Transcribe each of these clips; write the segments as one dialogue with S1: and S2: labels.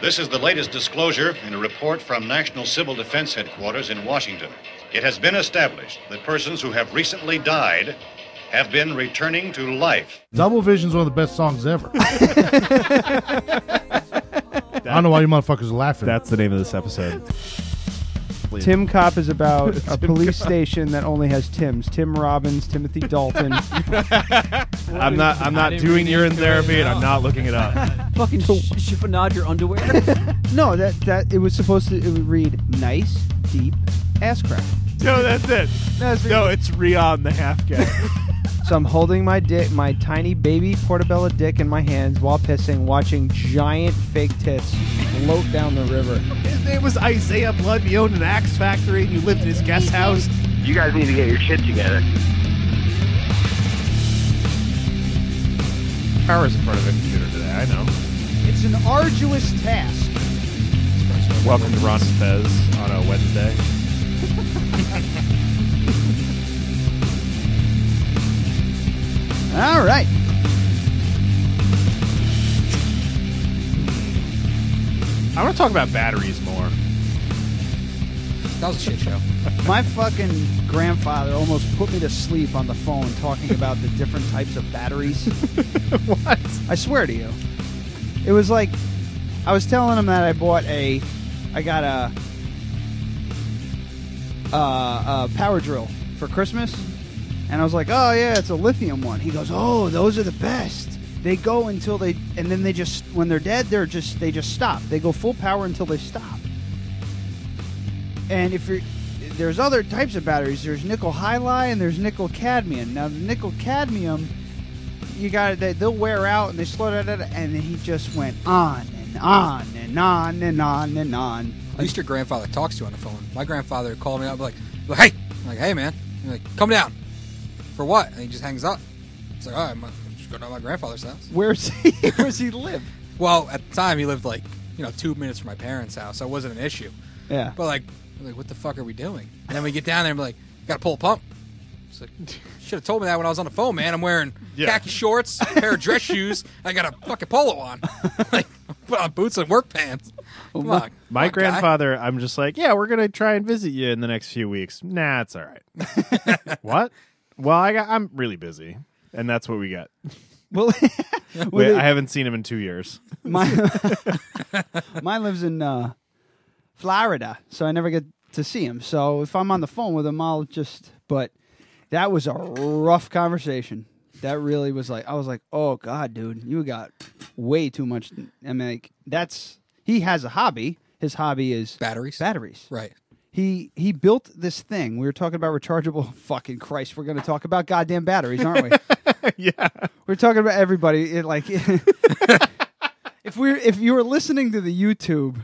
S1: This is the latest disclosure in a report from National Civil Defense Headquarters in Washington. It has been established that persons who have recently died have been returning to life.
S2: Double Vision's one of the best songs ever. I don't know why you motherfuckers are laughing.
S3: That's the name of this episode.
S4: Tim Cop is about a police station that only has Tims. Tim Robbins, Timothy Dalton.
S3: I'm not. I'm not
S5: didn't
S3: doing
S5: really
S3: urine
S5: need to
S3: therapy, and
S5: know.
S3: I'm not looking it up.
S6: Fucking sh- chiffonade your underwear.
S4: no, that that it was supposed to it would read nice, deep ass crack.
S3: no, that's it.
S4: No, it's-
S3: No, it's Rion the half guy.
S4: So I'm holding my dick, my tiny baby portobello dick in my hands while pissing, watching giant fake tits float down the river.
S3: His name was Isaiah Blood. You owned an axe factory, and you lived in his guest house.
S7: You guys need to get your shit together.
S3: Powers in front of a computer today. I know.
S4: It's an arduous task.
S3: Welcome to Ron and Fez on a Wednesday.
S4: All right.
S3: I want to talk about batteries more.
S6: that was a shit show.
S4: My fucking grandfather almost put me to sleep on the phone talking about the different types of batteries.
S3: What?
S4: I swear to you. It was like I was telling him that I bought a I got a uh, a power drill for Christmas and I was like, "Oh yeah, it's a lithium one." He goes, "Oh, those are the best. They go until they and then they just when they're dead, they're just they just stop. They go full power until they stop." And if you're there's other types of batteries. There's nickel halide and there's nickel cadmium. Now, the nickel cadmium you got it. They, they'll wear out and they slow down, down, down, and then he just went on and on and on and on and on.
S6: At least your grandfather talks to you on the phone. My grandfather would call me up like, like hey, I'm like hey man, He's like come down for what? And he just hangs up. It's like all right, I'm I'm just going to my grandfather's house.
S4: Where's he? Where's he live?
S6: Well, at the time he lived like you know two minutes from my parents' house, so it wasn't an issue.
S4: Yeah.
S6: But like, I'm like what the fuck are we doing? And then we get down there and be like, gotta pull a pump. It's like, should have told me that when I was on the phone, man. I'm wearing
S3: Yeah.
S6: khaki shorts, a pair of dress shoes. I got a fucking polo on, like put on boots and work pants. Come on,
S3: My
S6: come on, guy.
S3: grandfather, I'm just like, yeah, we're gonna try and visit you in the next few weeks. Nah, it's all right. what? Well, I got, I'm really busy, and that's what we got.
S4: Well,
S3: Wait,
S4: well,
S3: I haven't seen him in two years.
S4: mine, mine lives in uh, Florida, so I never get to see him. So if I'm on the phone with him, I'll just. But that was a rough conversation. That really was like I was like, oh god, dude, you got way too much. I mean, like that's he has a hobby. His hobby is
S6: Batteries?
S4: Batteries.
S6: Right.
S4: He he built this thing. We were talking about rechargeable. Fucking Christ, we're going to talk about goddamn batteries, aren't we?
S3: yeah,
S4: we're talking about everybody. It, like, if we are if you were listening to the YouTube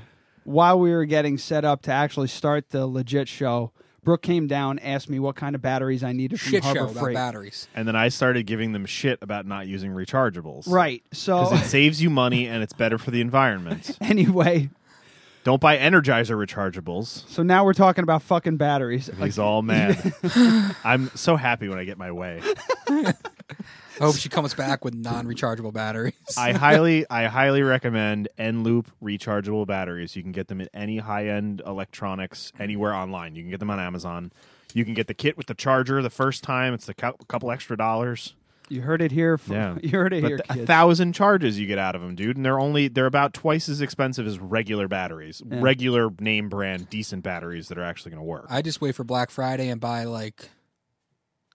S4: while we were getting set up to actually start the legit show, Brooke came down, asked me what kind of batteries I needed from
S6: Shit show
S4: Harbor
S6: about
S4: Freight.
S6: batteries.
S3: and then I started giving them shit about not using rechargeables.
S4: Right. So
S3: Because it saves you money and it's better for the environment.
S4: anyway,
S3: Don't buy Energizer rechargeables.
S4: so now we're talking about fucking batteries.
S3: He's all mad. I'm so happy when I get my way.
S6: I hope she comes back with non-rechargeable batteries.
S3: I highly, I highly recommend N-Loop rechargeable batteries. You can get them at any high-end electronics anywhere online. You can get them on Amazon. You can get the kit with the charger the first time. It's a cou- couple extra dollars.
S4: You heard it here. From, You heard it
S3: But
S4: here,
S3: th- a
S4: kids.
S3: thousand charges you get out of them, dude, and they're only they're about twice as expensive as regular batteries, regular name brand decent batteries that are actually going to work.
S6: I just wait for Black Friday and buy like.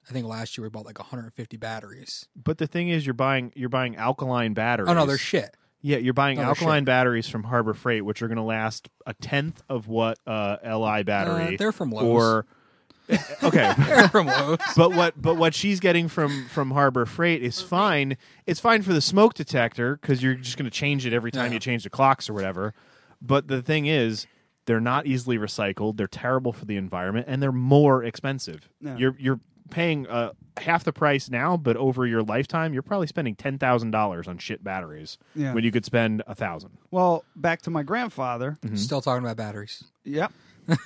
S6: I think last year we bought like 150 batteries.
S3: but the thing is, you're buying you're buying alkaline batteries.
S6: Oh no, they're shit.
S3: Yeah, you're buying
S6: Oh,
S3: alkaline
S6: shit.
S3: batteries from Harbor Freight, which are going to last a tenth of what uh, Li battery.
S6: Uh, they're from Lowe's.
S3: or okay,
S6: from Lowe's.
S3: but what but what she's getting from from Harbor Freight is fine. It's fine for the smoke detector because you're just going to change it every time
S6: Yeah.
S3: you change the clocks or whatever. But the thing is, they're not easily recycled. They're terrible for the environment, and they're more expensive.
S4: Yeah.
S3: You're you're paying uh, half the price now, but over your lifetime, you're probably spending ten thousand dollars on shit batteries
S4: Yeah.
S3: when you could spend a thousand.
S4: well, back to my grandfather.
S6: Still talking about batteries.
S4: Yep.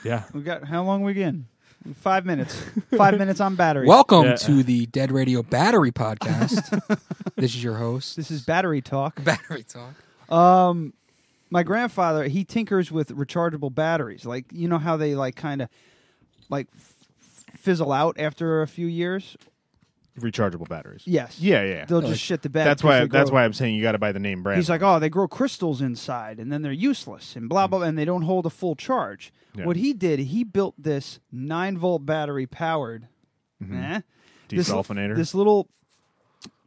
S3: Yeah.
S4: We got how long we in? Five minutes. Five minutes on battery.
S6: Welcome
S3: Yeah.
S6: to the Dead Radio Battery Podcast. this is your host,
S4: this is battery talk.
S6: Battery Talk.
S4: Um, my grandfather he tinkers with rechargeable batteries. Like you know how they like kind of like f- fizzle out after a few years.
S3: Rechargeable batteries.
S4: Yes.
S3: Yeah, yeah.
S4: They'll just shit the bed.
S3: that's
S4: 'cause
S3: why.
S4: they
S3: That's
S4: grow-
S3: why I'm saying you got to buy the name brand.
S4: He's like, oh, they grow crystals inside, and then they're useless, and blah blah, blah and they don't hold a full charge.
S3: Yeah.
S4: What he did, he built this nine volt battery powered, eh, this l-
S3: Mm-hmm. Desulfonator?
S4: This little,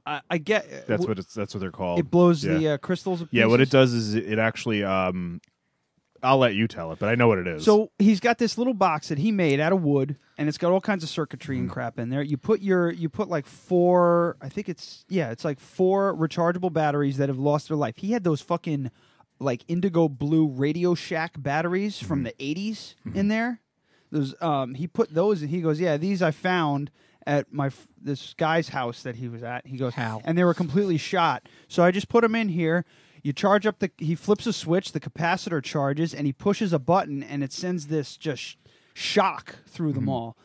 S4: I, I get
S3: that's
S4: w-
S3: what it's. That's what they're called.
S4: it blows
S3: Yeah.
S4: the uh, crystals. to
S3: yeah, what it
S4: pieces.
S3: does is it actually. Um, I'll let you tell it, but I know what it is.
S4: So he's got this little box that he made out of wood, and it's got all kinds of circuitry
S3: Mm-hmm.
S4: and crap in there. You put your you put like four, I think it's yeah, it's like four rechargeable batteries that have lost their life. He had those fucking like indigo blue Radio Shack batteries
S3: Mm-hmm.
S4: from the '80s in there. Those um, he put those, and he goes, yeah, these I found at my f- this guy's house that he was at. He goes,
S6: How?
S4: and they were completely shot. So I just put them in here. You charge up the. He flips a switch. The capacitor charges, and he pushes a button, and it sends this just sh- shock through
S6: Mm-hmm.
S4: them all.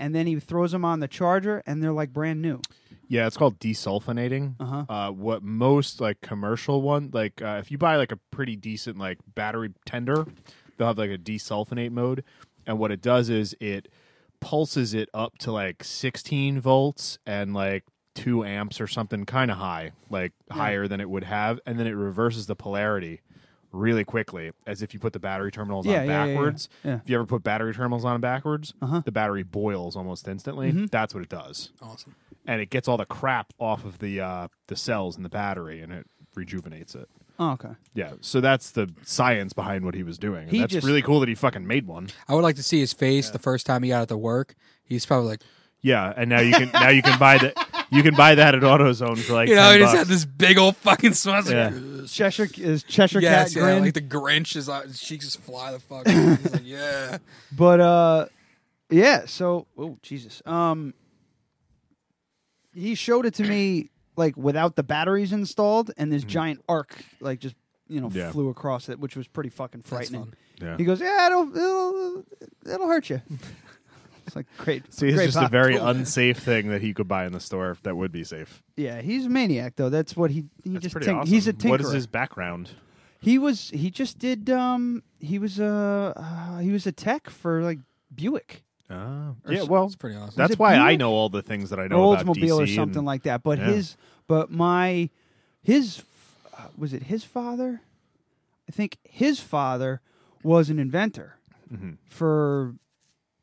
S4: And then he throws them on the charger, and they're like brand new.
S3: Yeah, it's called desulfonating. Uh-huh. what most like commercial one, like uh, if you buy like a pretty decent like battery tender, they'll have like a desulfonate mode, and what it does is it pulses it up to like 16 volts and like two amps or something kind of high, like higher than it would have, and then it reverses the polarity really quickly as if you put the battery terminals
S4: Yeah,
S3: on
S4: yeah, yeah, yeah.
S3: backwards.
S4: Yeah. Uh-huh.
S3: If you ever put battery terminals on backwards, the battery boils almost instantly.
S4: Mm-hmm.
S3: That's what it does
S6: Awesome.
S3: and it gets all the crap off of the uh, the cells in the battery, and it rejuvenates it.
S4: Oh, okay.
S3: Yeah, so that's the science behind what he was doing. and
S4: He
S3: that's
S4: just-
S3: really cool that he fucking made one.
S6: I would like to see his face the first time he got out to work. He's probably like,
S3: Yeah, and now you can now you can buy that you can buy that at AutoZone for like
S6: you know,
S3: 10
S6: he just
S3: bucks.
S6: had this big old fucking smile. It's like,
S3: Yeah.
S6: "Ugh."
S4: Cheshire is Cheshire
S6: Yes,
S4: Cat
S6: yeah,
S4: grin.
S6: like the Grinch, his, eyes- his cheeks just fly the fuck. out. He's like, yeah.
S4: But uh yeah, so oh Jesus. Um he showed it to me like without the batteries installed and this giant arc like just you know
S3: Mm-hmm. Yeah.
S4: flew across it which was pretty fucking frightening.
S6: fun.
S3: Yeah.
S4: He goes, "Yeah, it'll it'll, it'll hurt you." it's like great.
S3: See, it's
S4: great
S3: just a
S4: pop.
S3: very unsafe thing that he could buy in the store that would be safe.
S4: Yeah, he's a maniac though. That's what he he
S3: That's
S4: just
S3: pretty
S4: tink-
S3: awesome.
S4: he's a tinkerer.
S3: What is his background?
S4: He was he just did um he was a uh, he was a tech for like Buick.
S3: Uh,
S4: Or
S3: yeah,
S4: s-
S3: well,
S6: It's Ah, pretty awesome.
S3: that's
S4: it
S3: why I
S4: Buick?
S3: know all the things that I know
S4: or
S3: about
S4: Oldsmobile
S3: DC
S4: or something
S3: and-
S4: like that. But
S3: Yeah.
S4: his, but my, his, f- uh, was it his father? I think his father was an inventor
S3: Mm-hmm.
S4: for,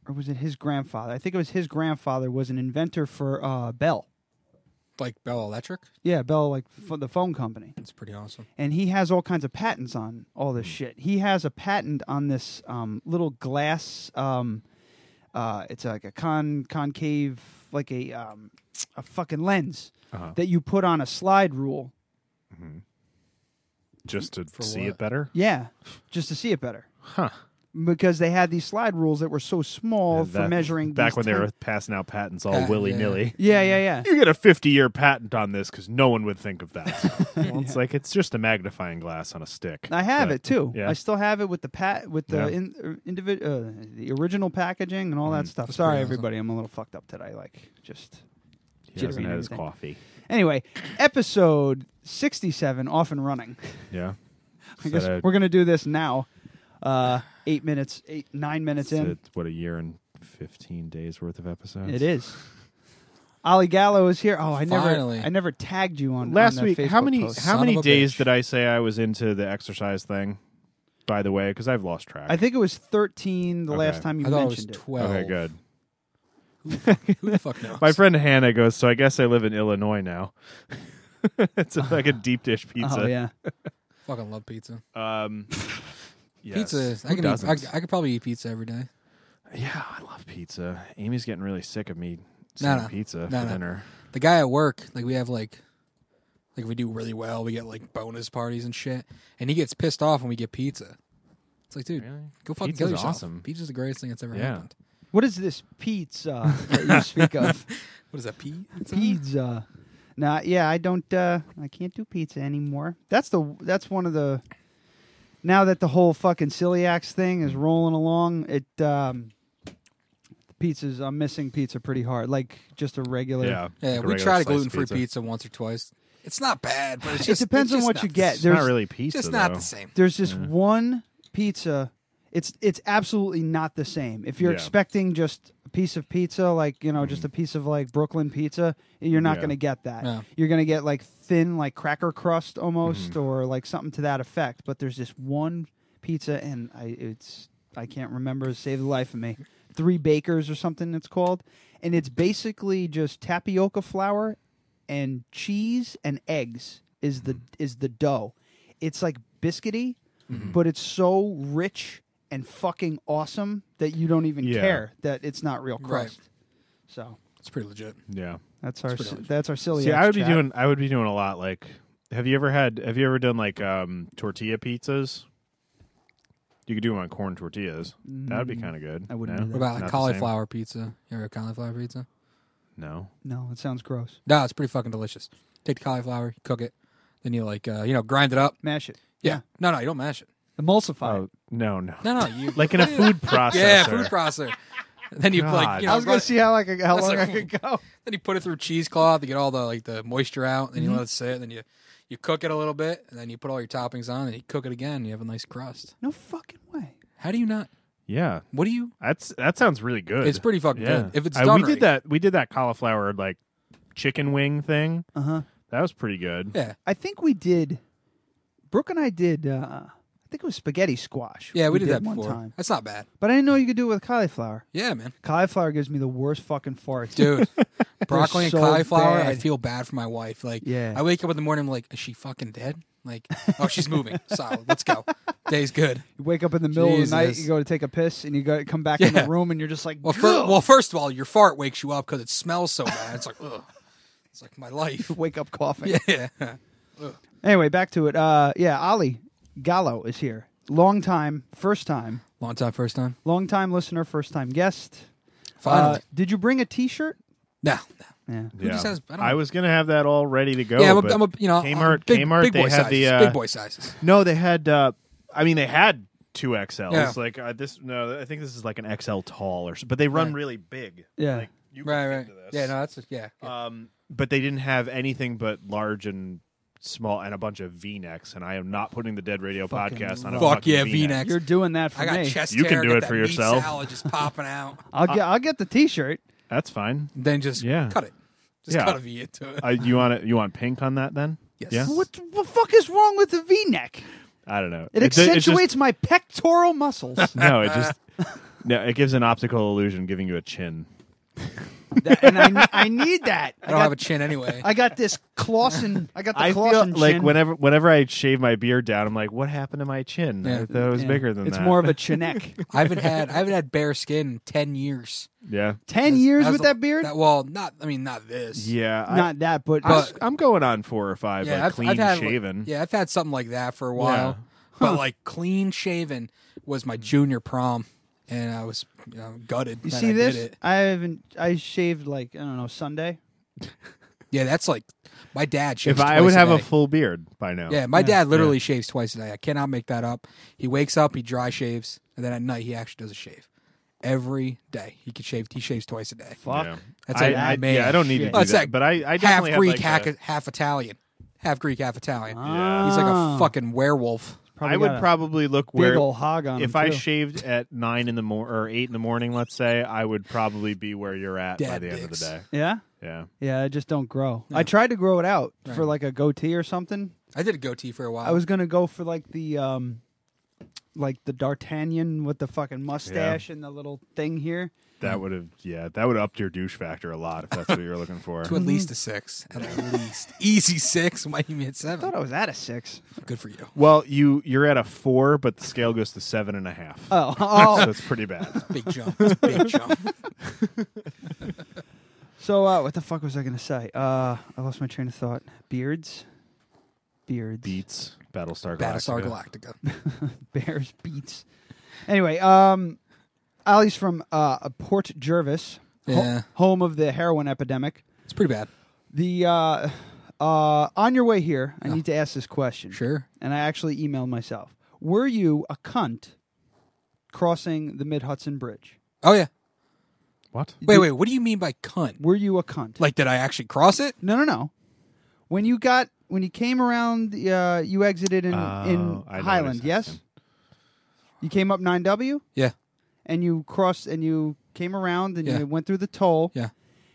S4: or was it his grandfather? I think it was his grandfather was an inventor for uh, Bell.
S6: Like Bell Electric.
S4: Yeah, Bell, like f- the phone company,
S6: It's pretty awesome.
S4: and he has all kinds of patents on all
S3: Hmm.
S4: this shit. He has a patent on this um, little glass. Um, uh, it's like a con concave, like a um, a fucking lens
S3: Uh-huh.
S4: that you put on a slide rule.
S3: just to
S6: For
S3: see
S6: what?
S3: it better.
S4: Yeah, just to see it better.
S3: Huh.
S4: Because they had these slide rules that were so small
S3: That-
S4: for measuring.
S3: back
S4: these Ah,
S3: when they
S4: tiny-
S3: were passing out patents all
S6: Yeah,
S3: willy nilly.
S4: Yeah, yeah, yeah.
S3: you get a 50 year patent on this because no one would think of that. well, it's like it's just a magnifying glass on a stick.
S4: I have
S3: But-
S4: it too.
S3: yeah.
S4: I still have it with the pat with the
S3: Yeah. Mm-hmm.
S4: in, uh, individ, uh, the original packaging and all that stuff.
S6: That's
S4: Sorry,
S6: pretty awesome.
S4: everybody. I'm a little fucked up today. Like just
S3: He doesn't
S4: jittery and
S3: have his
S4: everything.
S3: coffee.
S4: Anyway, episode 67 off and running.
S3: Yeah.
S4: I guess we're gonna do this now. Uh, eight minutes, eight nine minutes in.
S3: what a year and 15 days worth of episodes.
S4: It is. Ollie Gallo is here. Oh, I
S6: Finally.
S4: never, I never tagged you on
S3: Last
S4: on that
S3: week, how
S4: Facebook
S3: many
S4: post.
S3: how
S6: Son
S3: many
S6: of a
S3: days
S6: bitch.
S3: did I say I was into the exercise thing? By the way, because I've lost track.
S4: I think it was thirteen the
S3: Okay.
S4: last time you
S6: I thought it was
S4: mentioned it.
S6: twelve.
S3: Okay, good.
S6: Who the fuck knows?
S3: My friend Hannah goes. So I guess I live in Illinois now. it's a, like a deep dish pizza.
S4: Oh yeah,
S6: Fucking love pizza.
S3: Um, yes.
S6: Pizza. I
S3: Who
S6: can. Eat,
S3: doesn't?
S6: I, I could probably eat pizza every day.
S3: Yeah, I love pizza. Amy's getting really sick of me
S6: No,
S3: saying
S6: no.
S3: pizza
S6: No,
S3: for
S6: no.
S3: dinner.
S6: The guy at work, like we have like, like if we do really well, we get like bonus parties and shit, and he gets pissed off when we get pizza. It's like, dude,
S3: Really?
S6: go fucking
S3: Pizza's
S6: kill yourself.
S3: awesome.
S6: Pizza's the greatest thing that's ever
S3: Yeah.
S6: happened.
S4: what is this pizza that you speak of?
S6: What is that? P?
S4: pizza. Nah, yeah, I don't. Uh, I can't do pizza anymore. That's the. That's one of the. Now that the whole fucking celiacs thing is rolling along, it um, pizzas. I'm missing pizza pretty hard. Like just a regular.
S3: Yeah,
S6: Yeah,
S3: like a
S6: we
S3: regular
S6: tried a
S3: slice
S6: gluten
S3: of
S6: free pizza. once or twice. It's not bad, but it's
S4: It
S6: just
S4: depends
S6: it's
S4: on
S6: just
S4: what
S6: not
S4: you
S6: the
S4: get.
S6: same.
S3: It's not
S4: There's-
S3: really pizza.
S6: just not
S3: though.
S6: the same.
S4: There's this one pizza. It's it's absolutely not the same. If you're
S3: Yeah.
S4: expecting just a piece of pizza, like you know, just a piece of like Brooklyn pizza, you're not
S3: Yeah. Mm-hmm.
S4: going to get that.
S6: Yeah.
S4: You're going to get like thin, like cracker crust almost, or like something to that effect. But there's this one pizza, and I it's I can't remember. Save the life of me. Three Bakers or something it's called, and it's basically just tapioca flour and cheese and eggs is the
S3: Mm-hmm.
S4: is the dough. It's like biscuity, but it's so rich and fucking awesome that you don't even
S3: Yeah.
S4: care that it's not real
S6: Right.
S4: crust. So
S6: It's pretty legit.
S3: Yeah.
S4: that's our si- that's our silly.
S3: See, I
S4: ass
S3: would be
S4: chat.
S3: doing. I would be doing a lot. Like, have you ever had? Have you ever done like um tortilla pizzas? You could do them on corn tortillas. That would be
S6: Mm,
S3: kind of good.
S4: I wouldn't
S3: No?
S4: do
S6: What about like
S3: Not the same?
S6: cauliflower pizza? You ever have cauliflower pizza?
S3: No.
S4: no. It sounds gross.
S6: No, it's pretty fucking delicious. Take the cauliflower, cook it, then you like uh, you know grind it up.
S4: Mash it.
S6: Yeah. No, no, you don't mash it.
S4: Emulsify.
S3: Oh no no.
S6: No, no, you
S3: Like in a food processor.
S6: yeah food processor. Then you
S3: God.
S6: like you know,
S4: I was gonna
S6: run-
S4: see how like how
S6: That's
S4: long
S6: like-
S4: I could go.
S6: Then you put it through cheesecloth to get all the like the moisture out, and you let it sit. And then you you cook it a little bit, and then you put all your toppings on, and you cook it again. and You have a nice crust.
S4: No fucking way.
S6: How do you not?
S3: Yeah.
S6: What do you?
S3: That's that sounds really good.
S6: It's pretty fucking
S3: yeah.
S6: good. If it's
S3: I-
S6: done
S3: we
S6: right.
S3: did that. We did that cauliflower like chicken wing thing.
S4: Uh huh.
S3: That was pretty good.
S6: Uh-huh. Yeah,
S4: I think we did. Brooke and I did. uh I think it was spaghetti squash.
S6: yeah, we, did, that
S4: one
S6: before.
S4: time,
S6: That's not bad.
S4: but I didn't know you could do it with cauliflower.
S6: Yeah, man,
S4: Cauliflower gives me the worst fucking farts.
S6: dude, broccoli and
S4: so
S6: cauliflower. I
S4: bad.
S6: feel bad for my wife. Like,
S4: Yeah.
S6: I wake up in the morning, I'm like, is she fucking dead? Like, oh, she's moving. Solid. Let's go. Day's good.
S4: You wake up in the middle of the night,
S6: Jesus.
S4: you go to take a piss, and you go come back in
S6: Yeah.
S4: the room, and you're just like,
S6: Well, fir-
S4: "Ugh."
S6: well, first of all, your fart wakes you up because it smells so bad. It's like, ugh. It's like my life.
S4: wake up coughing.
S6: Yeah.
S4: Anyway, back to it. Uh, yeah, Ali Gallo is here. Long time, first time,
S6: Long time, first time.
S4: long time listener, first time guest.
S6: Finally.
S4: Uh, did you bring a T-shirt?
S6: no, no.
S4: Yeah.
S3: Yeah.
S6: just has- I don't
S3: I,
S6: know.
S3: was gonna have that all ready to go.
S6: yeah, I'm a,
S3: but
S6: I'm a you know
S3: Kmart.
S6: I'm big,
S3: Kmart.
S6: big
S3: they
S6: boy
S3: had
S6: sizes,
S3: the uh,
S6: big boy sizes.
S3: No, they had. Uh, I mean, they had two XLs.
S6: Yeah.
S3: Like uh, this. No, I think this is like an XL tall or. s- But they run
S6: Right.
S3: really big.
S4: Yeah.
S3: Like, you can
S6: Right,
S3: fit
S6: right.
S3: into this.
S6: Yeah, no, that's yeah. yeah.
S3: Um, but they didn't have anything but large and small and a bunch of V necks. And I am not putting the Dead Radio
S4: Fucking
S3: podcast on a
S6: Fuck
S3: fucking
S6: yeah,
S3: V-neck.
S6: V-neck.
S4: You're doing that for
S6: I got
S4: me.
S6: chest
S3: You can
S6: hair,
S3: do
S6: got
S3: it
S6: that
S3: for
S6: meat
S3: yourself.
S6: Salad just popping out.
S4: I'll get. I'll get the T-shirt.
S3: That's fine.
S6: Then just
S3: Yeah.
S6: cut it. Just
S3: Yeah.
S6: cut a V into it.
S3: Uh, you want it? You want pink on that then?
S6: Yes.
S3: Yeah.
S4: What the fuck is wrong with the V-neck?
S3: I don't know.
S4: It
S3: ju- just-
S4: accentuates my pectoral muscles.
S3: no, it just. No, it gives an optical illusion, giving you a chin.
S4: That- and I, I need that. I,
S6: I don't
S4: got,
S6: have a chin anyway.
S4: I got this Clausen. I got the
S3: I feel
S4: Clausen
S3: like
S4: chin.
S3: whenever whenever I shave my beard down, I'm like, what happened to my chin?
S6: Yeah.
S3: I thought it was
S4: Yeah.
S3: bigger than
S4: it's
S3: that.
S4: more of a chinek.
S6: I haven't had I haven't had bare skin in ten years.
S3: yeah,
S4: Ten years
S6: was
S4: with
S6: the-
S4: that beard?
S6: well, not I mean not this.
S3: yeah. I-
S4: Not that, but,
S3: I'm,
S6: But-
S3: I'm going on four or five, like
S6: I've-
S3: clean
S6: I've had, like-
S3: shaven.
S6: yeah, I've had something like that for a while, but like clean shaven was my junior prom, and I was you know, gutted.
S4: you
S6: that
S4: see
S6: I
S4: this?
S6: Did it.
S4: I haven't. I shaved like I don't know Sunday.
S6: Yeah, that's like my dad shaves.
S3: If I
S6: twice
S3: would have
S6: a,
S3: a
S6: day.
S3: full beard by now.
S6: yeah, my dad literally shaves twice a day. I cannot make that up. He wakes up, he dry shaves, and then at night he actually does a shave every day. He could shave. He shaves twice a day.
S4: Fuck.
S3: Yeah.
S6: That's
S3: I,
S6: like
S3: I,
S6: man.
S3: yeah, I don't need to
S4: Shit.
S3: do
S6: That's
S3: that,
S6: like
S3: but I, I
S6: half
S3: definitely have,
S6: Greek,
S3: like,
S6: half,
S3: a-
S6: half Italian, half Greek, half Italian.
S4: Ah.
S6: He's like a fucking werewolf.
S4: Probably
S3: I would
S4: got a
S3: probably look
S4: big
S3: where
S4: old hog on.
S3: if
S6: Um,
S4: him,
S3: I
S4: too.
S3: shaved at nine in the mor or eight in the morning, let's say, I would probably be where you're at by
S6: Dad
S3: the end of the
S6: dicks.
S3: day.
S4: yeah,
S3: Yeah,
S4: yeah, I just don't grow. I tried to grow it out for like a goatee or something.
S6: I did a goatee for a while.
S4: I was gonna go for like the um, like the D'Artagnan with the fucking mustache and the little thing here.
S3: that would have yeah that would upped your douche factor a lot if that's what you're looking for.
S6: to at least a six, at least easy six. Might even hit
S4: I thought
S6: seven.
S4: I was at a six.
S6: Good for you.
S3: Well, you you're at a four, but the scale goes to seven and a half.
S6: Uh,
S4: Oh, oh.
S3: so it's pretty bad.
S6: Big jump. It's a big jump.
S4: so uh, what the fuck was I gonna say? Uh, I lost my train of thought. Beards, beards,
S3: Beats Battlestar Galactica.
S6: Battlestar Galactica.
S4: Bears beats. Anyway, um, Ali's from uh, Port Jervis, ho-
S6: Yeah.
S4: home of the heroin epidemic.
S6: It's pretty bad.
S4: The uh, uh, on your way here, I need to ask this question.
S6: Sure.
S4: And I actually emailed myself. Were you a cunt crossing the Mid Hudson Bridge?
S6: Oh yeah.
S3: What?
S6: Wait, wait. What do you mean by cunt?
S4: Were you a cunt?
S6: Like, did I actually cross it?
S4: no, no, no. when you got when you came around, uh, you exited in
S3: Oh, I know
S4: in
S3: what he's
S4: Highland. Yes,
S3: asking.
S4: you came up nine W
S6: Yeah.
S4: and you crossed and you came around and
S6: Yeah.
S4: you went through the toll.
S6: Yeah.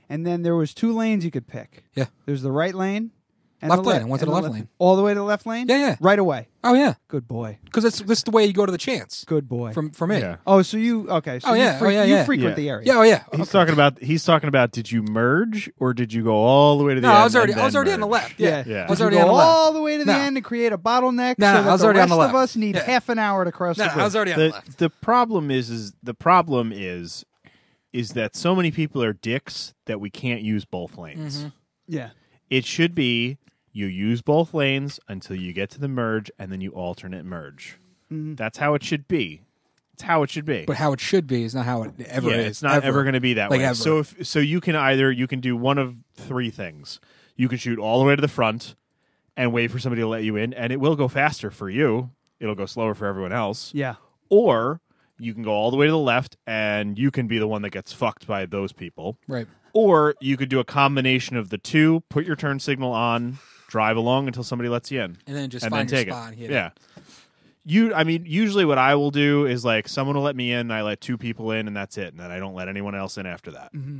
S4: and then there was two lanes you could pick.
S6: Yeah.
S4: there's the right lane, and
S6: Left
S4: the
S6: lane.
S4: le-
S6: I went to
S4: and
S6: the left lane.
S4: all the way to the left lane.
S6: Yeah, yeah.
S4: right away.
S6: Oh yeah,
S4: Good boy,
S6: because that's that's the way you go to the chance.
S4: good boy.
S6: From from it.
S3: Yeah.
S4: oh, so you okay? So
S6: Oh,
S4: you
S6: yeah. Oh,
S4: fre-
S6: yeah,
S4: you
S6: yeah.
S4: frequent
S3: Yeah.
S4: the area.
S6: Yeah. Oh yeah.
S3: He's talking about he's talking about did you merge or did you go all the way to the
S6: No,
S3: end?
S6: I was already
S3: and
S6: I was
S3: then
S6: already on the
S3: merge?
S6: left.
S4: Yeah.
S6: Yeah.
S3: Yeah.
S6: I was
S4: Did you
S6: already
S4: go
S6: on the left.
S4: all the way to the
S6: No.
S4: end to create a bottleneck
S6: No, no,
S4: so that
S6: I was
S4: the
S6: already on
S4: rest
S6: the
S4: of
S6: left.
S4: us need
S6: Yeah.
S4: half an hour to cross
S6: No,
S4: the
S6: no,
S4: bridge.
S6: I was already on the
S3: the,
S6: left.
S3: the problem is is the problem is is that so many people are dicks that we can't use both lanes.
S6: Mm-hmm.
S4: yeah.
S3: It should be you use both lanes until you get to the merge and then you alternate merge. That's how it should be. It's how it should be.
S6: Mm-hmm. But how it should be is not how it ever
S3: yeah,
S6: is.
S3: it's not ever, going to be that
S6: Like
S3: way.
S6: ever.
S3: So if so you can either you can do one of three things. You can shoot all the way to the front and wait for somebody to let you in and it will go faster for you. It'll go slower for everyone else.
S4: Yeah.
S3: Or you can go all the way to the left and you can be the one that gets fucked by those people.
S6: right.
S3: Or you could do a combination of the two, put your turn signal on, drive along until somebody lets you in.
S6: And then just
S3: and
S6: find
S3: then
S6: your
S3: take
S6: spot and
S3: it.
S6: hit it.
S3: yeah. You I mean, usually what I will do is like someone will let me in, I let two people in and that's it, and then I don't let anyone else in after that.
S6: Mm-hmm.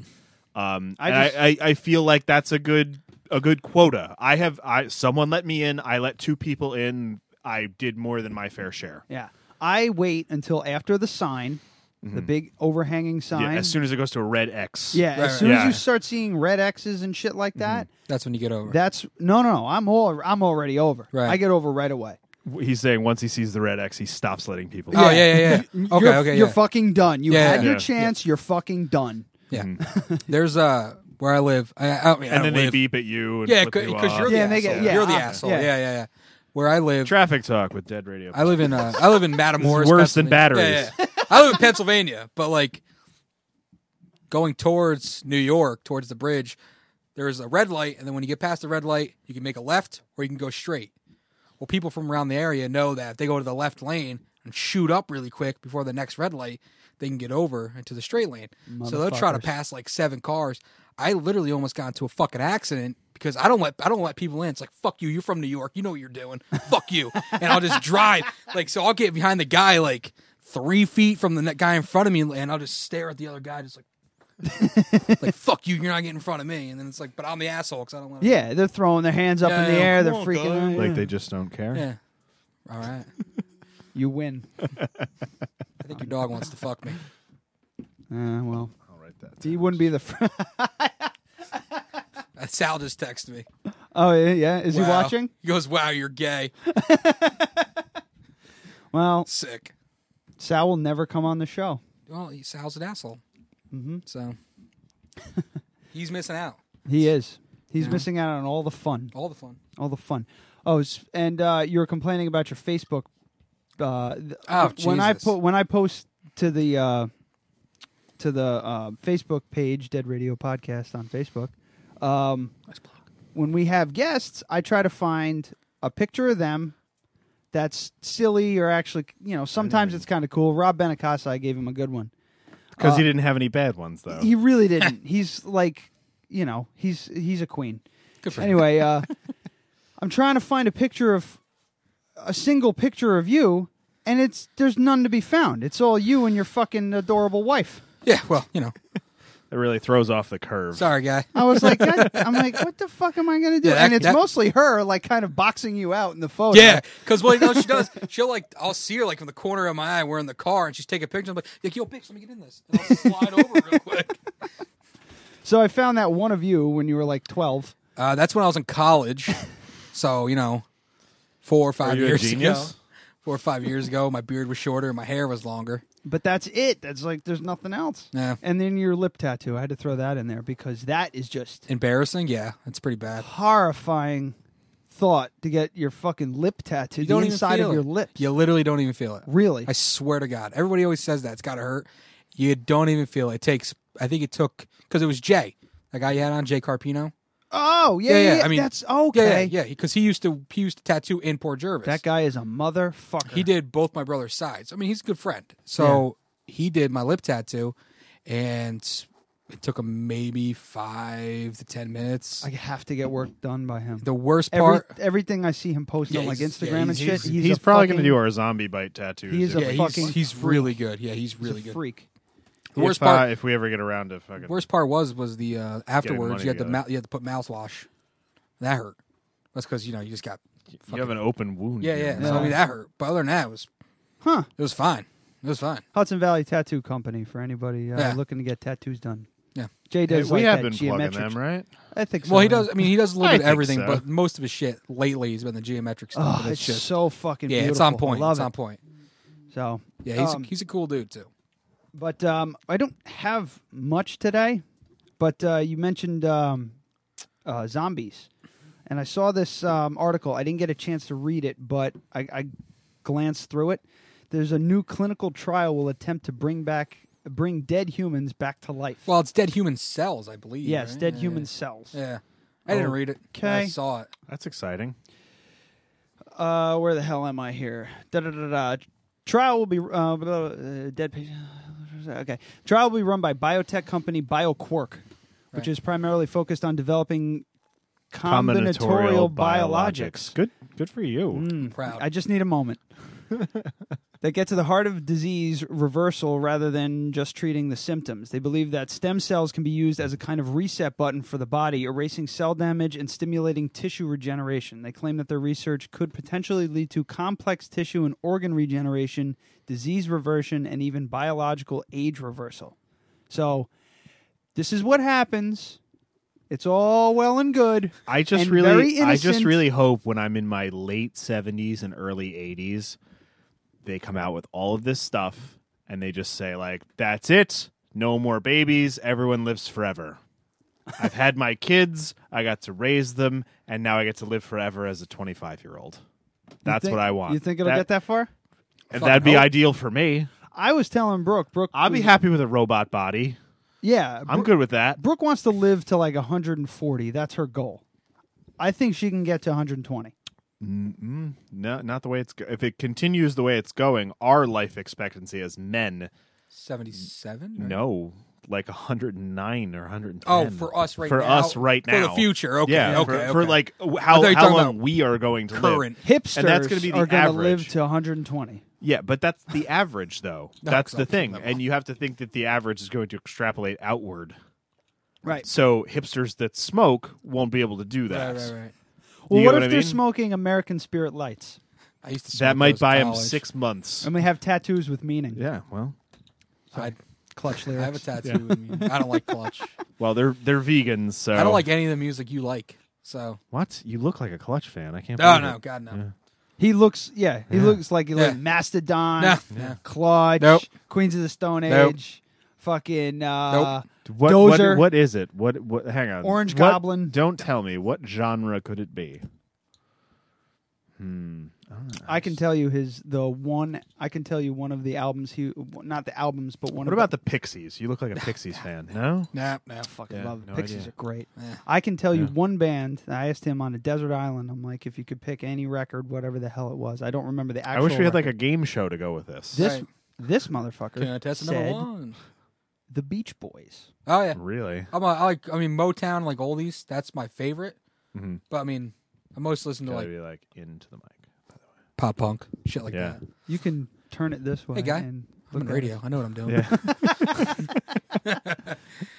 S3: Um
S4: I
S3: and I,
S4: just-
S3: I, I feel like that's a good a good quota. I have I someone let me in, I let two people in, I did more than my fair share.
S4: Yeah. I wait until after the sign, the big overhanging sign.
S3: Mm-hmm. Yeah, as soon as it goes to a red X.
S4: Yeah,
S6: Right,
S4: as
S6: right,
S4: soon as
S3: right.
S4: you
S3: Yeah. Mm-hmm.
S4: start seeing red X's and shit like that,
S6: That's when you get over.
S4: that's no, no, no. I'm all, I'm already over.
S6: Right.
S4: I get over right away.
S3: He's saying once he sees the red X, he stops letting people.
S6: oh
S3: in.
S6: yeah, yeah, yeah. Okay,
S4: you're,
S6: okay.
S4: You're
S6: yeah.
S4: fucking done. You
S6: Yeah,
S4: had
S6: yeah.
S4: your
S3: Yeah.
S4: chance. You're fucking done.
S6: Yeah. There's uh where I live. I, I, I mean, I
S3: Mm-hmm. and then
S6: don't
S3: they
S6: live.
S3: beep at you. And
S6: Yeah,
S3: flip you
S6: because
S3: off.
S6: you're the
S4: Yeah,
S6: asshole.
S4: and they get- yeah,
S6: you're the
S4: uh,
S6: asshole.
S4: yeah.
S6: Yeah, yeah, yeah. Where I live,
S3: traffic talk with Dead Radio.
S6: I live in uh, I live in Matamoros.
S3: worse than
S6: Pennsylvania. Yeah,
S3: batteries.
S6: yeah, yeah. I live in Pennsylvania, but like going towards New York, towards the bridge, there's a red light, and then when you get past the red light, you can make a left or you can go straight. Well, people from around the area know that if they go to the left lane and shoot up really quick before the next red light, they can get over into the straight lane. So they'll try to
S4: Motherfuckers.
S6: pass like seven cars. I literally almost got into a fucking accident because I don't let I don't let people in. It's like fuck you, you're from New York, you know what you're doing. fuck you, and I'll just drive. Like so, I'll get behind the guy like three feet from the ne- guy in front of me, and I'll just stare at the other guy, just like like fuck you, you're not getting in front of me. And then it's like, but I'm the asshole because I don't let. him-
S4: Yeah, they're throwing their hands up
S6: Yeah,
S4: in the
S6: yeah,
S4: air.
S6: come
S4: They're
S6: on,
S4: freaking out.
S3: like they just don't care.
S6: yeah. All right,
S4: You win. uh,
S6: I think your dog wants to fuck me.
S4: well, he wouldn't be the. Fr-
S6: Uh, Sal just texted me.
S4: oh yeah, yeah. Is he
S6: Wow.
S4: watching?
S6: He goes, "Wow, you're gay."
S4: Well,
S6: Sick.
S4: Sal will never come on the show.
S6: Well, he- Sal's an asshole. Mm-hmm. So he's missing out
S4: He is. He's missing out on all the fun.
S6: all the fun.
S4: All the fun. Oh, s- and uh, you were complaining about your Facebook. Uh, th-
S6: Oh,
S4: when I
S6: Jesus.
S4: po- when I post to the uh, to the uh, Facebook page, Dead Radio Podcast on Facebook. Um, when we have guests, I try to find a picture of them that's silly or actually, you know, sometimes it's kind of cool. Rob Benacasa, I gave him a good one.
S3: Because
S6: Uh,
S3: he didn't have any bad ones though.
S4: He really didn't. he's like, you know, he's he's a queen.
S6: Good for him.
S4: Anyway, uh, I'm trying to find a picture of a single picture of you, and it's there's none to be found. It's all you and your fucking adorable wife.
S6: Yeah. Well, you know,
S3: it really throws off the curve.
S6: sorry, guy.
S4: I was like, God, I'm like, what the fuck am I gonna do?
S6: Yeah, that-
S4: and it's
S6: that-
S4: mostly her, like, kind of boxing you out in the photo.
S6: Yeah, because what you know, she does, she'll like, I'll see her like from the corner of my eye, we're in the car, and she's taking pictures. I'm like, like, yo, bitch, let me get in this. And I'll slide over real quick.
S4: So I found that one of you when you were like 12.
S6: Uh, that's when I was in college. So, you know, four or five
S3: you a
S6: years
S3: genius?
S6: ago. Four or five years ago, my beard was shorter and my hair was longer.
S4: But that's it. That's like there's nothing else.
S6: Yeah.
S4: And then your lip tattoo. I had to throw that in there because that is just
S6: Embarrassing? Yeah, that's pretty bad.
S4: horrifying thought to get your fucking lip tattoo.
S6: You don't
S4: the
S6: even
S4: inside
S6: feel
S4: of your
S6: it.
S4: lips.
S6: You literally don't even feel it.
S4: Really?
S6: I swear to God. Everybody always says that. It's got to hurt. You don't even feel it. It takes, I think it took, because it was Jay, the guy you had on, Jay Carpino.
S4: Oh yeah, yeah. yeah, that's okay.
S6: Yeah, yeah, because he used to he used to tattoo in Port Jervis.
S4: That guy is a motherfucker.
S6: he did both my brother's sides. I mean, he's a good friend. So he did my lip tattoo, and It took him maybe five to ten minutes.
S4: I have to get work done by him.
S6: the worst
S4: Every,
S6: part,
S4: everything I see him post
S6: Yeah,
S4: on like
S6: he's- yeah,
S4: Instagram
S6: he's-
S4: and shit,
S6: he's-
S4: he's,
S3: He's,
S4: a
S3: probably
S4: fucking,
S3: gonna do our zombie bite tattoos.
S4: He is
S3: if
S4: a
S6: yeah,
S3: we-
S6: he's,
S4: fucking
S6: he's
S4: freak.
S6: really good. Yeah, he's really
S4: he's a
S6: good.
S4: freak.
S6: The
S3: if,
S6: worst
S3: uh,
S6: part,
S3: if we ever get around to fucking.
S6: worst part was was the uh, afterwards.
S3: money
S6: You had
S3: together.
S6: to mou- you had to put mouthwash. That hurt. That's because you know you just got
S3: you have an open wound.
S6: yeah
S3: here,
S6: yeah.
S3: man.
S6: So I mean that hurt. But other than that, it was
S4: Huh.
S6: It was fine. It was fine.
S4: Hudson Valley Tattoo Company for anybody uh,
S6: Yeah.
S4: looking to get tattoos done.
S6: Yeah.
S4: Jay
S3: Hey,
S4: does
S3: we
S4: like
S3: have
S4: that
S3: been plugging
S4: geometric.
S3: them, right?
S4: I think so.
S6: Well, he
S4: yeah.
S6: does. I mean, he does a little
S3: I
S6: bit of
S3: think
S6: everything,
S3: so.
S6: but most of his shit lately has been the geometric stuff.
S4: Oh,
S6: but
S4: it's
S6: it's just
S4: so fucking
S6: yeah,
S4: beautiful.
S6: it's on
S4: I
S6: point.
S4: Love
S6: It's
S4: it.
S6: on point.
S4: So,
S6: Yeah, he's
S4: Um,
S6: a, he's a cool dude too.
S4: but um, I don't have much today. But uh, you mentioned um, uh, zombies, and I saw this um, article. I didn't get a chance to read it, but I, I glanced through it. There's a new clinical trial will attempt to bring back bring dead humans back to life.
S6: Well, it's dead human cells, I believe.
S4: yes,
S6: right?
S4: dead
S6: yeah.
S4: human cells.
S6: Yeah, I didn't read it. I
S4: Okay.
S6: saw it.
S3: That's exciting.
S4: uh, where the hell am I here? Da da da da. Trial will be uh, blah, blah, uh, dead. pa- Okay, trial will be run by biotech company BioQuark, which
S6: Right.
S4: is primarily focused on developing
S3: Combinatorial
S4: combinatorial biologics. Mm.
S3: Good, good for you.
S6: I'm proud.
S4: I just need a moment. that get to the heart of disease reversal rather than just treating the symptoms. They believe that stem cells can be used as a kind of reset button for the body, erasing cell damage and stimulating tissue regeneration. They claim that their research could potentially lead to complex tissue and organ regeneration, disease reversion, and even biological age reversal. So, this is what happens. It's all well and good.
S3: I just
S4: and
S3: really,
S4: very
S3: I just
S4: innocent.
S3: really hope when I'm in my late seventies and early eighties, they come out with all of this stuff and they just say like, "That's it, no more babies. Everyone lives forever." I've had my kids. I got to raise them, and now I get to live forever as a 25 year old. That's
S4: Think-
S3: what I want.
S4: You think it'll get that far? Mm.
S3: And
S6: Fucking
S3: that'd be
S6: hope.
S3: ideal for me.
S4: I was telling Brooke. Brooke,
S3: I'll be
S4: was-
S3: happy with a robot body.
S4: Yeah,
S3: I'm
S4: Bro-
S3: good with that.
S4: Brooke wants to live to like 140. That's her goal. I think she can get to 120.
S3: No, not the way it's. Go- if it continues the way it's going, our life expectancy as men,
S6: Seventy-seven.
S3: no, like 109 or 110.
S6: Oh, for us right
S3: for
S6: now?
S3: us right
S6: For
S3: now
S6: the future, okay,
S3: Yeah,
S6: okay,
S3: for,
S6: okay.
S3: for like w-
S6: I
S3: how
S6: thought you were
S3: how
S6: talking
S3: long
S6: about
S3: we are going to
S6: current.
S3: live.
S4: Hipsters
S3: And that's gonna be the
S4: are gonna
S3: average.
S4: live to 120.
S3: Yeah, but that's the average though.
S6: No,
S3: that's
S6: it's
S3: the
S6: not-
S3: thing,
S6: never
S3: and you have to think that the average is going to extrapolate outward.
S4: Right.
S3: So hipsters that smoke won't be able to do that.
S6: Right, right, right.
S4: Well,
S3: get
S4: what if
S3: what I
S4: they're
S3: mean?
S4: smoking American Spirit lights
S6: I used to.
S3: That
S6: smoke
S3: might
S6: those
S3: buy
S6: in
S3: them
S6: college.
S3: six months.
S4: and we have tattoos with meaning?
S3: Yeah, well,
S6: I,
S4: Clutch
S6: I
S4: lyrics.
S6: have a tattoo. in me. I don't like clutch.
S3: well, they're they're vegans, so
S4: Oh.
S6: I don't like any of the music you like. So Oh,
S3: What? You look like a clutch fan. I can't.
S6: no,
S3: believe
S6: no,
S3: it.
S6: God no.
S4: he looks, yeah, he looks like, like
S6: Yeah.
S4: Mastodon,
S6: No, no.
S4: Clutch,
S6: Nope.
S4: Queens of the Stone
S6: Nope.
S4: Age, fucking uh,
S3: What,
S4: Dozer.
S3: what? What is it? What? What? Hang on.
S4: Orange
S3: What-
S4: Goblin.
S3: Don't tell me. What genre could it be?
S4: I can tell you his the one. I can tell you one of the albums. He not the albums, but one.
S3: What
S4: of
S3: about the Pixies? You look like a Pixies fan. No.
S6: Nah, nah.
S4: fucking
S3: Yeah,
S4: love it.
S3: no
S4: Pixies
S3: idea.
S4: are great.
S6: Yeah.
S4: I can tell you one band. I asked him on a desert island. I'm like, if you could pick any record, whatever the hell it was. I don't remember the
S3: I
S4: actual.
S3: wish we had like
S4: record.
S3: a game show to go with this.
S4: this
S6: Right.
S4: this motherfucker
S6: Can I test number
S4: said
S6: one?
S4: the Beach Boys.
S6: Oh yeah.
S3: Really?
S6: I'm a, I like. I mean, Motown, like oldies. That's my favorite. But I mean, I most listen to
S3: Mm-hmm. Gotta
S6: like
S3: be like into the mic.
S6: pop punk shit like
S3: Yeah.
S6: that.
S4: You can turn it this way.
S6: Hey guy,
S4: and
S6: I'm on
S4: look at
S6: radio.
S4: it.
S6: I know what I'm doing.
S3: Yeah.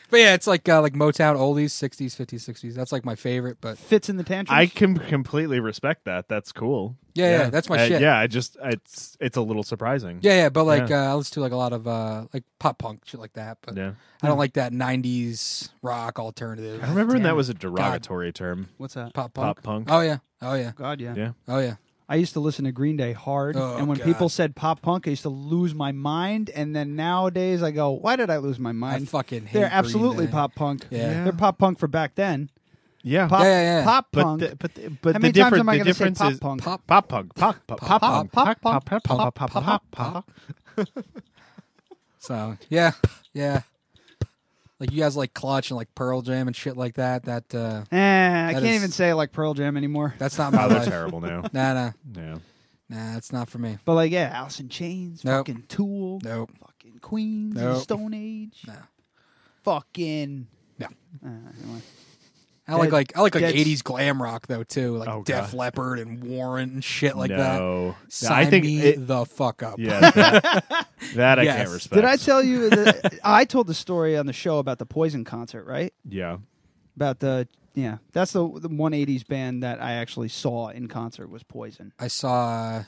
S6: But yeah, it's like uh, like Motown oldies, 60s, 50s, 60s. That's like my favorite. But
S4: Fits in the tantrums.
S3: I can completely respect that. That's cool.
S6: yeah, yeah, that's my
S3: Uh,
S6: shit.
S3: Yeah. I just it's it's a little surprising.
S6: yeah, yeah. But like Uh, I listen to like a lot of uh, like pop punk shit like that. But
S3: Yeah.
S6: I don't like that 90s rock alternative.
S3: I remember when
S4: Damn
S3: that
S4: it.
S3: was a derogatory term.
S4: What's that?
S6: pop punk.
S3: Pop punk.
S6: Oh yeah, oh yeah,
S4: God, yeah.
S3: Yeah.
S6: oh yeah.
S4: I used to listen to Green Day hard,
S6: Oh,
S4: and when
S6: God.
S4: people said pop punk, I used to lose my mind. And then nowadays, I go, "Why did I lose my mind?"
S6: fucking hate
S4: They're
S6: Green
S4: absolutely
S6: Day.
S4: pop punk.
S6: Yeah.
S4: they're pop punk for back then.
S3: Yeah.
S4: Pop,
S6: Yeah, yeah, yeah.
S4: pop
S3: But
S4: punk.
S3: the, but the, but the
S4: How many times
S3: difference
S4: am I
S3: the
S4: gonna say
S3: difference
S4: pop
S3: is
S4: punk?
S3: pop pop punk pop pop pop punk pop
S4: pop punk,
S3: pop pop pop pop pop pop
S6: So yeah, yeah. Like you guys like Clutch and like Pearl Jam and shit like that. That uh,
S4: Eh, I
S6: That
S4: can't
S6: is-
S4: even say like Pearl Jam anymore.
S6: that's not my
S3: Oh, they're
S6: life.
S3: terrible now.
S6: Nah, nah,
S3: Yeah.
S6: nah. That's not for me.
S4: But like, yeah, Alice in Chains,
S6: Nope.
S4: fucking Tool,
S6: Nope.
S4: fucking Queens, of the
S6: Nope.
S4: Stone Age.
S6: Nah.
S4: fucking.
S6: No.
S4: Uh, anyway.
S6: I like
S4: That-
S6: like I like like
S4: that's-
S6: eighties glam rock though too, like
S3: Oh,
S6: Def
S3: God.
S6: Leppard and Warren and shit like
S3: No.
S6: that. Sign
S3: I think
S6: me
S3: it-
S6: the fuck up.
S3: Yeah, that, that I
S6: Yes.
S3: can't respect.
S4: Did I tell you that I told the story on the show about the Poison concert, right?
S3: Yeah.
S4: About the yeah, that's the the one eighties band that I actually saw in concert was Poison.
S6: I saw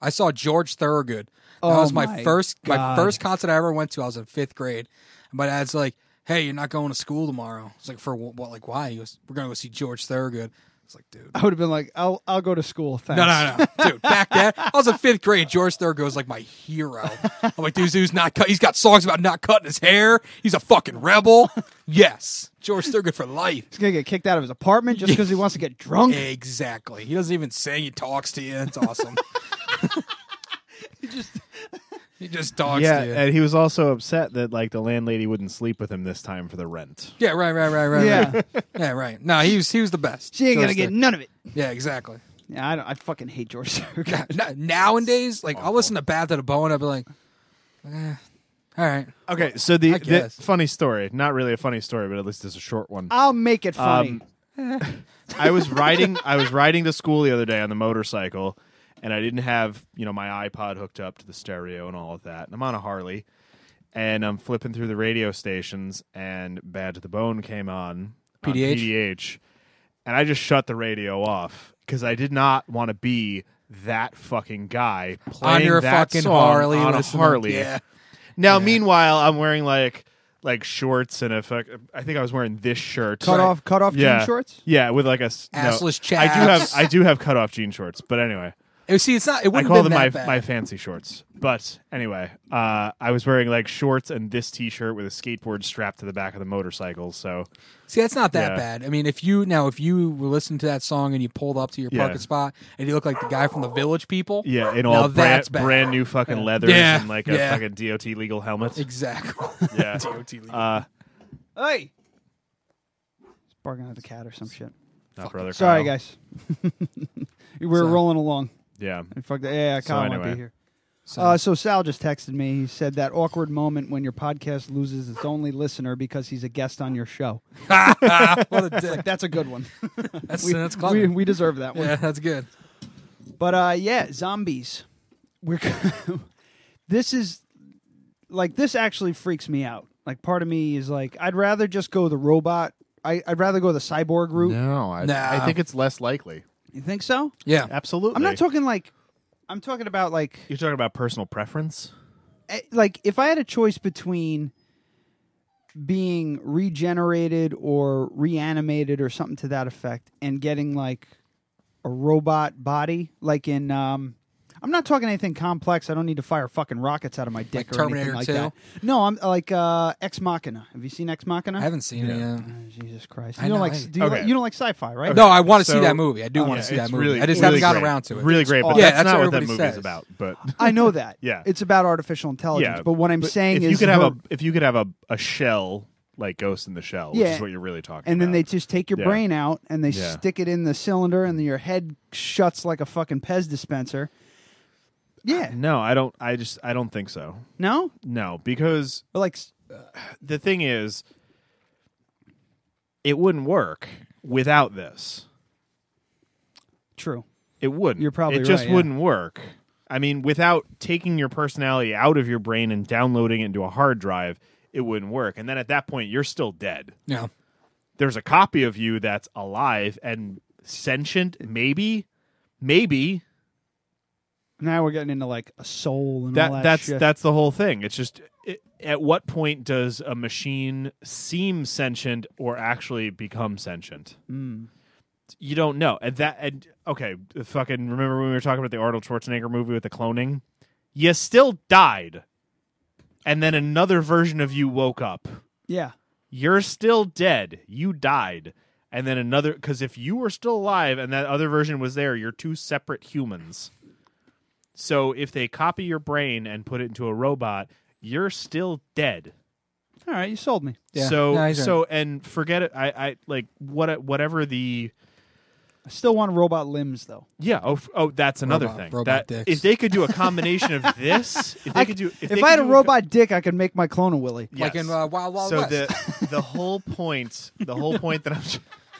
S6: I saw George Thorogood. That
S4: Oh,
S6: was my,
S4: my
S6: first my
S4: God.
S6: first concert I ever went to. I was in fifth grade. My dad's like, "Hey, you're not going to school tomorrow." It's like, "For wh- what? Like, why?" He goes, "We're going to go see George Thorogood." I was like, "Dude,
S4: I would have been like, I'll I'll go to school. Thanks.
S6: No, no, no, dude. Back then, I was in fifth grade. George Thorogood was like my hero. I'm like, dude, dude's not cut. He's got songs about not cutting his hair. He's a fucking rebel. Yes, George Thorogood for life.
S4: He's gonna get kicked out of his apartment just because he wants to get drunk.
S6: Exactly. He doesn't even sing. He talks to you. It's awesome.
S4: He just
S6: he just talks
S3: Yeah,
S6: to you.
S3: and he was also upset that like the landlady wouldn't sleep with him this time for the rent.
S6: yeah, right, right, right, right.
S4: Yeah.
S6: right. yeah, right. No, he was he was the best.
S4: she ain't gonna
S6: George
S4: get
S6: Thorogood.
S4: none of it.
S6: Yeah, exactly.
S4: Yeah, I don't. I fucking hate George
S6: God,
S4: Thorogood.
S6: n- nowadays, like I'll listen to Bath at a Bone. I'll be like, eh, all right.
S3: Okay, so the,
S6: I
S3: the
S6: guess.
S3: funny story, not really a funny story, but at least it's a short one.
S4: I'll make it funny.
S3: Um, I was riding I was riding to school the other day on the motorcycle and I didn't have, you know, my iPod hooked up to the stereo and all of that. And I'm on a Harley and I'm flipping through the radio stations and Bad to the Bone came on on
S6: PDH?
S3: PDH and I just shut the radio off cuz I did not want to be that fucking guy playing
S6: on your
S3: that
S6: fucking
S3: song
S6: Harley.
S3: on a
S6: listening-
S3: Harley.
S6: Yeah.
S3: Now, meanwhile, I'm wearing like like shorts and a fuck. I think I was wearing this shirt.
S4: cut
S6: right.
S4: off, cut off
S3: yeah,
S4: jean shorts.
S3: Yeah, with like a s- no.
S6: Assless
S3: I do have
S6: chaps.
S3: I do have cut off jean shorts, but anyway,
S6: It- See, it's not. It
S3: I
S6: wouldn't
S3: call
S6: have
S3: them
S6: been
S3: my
S6: that bad.
S3: my fancy shorts. But anyway, uh, I was wearing like shorts and this t-shirt with a skateboard strapped to the back of the motorcycle. So
S6: See, that's not that
S3: Yeah.
S6: bad. I mean, if you now, if you were listening to that song and you pulled up to your
S3: Yeah.
S6: parking spot and you look like the guy from the Village People,
S3: yeah, in
S6: now
S3: all brand,
S6: that's bad.
S3: brand new fucking leathers
S6: Yeah,
S3: and like a
S6: yeah.
S3: fucking DOT legal helmet.
S6: exactly.
S3: Yeah.
S6: DOT legal.
S3: Uh,
S4: Hey, he's barking at the cat or some shit.
S3: not brother.
S4: Sorry,
S3: Kyle.
S4: guys. we were rolling along.
S3: Yeah.
S4: And fuck that. Yeah, yeah,
S3: So
S4: Kyle
S3: anyway.
S4: won't be here.
S6: So-
S4: uh, so Sal just texted me. He said that awkward moment when your podcast loses its only listener because he's a guest on your show.
S6: what a dick.
S4: That's a good one.
S6: That's,
S4: we,
S6: that's
S4: we,
S6: clever.
S4: we deserve that one.
S6: yeah, that's good.
S4: But uh, yeah, zombies. We're this is like this actually freaks me out. Like part of me is like I'd rather just go the robot. I, I'd rather go the cyborg route.
S3: No, I,
S6: Nah.
S3: I think it's less likely.
S4: You think so?
S6: Yeah.
S3: Absolutely.
S4: I'm not talking like I'm talking about like
S3: You're talking about personal preference?
S4: eh, like if I had a choice between being regenerated or reanimated or something to that effect and getting like a robot body like in um I'm not talking anything complex. I don't need to fire fucking rockets out of my dick
S6: Like
S4: or anything
S6: Terminator
S4: like
S6: 2?
S4: that. No, I'm like uh Ex Machina. Have you seen Ex Machina?
S6: I haven't seen it
S4: Oh,
S6: yet.
S4: Jesus Christ. You
S6: I
S4: don't
S6: know,
S4: like
S6: I-
S4: do you,
S3: Okay.
S4: like, you don't like sci-fi, right?
S6: No, I want to see
S3: So- oh,
S6: that movie. I do want
S3: Yeah,
S6: to see that
S3: it's
S6: movie.
S3: really-
S6: I just
S3: really
S6: haven't gotten
S3: great.
S6: around to it.
S3: Really great, but
S6: Yeah,
S3: that's,
S6: that's
S3: not
S6: what
S3: what that movie
S6: everybody
S3: is
S6: says.
S3: about. But
S4: I know that.
S3: Yeah.
S4: It's about artificial intelligence,
S3: yeah,
S4: but what I'm
S3: but
S4: saying
S3: if
S4: is
S3: you could have
S4: her-
S3: a if you could have a, a shell like Ghost in the Shell, which
S4: Yeah.
S3: is what you're really talking
S4: and
S3: about.
S4: then they just take your
S3: Yeah.
S4: brain out and they
S3: Yeah.
S4: stick it in the cylinder and then your head shuts like a fucking Pez dispenser. Yeah.
S3: no, I don't. I just I don't think so.
S4: No?
S3: No, because
S4: But like s-
S3: the thing is, it wouldn't work without this.
S4: true.
S3: It wouldn't.
S4: You're probably
S3: It just
S4: right, yeah.
S3: wouldn't work. I mean, without taking your personality out of your brain and downloading it into a hard drive, it wouldn't work. And then at that point, you're still dead.
S6: Yeah.
S3: there's a copy of you that's alive and sentient, maybe, maybe
S4: Now we're getting into like a soul and
S3: that,
S4: all that
S3: that's
S4: shit.
S3: that's the whole thing. It's just it, at what point does a machine seem sentient or actually become sentient?
S4: Mm.
S3: You don't know. And that and okay, fucking remember when we were talking about the Arnold Schwarzenegger movie with the cloning? You still died, and then another version of you woke up.
S4: Yeah.
S3: you're still dead. You died. And then another, because if you were still alive and that other version was there, you're two separate humans. So if they copy your brain and put it into a robot, you're still dead.
S4: All right, you sold me.
S6: Yeah.
S3: So
S6: No, he's right.
S3: so and forget it. I I like what whatever the
S4: I still want robot limbs though.
S3: Yeah. Oh, f- oh that's another
S6: Robot-
S3: thing.
S6: robot
S3: that,
S6: dicks.
S3: if they could do a combination of this, if they
S4: I-
S3: could do,
S4: if
S3: they
S4: I had a
S3: could do
S4: robot dick, I could make my clone a Willy.
S6: Like in uh, Wild Wild
S3: so
S6: West.
S3: the the whole point, the whole point that I'm,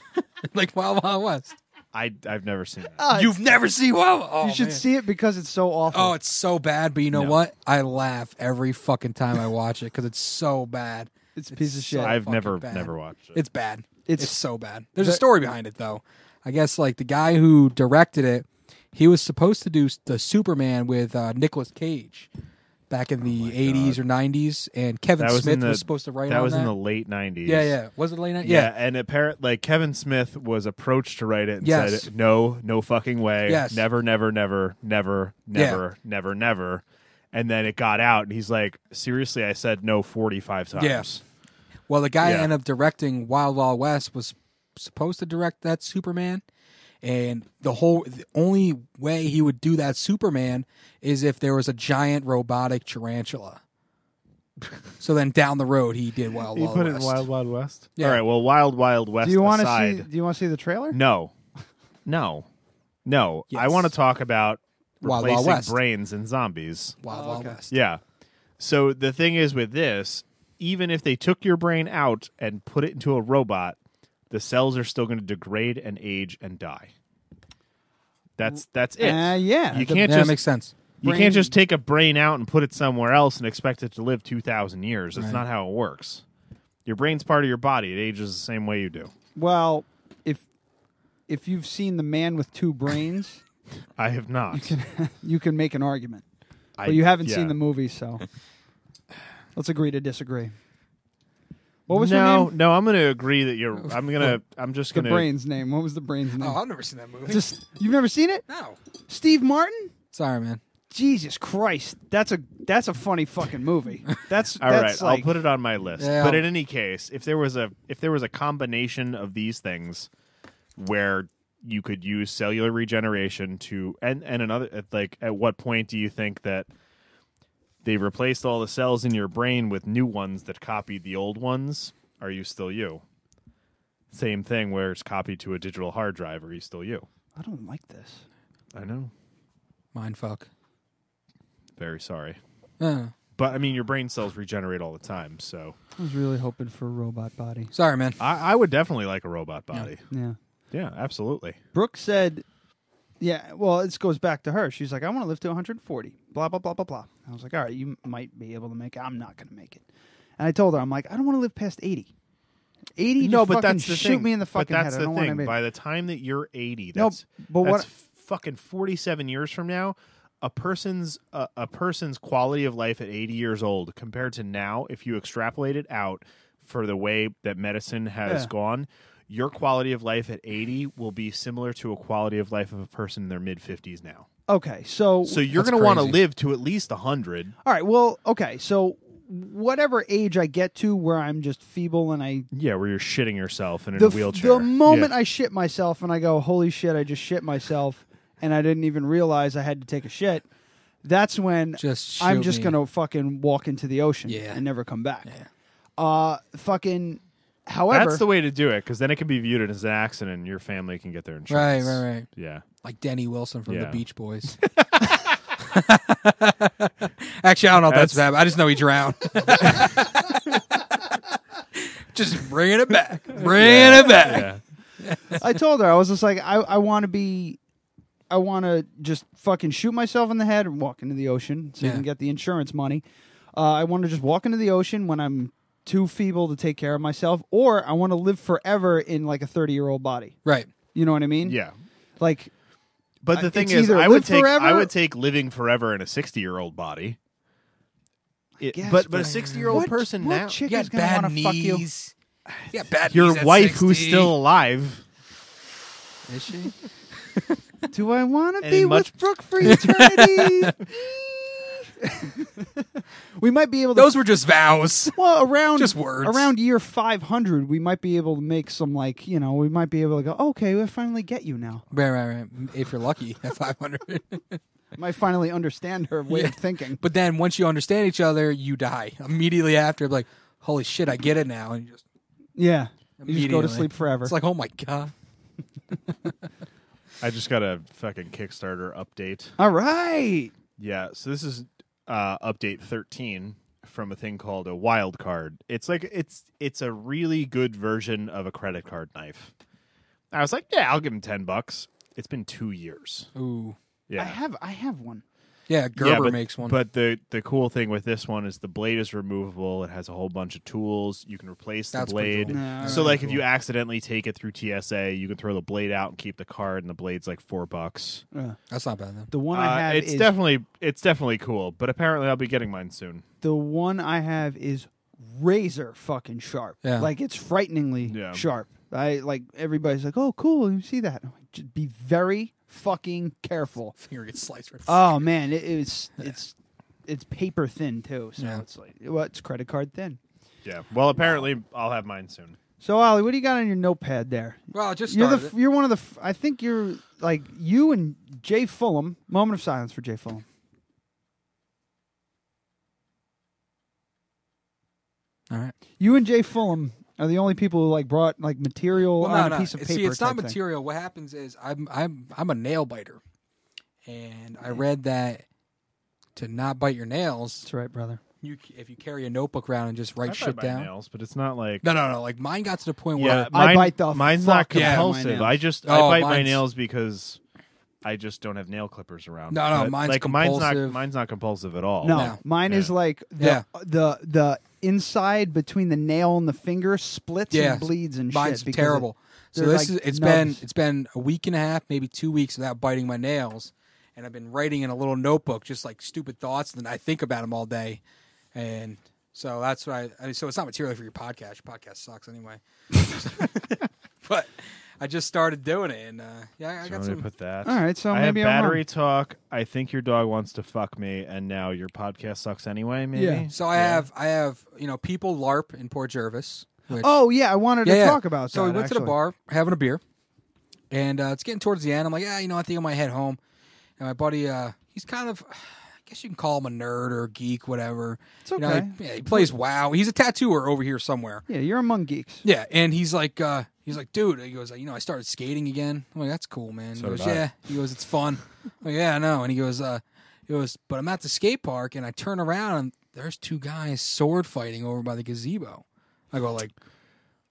S6: like Wild Wild West.
S3: I I've never seen. That.
S4: Ah,
S6: You've never seen Wild Wild oh,
S4: you should
S6: man.
S4: see it because it's so awful.
S6: Oh, it's so bad, but you know
S3: No.
S6: what? I laugh every fucking time I watch it because it's so bad.
S4: It's a piece of shit.
S3: I've
S6: fucking
S3: never
S6: bad.
S3: never watched it.
S6: It's bad. It's,
S4: It's-
S6: so bad. There's a story behind it though. I guess like the guy who directed it, he was supposed to do s- the Superman with uh, Nicolas Cage back in the 80s or 90s, and Kevin
S3: Oh that was
S6: Smith
S3: in the,
S6: was supposed to write
S3: that
S6: on
S3: was
S6: that.
S3: in the late '90s.
S6: yeah, yeah. Was it late night?
S3: Yeah, and apparently, like Kevin Smith was approached to write it and
S6: Yes.
S3: said, "No, no fucking way.
S6: Yes.
S3: Never, never, never, never,
S6: Yeah.
S3: never, never, never." And then it got out, and he's like, "Seriously, I said no forty-five times."
S6: Yeah. Well, the guy
S3: Yeah.
S6: that ended up directing Wild Wild West was supposed to direct that Superman, and the whole the only way he would do that Superman is if there was a giant robotic tarantula. so then down the road he did Wild
S2: He
S6: Wild
S2: put it
S6: West.
S2: in Wild Wild West.
S6: Yeah.
S3: All right. Well, Wild Wild West.
S4: do you want to
S3: aside,
S4: see? Do you want to see the trailer?
S3: No, no, no. I
S6: Yes.
S3: want to talk about
S6: Wild Wild
S3: replacing
S6: West.
S3: brains in zombies.
S6: Wild Wild West.
S3: Yeah. So the thing is with this, even if they took your brain out and put it into a robot, the cells are still going to degrade and age and die. That's that's it.
S4: Uh, yeah.
S3: You
S4: The-
S3: can't
S6: Yeah, that
S3: just
S6: makes sense.
S3: you can't just take a brain out and put it somewhere else and expect it to live 2000 years. That's not how it works. Your brain's part of your body. It ages the same way you do.
S4: Well, if if you've seen the Man with Two Brains,
S3: I have not.
S4: you can make an argument,
S3: I-
S4: but you haven't
S3: yeah.
S4: seen the movie, so let's agree to disagree. What was
S3: no,
S4: her name?
S3: No, I'm going to agree that you're I'm going to I'm just
S4: The
S3: going to
S4: brain's name. What was the brain's name?
S6: Oh, I've never seen that movie.
S4: Just you've never seen it?
S6: no.
S4: Steve Martin?
S6: Sorry, man.
S4: Jesus Christ, that's a that's a funny fucking movie. That's
S3: All
S4: that's
S3: right,
S4: like
S3: I'll put it on my list.
S6: Yeah.
S3: But in any case, if there was a if there was a combination of these things where you could use cellular regeneration to and and another at, like at what point do you think that they replaced all the cells in your brain with new ones that copied the old ones? Are you still you? Same thing where it's copied to a digital hard drive. Are you still you?
S4: I don't like this.
S3: I know.
S6: Mind fuck.
S3: Very sorry.
S6: Uh,
S3: But I mean, your brain cells regenerate all the time, so
S4: I was really hoping for a robot body.
S6: sorry, man.
S3: I, I would definitely like a robot body.
S4: Yeah.
S3: yeah absolutely.
S4: Brooke said, "Yeah, well, this goes back to her. She's like, I want to live to 140. Blah blah blah blah blah. I was like, all right, you might be able to make it. I'm not going to make it. And I told her, I'm like, I don't want to live past 80. 80.
S3: no,
S4: just
S3: but
S4: fucking
S3: that's the
S4: shoot
S3: thing.
S4: me in the fucking
S3: but that's
S4: head.
S3: the
S4: I don't
S3: thing.
S4: want to.
S3: By the time that you're 80,
S4: No,
S3: that's,
S4: but what-
S3: that's fucking 47 years from now. A person's a, a person's quality of life at 80 years old compared to now, if you extrapolate it out for the way that medicine has
S4: Yeah.
S3: gone, your quality of life at 80 will be similar to a quality of life of a person in their mid 50s now.
S4: okay, so
S3: So you're
S6: That's
S3: going to want to
S6: crazy.
S3: live to at least 100.
S4: all right, well, okay, so whatever age I get to where I'm just feeble and I
S3: Yeah, where you're shitting yourself and in
S4: the,
S3: a
S4: f-
S3: wheelchair.
S4: The moment
S3: Yeah.
S4: I shit myself and I go, holy shit, I just shit myself, and I didn't even realize I had to take a shit. That's when
S6: Just
S4: I'm
S6: shoot
S4: just
S6: me.
S4: gonna fucking walk into the ocean
S6: Yeah.
S4: and never come back. Uh, fucking. However,
S3: that's the way to do it because then it can be viewed as an accident and your family can get their
S6: Right,
S3: insurance.
S6: right, right.
S3: Yeah.
S6: like Denny Wilson from the
S3: Yeah.
S6: Beach Boys. Actually, I don't know if that's,
S3: That's-
S6: bad. but I just know he drowned. just bringing it back, bringing it back.
S3: Yeah.
S4: I told her I was just like, I, I want to be, I want to just fucking shoot myself in the head and walk into the ocean so
S6: Yeah.
S4: you can get the insurance money. Uh, I want to just walk into the ocean when I'm too feeble to take care of myself, or I want to live forever in like a 30 year old body.
S6: Right.
S4: You know what I mean?
S3: Yeah.
S4: Like,
S3: But
S4: I-
S3: the thing
S4: Uh, it's
S3: is,
S4: either
S3: I
S4: live
S3: would take I
S4: forever-
S3: would take living forever in a sixty year old body. It-
S4: guess,
S3: but but a
S4: but-
S3: sixty year old
S4: What-
S3: person
S4: what
S3: now,
S4: chick-
S6: You got
S4: He's gonna wanna
S6: bad
S4: fuck you.
S6: knees. You got bad
S3: your
S6: knees at
S3: wife who's
S6: 60.
S3: still alive,
S6: is she?
S4: do I want to
S3: And
S4: be
S3: much-
S4: with Brooke for eternity? we might be able to.
S6: Those were just vows.
S4: well, around
S6: just words.
S4: around year five hundred, we might be able to make some like you know we might be able to go. Okay, I finally get you now.
S6: Right, right, right. If you're lucky, at five hundred.
S4: I might finally understand her way of thinking.
S6: But then once you understand each other, you die immediately after. Like, holy shit, I get it now, and you just
S4: Yeah, you just go to
S6: immediately- oh
S4: sleep forever.
S6: It's like, oh my god.
S3: I just got a fucking Kickstarter update.
S4: All right.
S3: Yeah, so this is uh, update thirteen from a thing called a wild card. It's like it's it's a really good version of a credit card knife. I was like, yeah, I'll give him ten bucks. It's been two years.
S6: Ooh.
S3: Yeah,
S4: I have I have one.
S6: Yeah, Gerber
S3: yeah, but,
S6: makes one.
S3: But the the cool thing with this one is the blade is removable. It has a whole bunch of tools. You can replace the
S6: That's pretty
S3: blade.
S6: cool.
S4: Yeah,
S3: so
S6: alright,
S3: like if
S6: cool.
S3: you accidentally take it through TSA, you can throw the blade out and keep the card, and the blade's like four bucks.
S6: That's not bad then.
S4: The one
S3: Uh,
S4: I have
S3: it's
S4: is
S3: definitely it's definitely cool. But apparently, I'll be getting mine soon.
S4: the one I have is razor fucking sharp.
S6: Yeah.
S4: Like it's frighteningly
S3: Yeah.
S4: sharp. I like everybody's like, "Oh, cool, you see that?" I'm like, Just be very fucking careful.
S6: Finger gets sliced right.
S4: Oh man, it, it's it's it's paper thin too. So
S6: Yeah.
S4: it's like well, it's credit card thin.
S3: Yeah. Well, apparently, I'll have mine soon.
S4: So Ollie, what do you got on your notepad there?
S6: well, I just
S4: You're the
S6: started
S4: f-
S6: it.
S4: you're one of the f- I think you're like you and Jay Fulham. Moment of silence for Jay Fulham.
S6: All right.
S4: You and Jay Fulham are the only people who like brought like material
S6: Well,
S4: on
S6: no,
S4: a
S6: no.
S4: piece of paper.
S6: See, it's not
S4: type thing.
S6: material. What happens is I'm I'm I'm a nail biter, and I read that to not bite your nails,
S4: That's right, brother.
S6: you c- if you carry a notebook around and just write
S3: I
S6: shit
S3: bite my
S6: down.
S3: nails, but it's not like
S6: No, no, no. Like mine got to the point
S3: yeah.
S6: where
S4: I
S3: mine-
S4: bite the
S3: mine's
S4: fuck
S3: not
S6: out of my
S3: compulsive. I
S4: nails.
S3: just
S6: Oh,
S3: I bite my
S6: mine's-
S3: nails because. I just don't have nail clippers around.
S6: No, no,
S3: But,
S6: mine's
S3: like mine's not
S6: compulsive.
S3: mine's not compulsive at all.
S4: No,
S6: No.
S4: mine is
S3: Yeah.
S4: like the,
S6: Yeah.
S4: the the inside between the nail and the finger splits
S6: Yeah.
S4: and bleeds and
S6: mine's
S4: shit. because it-
S6: terrible. So
S4: they're
S6: this
S4: like
S6: is it's been
S4: nubs.
S6: it's been a week and a half, maybe two weeks without biting my nails, and I've been writing in a little notebook just like stupid thoughts, and then I think about them all day, and so that's why. I, so it's not material for your podcast. Your podcast sucks anyway. but I just started doing it, and uh, yeah, I
S3: So I'm
S6: got
S3: gonna
S6: some.
S3: put that.
S4: All right, so
S3: I
S4: maybe
S3: have
S4: I'm wrong.
S3: battery talk. I think your dog wants to fuck me, and now your podcast sucks anyway. Maybe.
S4: Yeah.
S6: So I have I have you know people LARP in Port Jervis. Which,
S4: Oh yeah, I wanted to talk about.
S6: So we
S4: that,
S6: went to the
S4: actually.
S6: bar having a beer, and uh, it's getting towards the end. I'm like, yeah, you know, I think I might head home. And my buddy, uh, he's kind of, I guess you can call him a nerd or a geek, whatever. It's You know,
S4: okay.
S6: he, yeah, he plays WoW. He's a tattooer over here somewhere.
S4: Yeah, you're among geeks.
S6: Yeah, and he's like, uh, he's like, dude. He goes, you know, I started skating again. I'm like, that's cool, man. he
S3: So
S6: goes,
S3: did I.
S6: yeah. He goes, it's fun. I'm like, yeah, I know. And he goes, uh, he goes, but I'm at the skate park, and I turn around, and there's two guys sword fighting over by the gazebo. I go like,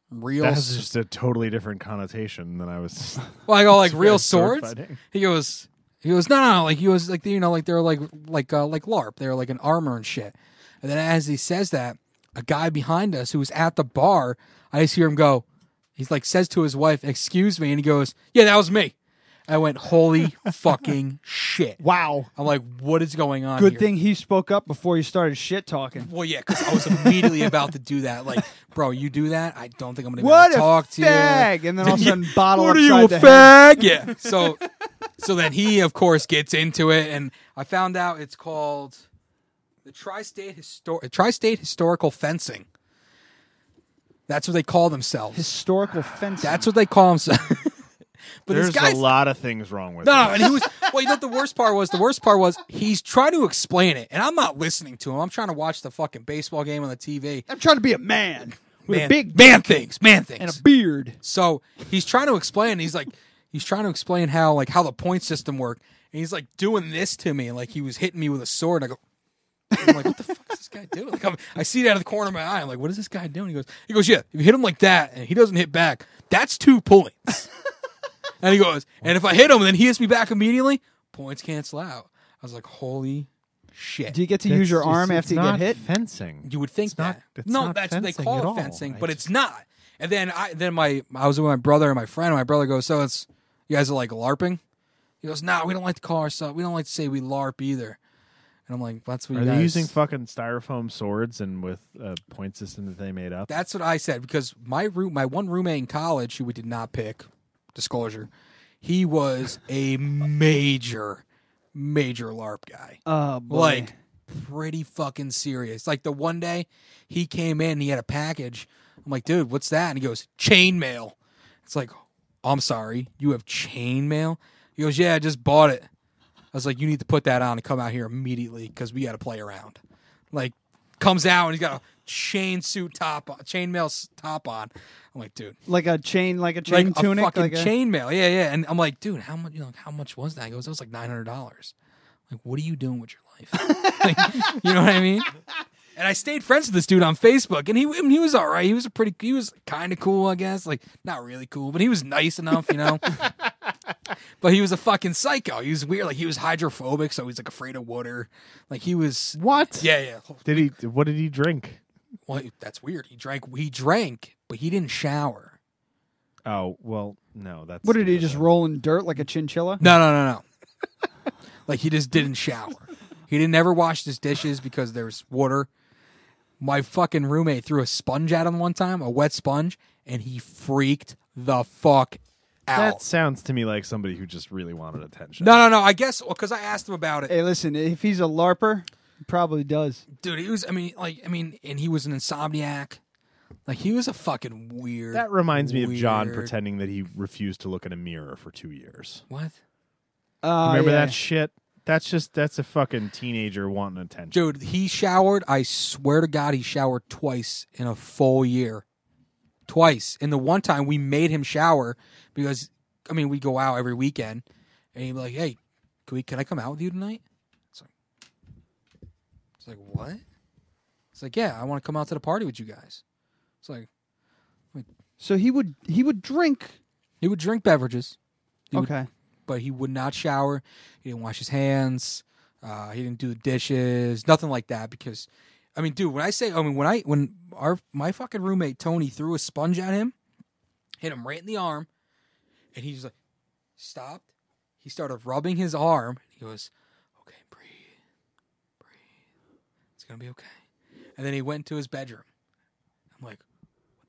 S6: real.
S3: That has just a totally different connotation than I was.
S6: Well, I go like real
S3: sword
S6: swords.
S3: fighting.
S6: he goes, he goes, no, no, no, like he was like you know like they're like like uh, like LARP, they're like an armor and shit. And then as he says that, a guy behind us who was at the bar, I just hear him go, he's like says to his wife, "Excuse me," and he goes, "Yeah, that was me." I went, "Holy fucking shit!"
S4: Wow.
S6: I'm like, "What is going on?"
S4: Good
S6: here?"
S4: thing he spoke up before you started shit talking.
S6: Well, yeah, because I was immediately about to do that. Like, bro, you do that, I don't think I'm gonna be
S4: What
S6: able to
S4: a
S6: talk to you.
S4: fag! And then all of a sudden, bottle
S6: What are
S4: upside
S6: you a
S4: the head.
S6: fag? Yeah. So, so then he, of course, gets into it, and I found out it's called the tri-state histor- tri-state historical fencing. That's what they call themselves.
S4: Historical fencing.
S6: That's what they call themselves. but
S3: There's
S6: this guy's
S3: a lot of things wrong with
S6: no,
S3: it.
S6: and he was. Well, you know what the worst part was? The worst part was he's trying to explain it, and I'm not listening to him. I'm trying to watch the fucking baseball game on the TV.
S4: I'm trying to be a man with
S6: Man-
S4: a big
S6: man things, man things,
S4: and a beard.
S6: So he's trying to explain. He's like, he's trying to explain how like how the point system worked, and he's like doing this to me, like he was hitting me with a sword. I go, I'm like, what the fuck is this guy doing? Like, I'm, I see it out of the corner of my eye. I'm like, what is this guy doing? He goes, he goes, yeah. If you hit him like that, and he doesn't hit back, that's two points. and he goes, and if I hit him, and then he hits me back immediately, points cancel out. I was like, holy shit.
S4: Do you get to use your arm after you get hit?
S3: Fencing.
S6: You would think
S3: It's not-
S6: that.
S3: it's
S6: no,
S3: not
S6: that's what they
S3: fencing
S6: call
S3: at
S6: it
S3: all.
S6: fencing,
S3: I
S6: but
S3: just-
S6: it's not. And then I then my I was with my brother and my friend. And my brother goes, "So it's you guys are like LARPing." He goes, "No, we don't like to call ourselves. We don't like to say we LARP either." And I'm like, "That's what
S3: Are
S6: you
S3: they
S6: guys-
S3: using fucking styrofoam swords and with a point system that they made up?
S6: That's what I said because my room, my one roommate in college who we did not pick, disclosure, he was a major, major LARP guy.
S4: Oh, boy.
S6: like pretty fucking serious. Like the one day he came in, and he had a package. I'm like, dude, what's that? And he goes, chainmail. It's like, I'm sorry, you have chainmail. He goes, yeah, I just bought it. I was like, you need to put that on and come out here immediately because we got to play around. Like, comes out and he's got a chain suit top, on, chainmail s- top on. I'm like, dude,
S4: Like a chain, like a chain
S6: like
S4: tunic,
S6: a fucking
S4: like a
S6: chainmail. Yeah, yeah. And I'm like, dude, how much? You know, how much was that? He goes, that was like nine hundred dollars. Like, what are you doing with your life? Like, you know what I mean? And I stayed friends with this dude on Facebook, and he I mean, he was all right. He was a pretty, he was kind of cool, I guess. Like, not really cool, but he was nice enough, you know. but he was a fucking psycho. He was weird. Like, he was hydrophobic, so he was like afraid of water. Like, he was.
S3: What?
S6: Yeah, yeah.
S3: Did he? What did he drink?
S6: Well, that's weird. He drank. He drank, but he didn't shower.
S3: Oh well, no. That's
S4: What did he just roll in dirt like a chinchilla?
S6: No, no, no, no. like he just didn't shower. He didn't ever wash his dishes because there's water. My fucking roommate threw a sponge at him one time, a wet sponge, and he freaked the fuck out.
S3: That sounds to me like somebody who just really wanted attention.
S6: no, no, no. I guess because I asked him about it,
S4: Hey, listen, if he's a larper, he probably does.
S6: dude. He was, I mean, like, I mean, and he was an insomniac. Like he was a fucking weird.
S3: That reminds me of John
S6: weird-
S3: pretending that he refused to look in a mirror for two years.
S6: What,
S4: Uh,
S3: Remember
S4: yeah.
S3: that shit? That's just that's a fucking teenager wanting attention.
S6: dude? He showered. I swear to God, he showered twice in a full year. twice. And the one time we made him shower because I mean we go out every weekend, and he'd be like, "Hey, can we? Can I come out with you tonight?" It's like, it's like what? It's like, yeah, I want to come out to the party with you guys. It's like
S4: So he would he would drink.
S6: he would drink beverages, He would-
S4: Okay.
S6: but he would not shower. He didn't wash his hands. Uh, he didn't do the dishes. Nothing like that because. I mean, dude. When I say, I mean, when I when our my fucking roommate Tony threw a sponge at him, hit him right in the arm, and he just like stopped. He started rubbing his arm. He goes, "Okay, breathe, breathe. It's gonna be okay." And then he went to his bedroom. I'm like,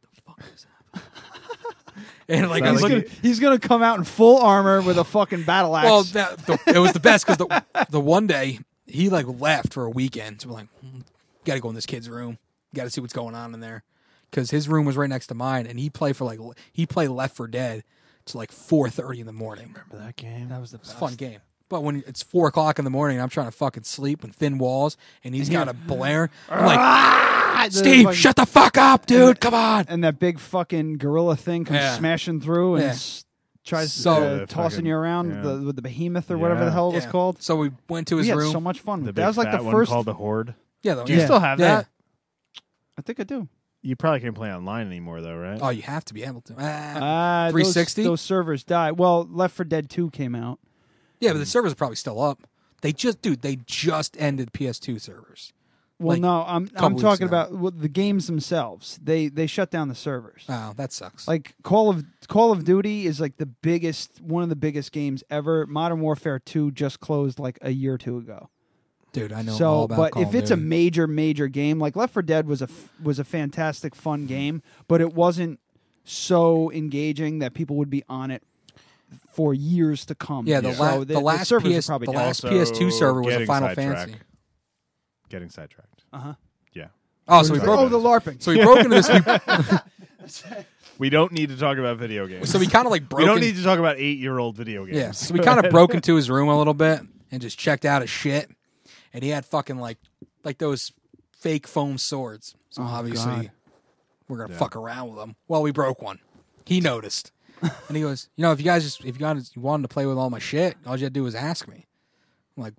S6: "What the fuck is happening?" and like, I
S3: Sounds
S6: look
S3: like
S4: He's
S6: at
S4: gonna- he's gonna come out in full armor with a fucking battle axe.
S6: Well, that the, it was the best because the the one day he like left for a weekend. So we're like, got to go in this kid's room. Got to see what's going on in there because his room was right next to mine, and he played for like le- he played Left for Dead to like four thirty in the morning. It
S3: that game.
S4: that was the
S6: was a fun game. But when it's four o'clock in the morning, and I'm trying to fucking sleep with thin walls, and he's got a blare. I'm like,
S4: Ah, the
S6: Steve,
S4: fucking-
S6: shut the fuck up, dude. Come on.
S4: And that big fucking gorilla thing comes
S6: Yeah.
S4: smashing through and
S6: Yeah.
S4: s- tries
S6: So-
S4: uh,
S3: Yeah,
S4: tossing
S3: fucking-
S4: you around
S3: yeah.
S4: with, the, with the behemoth or whatever the
S3: Yeah.
S4: hell it was
S6: Yeah.
S4: called.
S6: So we went to
S4: We
S6: his
S4: had
S6: room.
S4: so much fun.
S3: The
S4: with
S3: big
S4: that was like
S3: fat
S4: the
S3: one
S4: first.
S3: called the Horde.
S6: yeah, though.
S3: Do you
S4: Yeah.
S3: still have
S6: Yeah.
S3: that?
S4: I think I do.
S3: You probably can't play online anymore though, right?
S6: Oh, you have to be able to. Ah.
S4: Uh, those-
S6: 360?
S4: Those, servers died. Well, Left for Dead 2 came out.
S6: Yeah, but
S4: Mm.
S6: the servers are probably still up. They just, dude, they just ended PS2 servers.
S4: Well,
S6: Like,
S4: no, I'm I'm
S6: couple weeks
S4: talking
S6: ago.
S4: about well, the games themselves. They they shut down the servers.
S6: Oh, that sucks.
S4: like Call of Call of Duty is like the biggest one of the biggest games ever. Modern Warfare 2 just closed like a year or two ago.
S6: dude, I know
S4: so,
S6: all about
S4: but
S6: Call
S4: if
S6: of
S4: it's a
S6: Duty.
S4: major major game like Left 4 Dead was a f- was a fantastic fun game, but it wasn't so engaging that people would be on it for years to come.
S6: yeah, the,
S4: so
S6: la-
S4: the,
S6: the
S4: the
S6: last
S4: servers are
S6: PS,
S4: probably
S6: the
S4: down.
S6: last
S3: Also
S6: PS2 server was a
S3: getting
S6: Final
S3: sidetracked.
S6: Fantasy.
S3: Getting sidetracked.
S4: Uh-huh.
S3: Yeah.
S6: Oh, so we
S3: Sorry.
S6: broke.
S4: Oh, the LARPing.
S6: So we broke into this. We,
S3: We don't need to talk about video games.
S6: so we kind of like broke.
S3: we don't
S6: in-
S3: need to talk about eight-year-old video games.
S6: Yeah, so we kind of broke into his room a little bit and just checked out his shit, and he had fucking like, like those fake foam swords.
S3: Oh,
S6: So obviously,
S4: God.
S6: we're gonna fuck around with them. Well, we broke one. He noticed, and he goes, "You know, if you guys just if you guys wanted to play with all my shit, all you had to do was ask me." I'm like,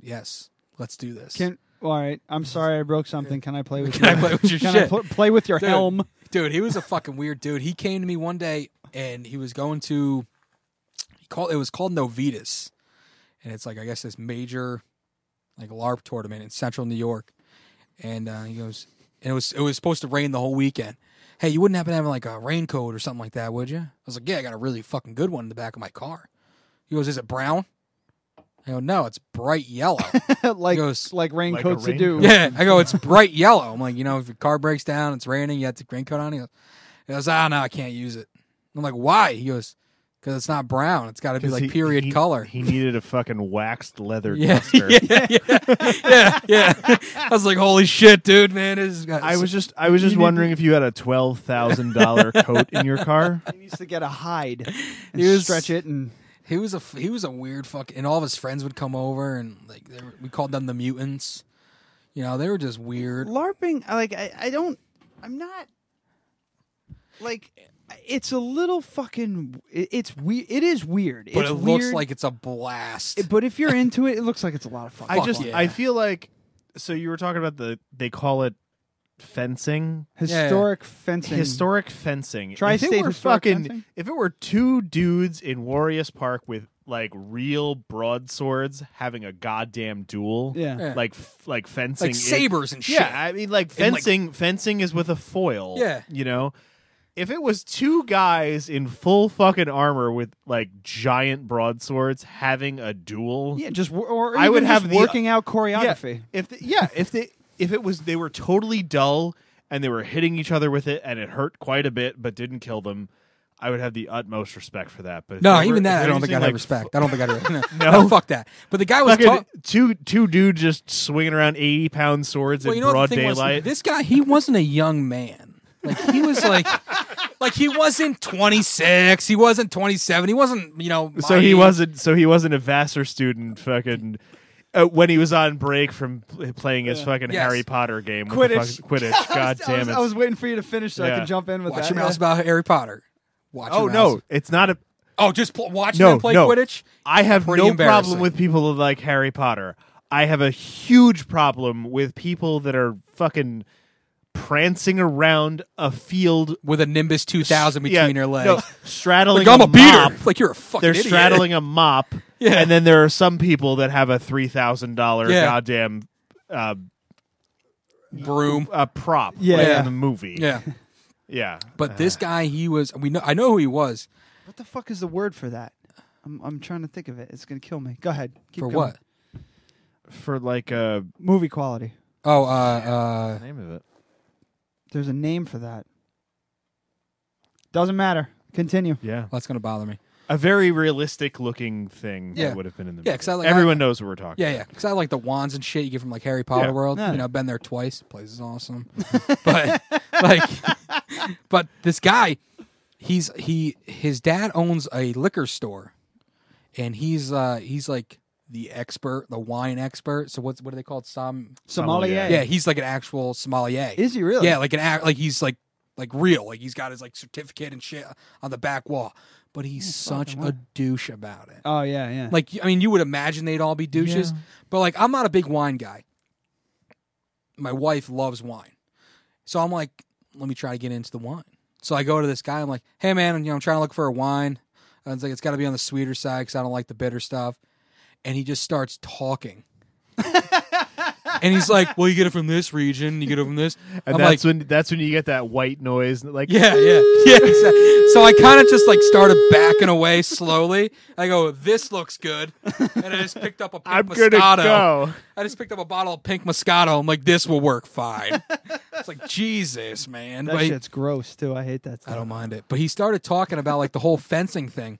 S6: "Yes, let's do this."
S4: Can, all right, I'm sorry I broke something. Can I play with
S6: Can I play with your
S4: Can I
S6: shit?
S4: pl- play with your
S6: Dude,
S4: helm?
S6: Dude, he was a fucking weird dude. He came to me one day and he was going to he called it was called Novitas. And it's like I guess this major like LARP tournament in central New York. And uh, he goes and it was it was supposed to rain the whole weekend. Hey, you wouldn't happen to have like a raincoat or something like that, would you? I was like, Yeah, I got a really fucking good one in the back of my car. He goes, Is it brown? I go, No, it's bright yellow.
S4: like
S6: goes,
S4: like raincoats to do.
S3: raincoat.
S6: Yeah, I go, it's bright yellow. I'm like, you know, if your car breaks down, it's raining, you have the raincoat on. He goes, he goes, ah, no, I can't use it. I'm like, why? He goes, because it's not brown. It's got to be
S3: 'Cause
S6: like
S3: he-
S6: period
S3: he-
S6: color.
S3: He needed a fucking waxed leather
S6: yeah,
S3: duster.
S6: yeah, yeah, yeah, yeah. I was like, holy shit, dude, man. This is,
S3: I was just I was just wondering if you had a twelve thousand dollar coat in your car.
S4: He needs to get a hide and
S6: He was-
S4: stretch it and
S6: he was a f- he was a weird fuck, and all of his friends would come over, and like they were, we called them the mutants. You know, they were just weird.
S4: LARPing, I- like I, I don't, I'm not, like, it's a little fucking, it, it's weird. It is weird.
S6: But
S4: it's
S6: it
S4: weird,
S6: looks like it's a blast.
S4: But if you're into it, it looks like it's a lot of fun.
S3: I
S6: Fuck
S3: just
S6: yeah.
S3: I feel like so you were talking about the they call it fencing.
S4: historic fencing.
S3: Historic fencing.
S4: Tri-state
S3: if it were
S4: historic
S3: fucking
S4: fencing?
S3: if it were two dudes in Warriors Park with like real broadswords having a goddamn duel.
S4: Yeah.
S6: Yeah.
S3: Like f- like fencing
S6: like
S3: is-
S6: sabers and shit.
S3: Yeah, I mean like
S6: And, like-
S3: fencing fencing is with a foil.
S6: Yeah.
S3: You know? If it was two guys in full fucking armor with like giant broadswords having a duel,
S4: Yeah, just wor- or
S3: I
S4: even
S3: would
S4: just
S3: have the-
S4: working out choreography.
S3: Yeah, if the, yeah, if they if it was they were totally dull and they were hitting each other with it and it hurt quite a bit but didn't kill them, I would have the utmost respect for that. But if
S6: No,
S3: they were-
S6: even
S3: if
S6: that I
S3: they were
S6: don't think
S3: using,
S6: I'd
S3: like,
S6: have respect. I don't think I'd have.
S3: No.
S6: fuck that. But the guy was
S3: fucking
S6: talking.
S3: two two dudes just swinging around eighty pound swords
S6: Well,
S3: in
S6: you know what
S3: broad
S6: the thing was?
S3: daylight.
S6: This guy, he wasn't a young man. Like he was like, like he wasn't 26. He wasn't 27. He wasn't, you know.
S3: so
S6: my
S3: he
S6: age.
S3: wasn't. So he wasn't a Vassar student. Fucking. Uh, when he was on break from pl- playing his fucking
S6: Yes.
S3: Harry Potter game, with the
S4: Quidditch.
S3: fuck- Quidditch, god
S4: I
S3: damn
S4: was,
S3: it!
S4: I was waiting for you to finish so I
S3: Yeah.
S4: could jump in with
S6: Watch
S4: that.
S6: your mouth about Harry Potter. Watch
S3: oh
S6: your
S3: no,
S6: mouth.
S3: it's not a
S6: Oh, just pl- watching
S3: no,
S6: them play
S3: no.
S6: Quidditch.
S3: I have
S6: Pretty
S3: no problem
S6: embarrassing.
S3: with people that like Harry Potter. I have a huge problem with people that are fucking prancing around a field
S6: with a Nimbus 2000 between
S3: yeah,
S6: their legs.
S3: no, straddling
S6: like I'm a beater.
S3: mop.
S6: Like you're a fucking
S3: They're
S6: idiot.
S3: straddling a mop,
S6: Yeah.
S3: and then there are some people that have a three thousand dollar
S6: Yeah.
S3: goddamn uh,
S6: broom.
S3: a prop,
S4: Yeah.
S3: like
S6: Yeah.
S3: in the movie,
S6: Yeah.
S3: yeah. Uh,
S6: But
S3: Ah.
S6: this guy, he was. We know. I know who he was.
S4: What the fuck is the word for that? I'm, I'm trying to think of it. It's gonna kill me. Go ahead. Keep
S6: For
S4: going.
S6: what?
S3: for like uh,
S4: Movie quality.
S6: Oh, uh, uh,
S3: name of it,
S4: There's a name for that. Doesn't matter. Continue.
S3: yeah,
S6: that's gonna bother me.
S3: a very realistic looking thing
S6: Yeah.
S3: that would have been in the
S6: Yeah,
S3: movie.
S6: 'cause I like-
S3: everyone knows what we're talking.
S6: Yeah,
S3: about.
S6: yeah. Because I like the wands and shit you get from like Harry Potter
S3: Yeah.
S6: World.
S4: Yeah.
S6: You know, been there twice. Place is awesome. but like, but this guy, he's he his dad owns a liquor store, and he's uh he's like the expert, the wine expert. So what's what are they called? Some
S4: Somalia.
S3: Sommelier.
S6: yeah, he's like an actual sommelier.
S4: Is he really?
S6: Yeah, like an act, like he's like like real. Like he's got his like certificate and shit on the back wall. But he's such a douche about it.
S4: Oh yeah, yeah.
S6: Like I mean, you would imagine they'd all be douches, but like I'm not a big wine guy. My wife loves wine, so I'm like, let me try to get into the wine. So I go to this guy. I'm like, hey man, you know, I'm trying to look for a wine. And it's like it's got to be on the sweeter side because I don't like the bitter stuff. And he just starts talking. and he's like, "Well, you get it from this region. You get it from this."
S3: And
S6: I'm like,
S3: that's when that's when you get that white noise, like
S6: yeah, yeah, yeah. Exactly. So I kind of just like started backing away slowly. I go, this looks good, and I just picked up a pink
S3: I'm gonna
S6: Moscato.
S3: go.
S6: I just picked up a bottle of pink Moscato. I'm like, this will work fine. it's like Jesus, man.
S4: that
S6: But he-
S4: shit's gross too. I hate that stuff.
S6: I don't mind it. But he started talking about like the whole fencing thing.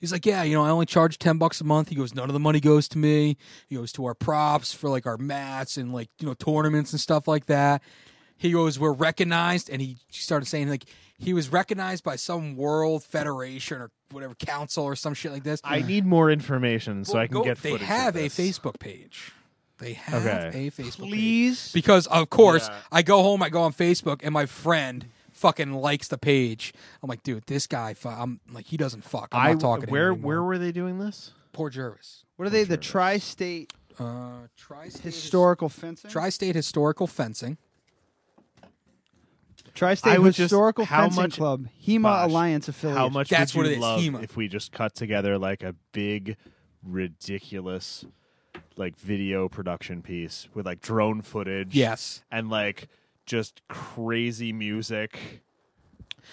S6: He's like, yeah, you know, I only charge ten bucks a month. He goes, none of the money goes to me. He goes to our props for like our mats and like you know tournaments and stuff like that. He goes, we're recognized, and he started saying like he was recognized by some world federation or whatever council or some shit like this.
S3: I need more information so
S6: Well,
S3: I can
S6: go-
S3: get.
S6: They
S3: footage of
S6: have
S3: this.
S6: a Facebook page. They have
S3: Okay.
S6: a Facebook page.
S4: Please.
S6: Because of course, I go home, I go on Facebook, and my friend fucking likes the page. I'm like, dude, this guy, fu- I'm like, he doesn't fuck. I'm
S3: I
S6: not talking.
S3: where
S6: to him
S3: where
S6: anymore.
S3: were they doing this?
S6: poor Jervis?
S4: What are they? The tri-state
S6: Uh, tri-state
S4: historical fencing.
S6: Tri-state historical fencing.
S4: Tri-state
S3: I would just-
S4: historical
S3: how
S4: fencing
S3: much-
S4: club, HEMA
S3: Bosh,
S4: Alliance affiliate.
S3: How much
S6: That's
S3: would
S6: what
S3: you
S6: it is,
S3: love
S6: Hema.
S3: if we just cut together like a big, ridiculous, like video production piece with like drone footage?
S6: Yes.
S3: and like just crazy music.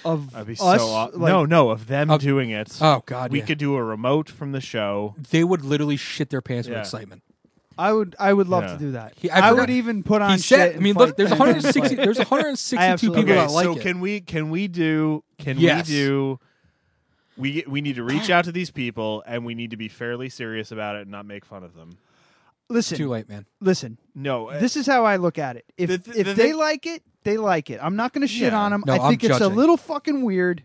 S4: of
S3: That'd be
S4: us?
S3: so. aw-
S4: like,
S3: no, no, of them
S6: Of-
S3: doing it.
S6: Oh god,
S3: we
S6: yeah.
S3: could do a remote from the show.
S6: They would literally shit their pants with
S3: Yeah.
S6: excitement.
S4: I would. I would love
S3: Yeah.
S4: to do that.
S6: He- I
S4: I, would
S6: forgot-
S4: even put on.
S6: He said,
S4: shit
S6: I mean,
S4: and
S6: look,
S4: fight
S6: there's
S4: them and
S6: 160.
S4: fight.
S6: There's 162
S4: absolutely-
S6: people
S4: Okay,
S6: that like
S3: so
S6: it.
S3: can we can we do can
S6: Yes.
S3: we do we we need to reach out to these people and we need to be fairly serious about it and not make fun of them.
S4: listen,
S6: Too late, man.
S4: listen.
S3: No, uh,
S4: This is how I look at it. If
S3: The- the-
S4: if
S3: the
S4: they
S3: thing-
S4: like it, they like it. I'm not going to shit
S3: Yeah.
S4: on them.
S6: No,
S4: I
S6: I'm
S4: think it's a
S6: judging.
S4: little fucking weird,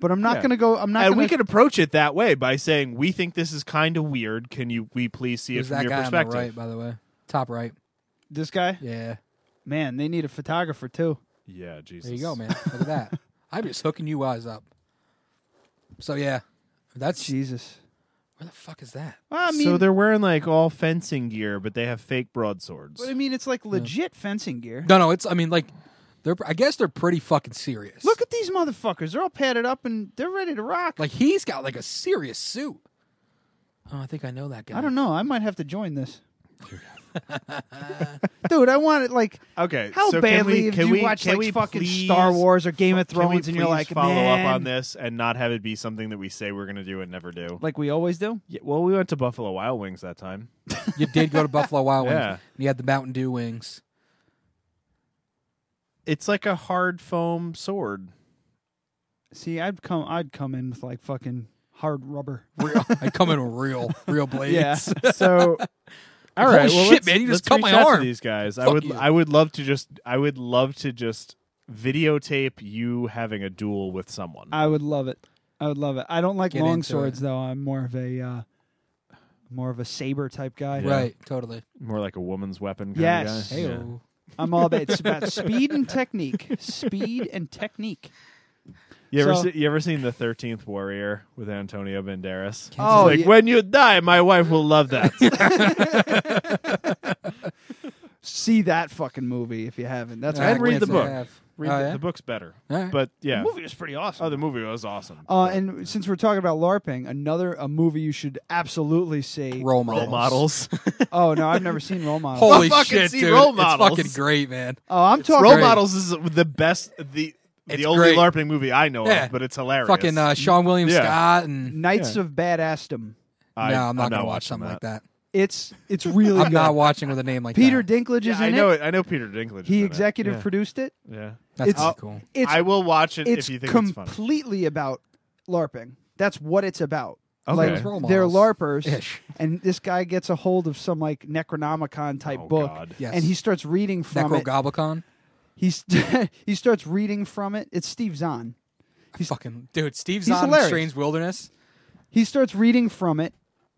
S4: but I'm not
S3: Yeah.
S4: going to go. I'm not.
S3: and
S4: gonna,
S3: we could approach it that way by saying we think this is kind of weird. Can you we please see
S6: There's
S3: it from
S6: that
S3: your
S6: guy on the
S3: perspective?
S6: right, by the way, top right.
S4: This guy,
S6: Yeah.
S4: man, they need a photographer too.
S3: Yeah, Jesus.
S6: There you go, man. Look at that. I'm just hooking you guys up. So yeah, that's
S4: Jesus.
S6: where the fuck is that?
S4: Well, I mean,
S3: so they're wearing like all fencing gear, but they have fake broadswords.
S4: but I mean, it's like legit fencing gear.
S6: No, no. It's I mean like they're I guess they're pretty fucking serious.
S4: Look at these motherfuckers. They're all padded up and they're ready to rock.
S6: like he's got like a serious suit. Oh, I think I know that guy.
S4: I don't know. I might have to join this. Dude, I want it like
S3: Okay,
S4: How
S3: so can
S4: badly
S3: we-
S4: have
S3: can
S4: you
S3: we-
S4: watched
S3: can
S4: like
S3: we
S4: fucking
S3: please-
S4: Star Wars or Game of
S3: Can we
S4: Thrones, and you're
S3: please
S4: like,
S3: follow
S4: "Man."
S3: up on this and not have it be something that we say we're going to do and never do.
S4: like we always do.
S3: Yeah, well, we went to Buffalo Wild Wings that time.
S6: You did go to Buffalo Wild Wings.
S3: Yeah.
S6: And you had the Mountain Dew wings.
S3: It's like a hard foam sword.
S4: See, I'd come, I'd come in with like fucking hard rubber.
S6: Real. I come in with real, real blades.
S3: So, all right, well,
S6: shit,
S3: let's-
S6: man, you just
S3: let's
S6: cut my
S3: reach out to
S6: arm.
S3: these guys, I
S6: Fuck
S3: would,
S6: you.
S3: I would love to just, I would love to just videotape you having a duel with someone.
S6: Uh,
S4: I would love it. I would love it. I don't like
S6: Get
S4: long
S6: into
S4: swords
S6: it.
S4: though. I'm more of a uh, more of a saber type guy.
S3: Yeah.
S6: Right. Totally.
S3: More like a woman's weapon. Kind
S4: Yes.
S3: Of guy. Yeah.
S6: Heyo.
S4: I'm all about it's about speed and technique. Speed and technique.
S3: You ever
S4: So-
S3: see, you ever seen the Thirteenth Warrior with Antonio Banderas?
S4: Oh,
S3: It's like
S4: yeah.
S3: when you die, my wife will love that.
S4: See that fucking movie if you haven't. That's what
S6: Alright,
S3: and
S4: I
S3: read
S4: would
S3: the
S4: say.
S6: Wednesday
S3: book.
S6: half.
S3: Read
S6: Oh,
S3: the,
S6: yeah?
S3: the book's better,
S6: All right.
S3: but yeah,
S4: The movie was pretty awesome.
S3: oh, the movie was awesome.
S6: Oh,
S4: Uh, and since we're talking about LARPing, another a movie you should absolutely see.
S6: Role
S3: Role
S6: models.
S3: models.
S4: Oh no, I've never seen Role Models.
S6: Holy
S3: Well, fucking
S6: shit,
S3: see
S6: dude!
S3: role
S6: It's
S3: models.
S6: fucking great, man.
S4: oh, I'm talking.
S3: Role
S6: great.
S3: models is the best. The
S6: It's
S3: the only
S6: great.
S3: LARPing movie I know
S6: Yeah.
S3: of, but it's hilarious.
S6: Fucking uh, Sean William
S3: Yeah.
S6: Scott and
S4: Knights of Badassdom.
S3: I,
S6: no, I'm not gonna watch
S3: watching
S6: something like that.
S4: It's it's really
S6: I'm
S4: good.
S6: not watching with a name like
S4: Peter
S6: that.
S4: Dinklage is
S3: Yeah, I
S4: in
S3: know
S4: it.
S3: it. I know Peter Dinklage. is
S4: He
S3: in it.
S4: executive
S3: Yeah.
S4: produced it.
S3: Yeah,
S6: That's
S4: it's-
S6: pretty cool.
S4: It's
S3: I will watch it
S4: it's
S3: if you think it's funny.
S4: completely about LARPing. That's what it's about.
S3: Okay.
S4: Like
S3: Those
S6: role
S4: they're
S6: models.
S4: LARPers,
S6: Ish.
S4: and this guy gets a hold of some like Necronomicon type
S3: Oh,
S4: book,
S3: God.
S6: Yes.
S4: and he starts reading from it.
S6: Necrogoblicon.
S4: He's he starts reading from it. It's Steve Zahn. He's-
S6: fucking dude. Steve
S4: he's
S6: Zahn in
S4: hilarious.
S6: Strange Wilderness.
S4: He starts reading from it,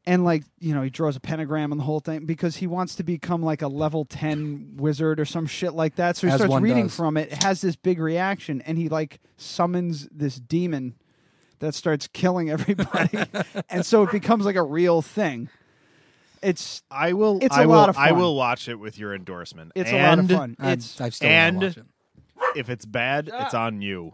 S4: and like you know, he draws a pentagram and the whole thing because he wants to become like a level ten wizard or some shit like that. So he
S6: As
S4: starts
S6: one
S4: reading
S6: does.
S4: from it, has this big reaction, and he like summons this demon that starts killing everybody, and so it becomes like a real thing. It's
S3: I will.
S4: It's a
S3: I will,
S4: lot of
S3: I
S4: fun.
S3: will watch it with your endorsement.
S4: it's
S3: and
S4: a lot of fun.
S6: I'm-
S4: It's
S6: I've still wanna
S3: and-
S6: watch it. Ah.
S3: If it's bad, it's on you.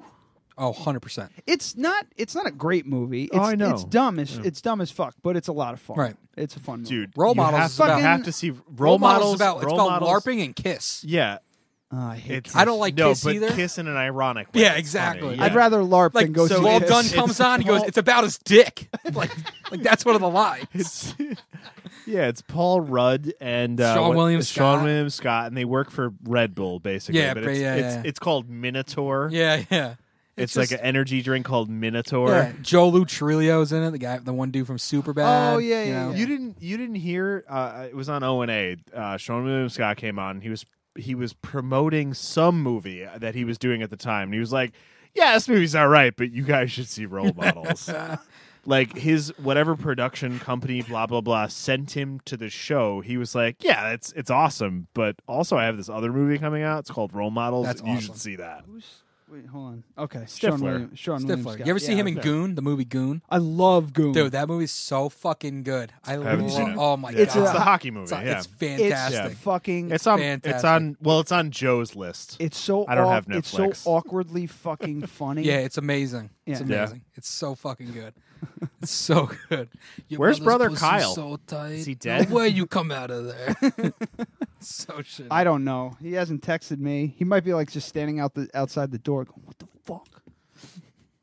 S6: Oh, 100 percent.
S4: it's not it's not a great movie. It's,
S3: Oh, I know.
S4: It's dumb as it's dumb as fuck, but it's a lot of fun.
S6: Right.
S4: It's a fun movie.
S3: dude.
S6: Role
S3: you
S6: models
S3: have
S6: is
S3: to-
S6: about-
S3: have to see role,
S6: Role models
S3: models.
S6: is about it's
S3: role
S6: about
S3: models-
S6: LARPing and Kiss.
S3: Yeah,
S4: Oh, I hate
S3: it's,
S4: Kiss.
S6: I don't like
S3: no,
S6: Kiss
S3: but
S6: either.
S3: Kiss in an ironic way.
S6: Yeah,
S3: It's funny.
S6: exactly.
S3: Yeah.
S4: I'd rather LARP
S6: Like
S4: than go
S6: so,
S4: see
S6: Wall
S4: Kiss.
S6: Gun comes on, he goes, "It's about his dick." like, like that's one of the lies.
S3: It's yeah, it's Paul Rudd and uh,
S6: Sean
S3: what-
S6: William
S3: Sean
S6: Scott.
S3: William Scott, and they work for Red Bull basically.
S6: Yeah,
S3: but
S6: but
S3: it's,
S6: yeah,
S3: it's,
S6: yeah.
S3: it's called Minotaur.
S6: yeah, yeah.
S3: it's,
S6: just-
S3: like an energy drink called Minotaur.
S6: yeah. Joe Lutrillo's in it. The guy, the one dude from Superbad.
S4: Oh, yeah, yeah, yeah.
S3: You didn't you didn't hear? Uh, it was on O and A. Uh, Sean William Scott came on. He was he was promoting some movie that he was doing at the time, and he was like, "Yeah, this movie's all right, but you guys should see Role Models." like his whatever production company, blah blah blah, sent him to the show. He was like, "Yeah, it's it's awesome, but also I have this other movie coming out. It's called Role Models.
S6: That's
S3: and You
S6: awesome.
S3: should see that."
S4: Wait, hold on. Okay,
S3: Stifler.
S4: Sean William, Sean William
S6: Stifler.
S4: Scott.
S6: You ever see
S4: Yeah.
S6: him in Goon, the movie Goon?
S4: I love Goon.
S6: Dude, that movie's so fucking good. I
S3: haven't seen
S6: love.
S3: it.
S6: Oh my
S3: Yeah, it's
S6: god,
S3: the hockey movie.
S6: It's a-
S3: yeah,
S6: it's
S4: it's
S6: fantastic.
S4: fucking. It's,
S3: It's on. It's
S6: fantastic.
S3: on. Well, it's on Joe's list.
S4: so.
S3: I don't
S4: aw-
S3: have
S4: It's so
S3: Netflix.
S4: awkwardly fucking funny.
S6: Yeah, it's amazing. It's
S4: Yeah.
S3: Yeah.
S6: amazing. It's so fucking good. It's so good. Your
S3: Where's
S6: brother's
S3: brother
S6: pussy's
S3: Kyle?
S6: So tight.
S3: Is he dead?
S6: No way you come out of there. so shit.
S4: I don't know. He hasn't texted me. He might be like just standing out the outside the door, going, "What the fuck?"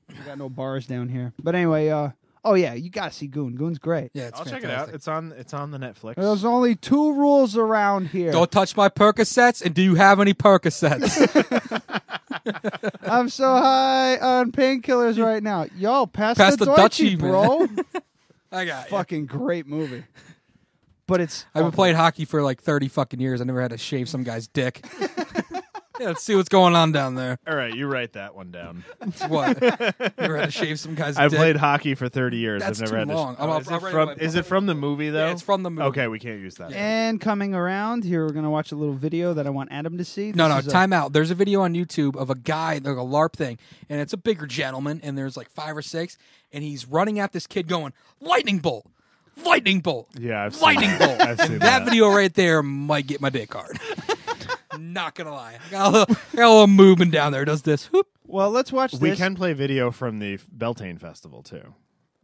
S4: We got no bars down here. But anyway, uh, oh yeah, you gotta see Goon. Goon's great.
S6: yeah, it's
S3: I'll
S6: fantastic.
S3: check it out. It's on. It's on the Netflix.
S4: There's only two rules around here.
S6: don't touch my Percocets, and do you have any Percocets?
S4: I'm so high on painkillers right now. Y'all pass,
S6: Pass the Dutchie,
S4: Dutchie,
S6: man.
S4: bro.
S6: I got you.
S4: fucking great movie. But it's
S6: I've been
S4: awful.
S6: playing hockey for like 30 fucking years. I never had to shave some guy's dick. Yeah, let's see what's going on down there.
S3: All right, you write that one down.
S6: What? Never had to shave some guy's
S3: I've
S6: dick.
S3: played hockey for 30 years.
S6: That's
S3: I've never had
S6: too
S3: to.
S6: long.
S3: Oh,
S6: I'll-
S3: is,
S6: I'll
S3: it
S6: write
S3: from,
S6: it by-
S3: is it from the movie though?
S6: it's from the movie.
S3: Okay, we can't use that.
S4: And coming around here, we're gonna watch a little video that I want Adam to see.
S6: No,
S4: This
S6: no,
S4: is a-
S6: time out. There's a video on YouTube of a guy, like a LARP thing, and it's a bigger gentleman, and there's like five or six, and he's running at this kid going, lightning bolt, lightning bolt,
S3: Yeah, I've seen
S6: lightning
S3: that.
S6: bolt.
S3: I've seen
S6: and that,
S3: that.
S6: video right there might get my dick hard. Not gonna lie, I got a little, I got a little movement down there. Does this? Whoop.
S4: well, let's watch this.
S3: We can play video from the F- Beltane Festival too.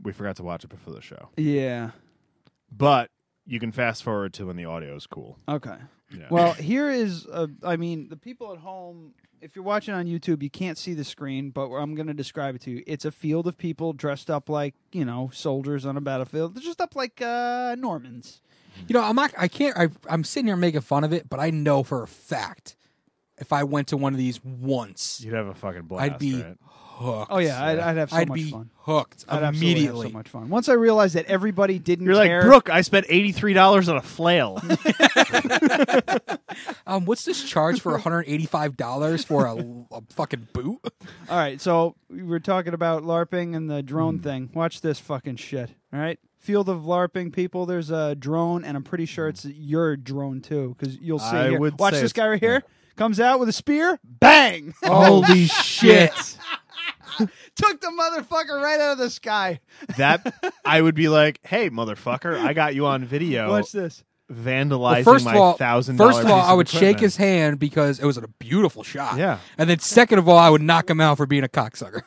S3: We forgot to watch it before the show,
S4: Yeah.
S3: but you can fast forward to when the audio is cool.
S4: Okay.
S3: Yeah.
S4: Well, here is, a, I mean, the people at home, if you're watching on YouTube, you can't see the screen, but I'm going to describe it to you. It's a field of people dressed up like, you know, soldiers on a battlefield. They're just up like uh, Normans.
S6: You know, I'm not. I can't. I, I'm sitting here making fun of it, but I know for a fact, if I went to one of these once,
S3: You'd have a fucking blast.
S6: I'd be
S3: right?
S6: hooked.
S4: Oh, yeah. I'd, I'd have so
S6: I'd
S4: much
S6: be
S4: fun.
S6: hooked
S4: I'd absolutely have
S6: immediately.
S4: so much fun. Once I realized that everybody didn't
S3: You're like
S4: care.
S3: Brooke. I spent eighty three dollars on a flail.
S6: Um, what's this charge for $185 for a, a fucking boot?
S4: All right. So we were talking about LARPing and the
S3: Hmm.
S4: drone thing. Watch this fucking shit. All right. Field of LARPing people. There's a drone, and I'm pretty sure it's your drone too, because you'll see.
S3: Hmm. I
S4: here.
S3: would
S4: Watch
S3: say
S4: this
S3: it's-
S4: guy right here. Comes out with a spear. Bang!
S3: Holy shit!
S4: Took the motherfucker right out of the sky.
S3: that I would be like, "Hey, motherfucker! I got you on video
S4: Watch this.
S3: vandalizing
S6: first of
S3: my
S6: all,
S3: thousand.
S6: first of all, I would shake his hand because it was a beautiful shot.
S3: Yeah.
S6: and then second of all, I would knock him out for being a cocksucker.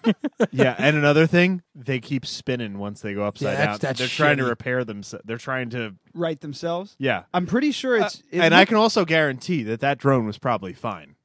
S3: yeah, and another thing, they keep spinning once they go upside
S6: that's-
S3: out.
S6: that's
S3: they're trying to
S6: shitty. Uh,
S3: repair themselves. They're trying to,
S4: Right themselves.
S3: yeah. Uh,
S4: I'm pretty sure it's. it
S3: and I
S4: look-
S3: can also guarantee that that drone was probably fine.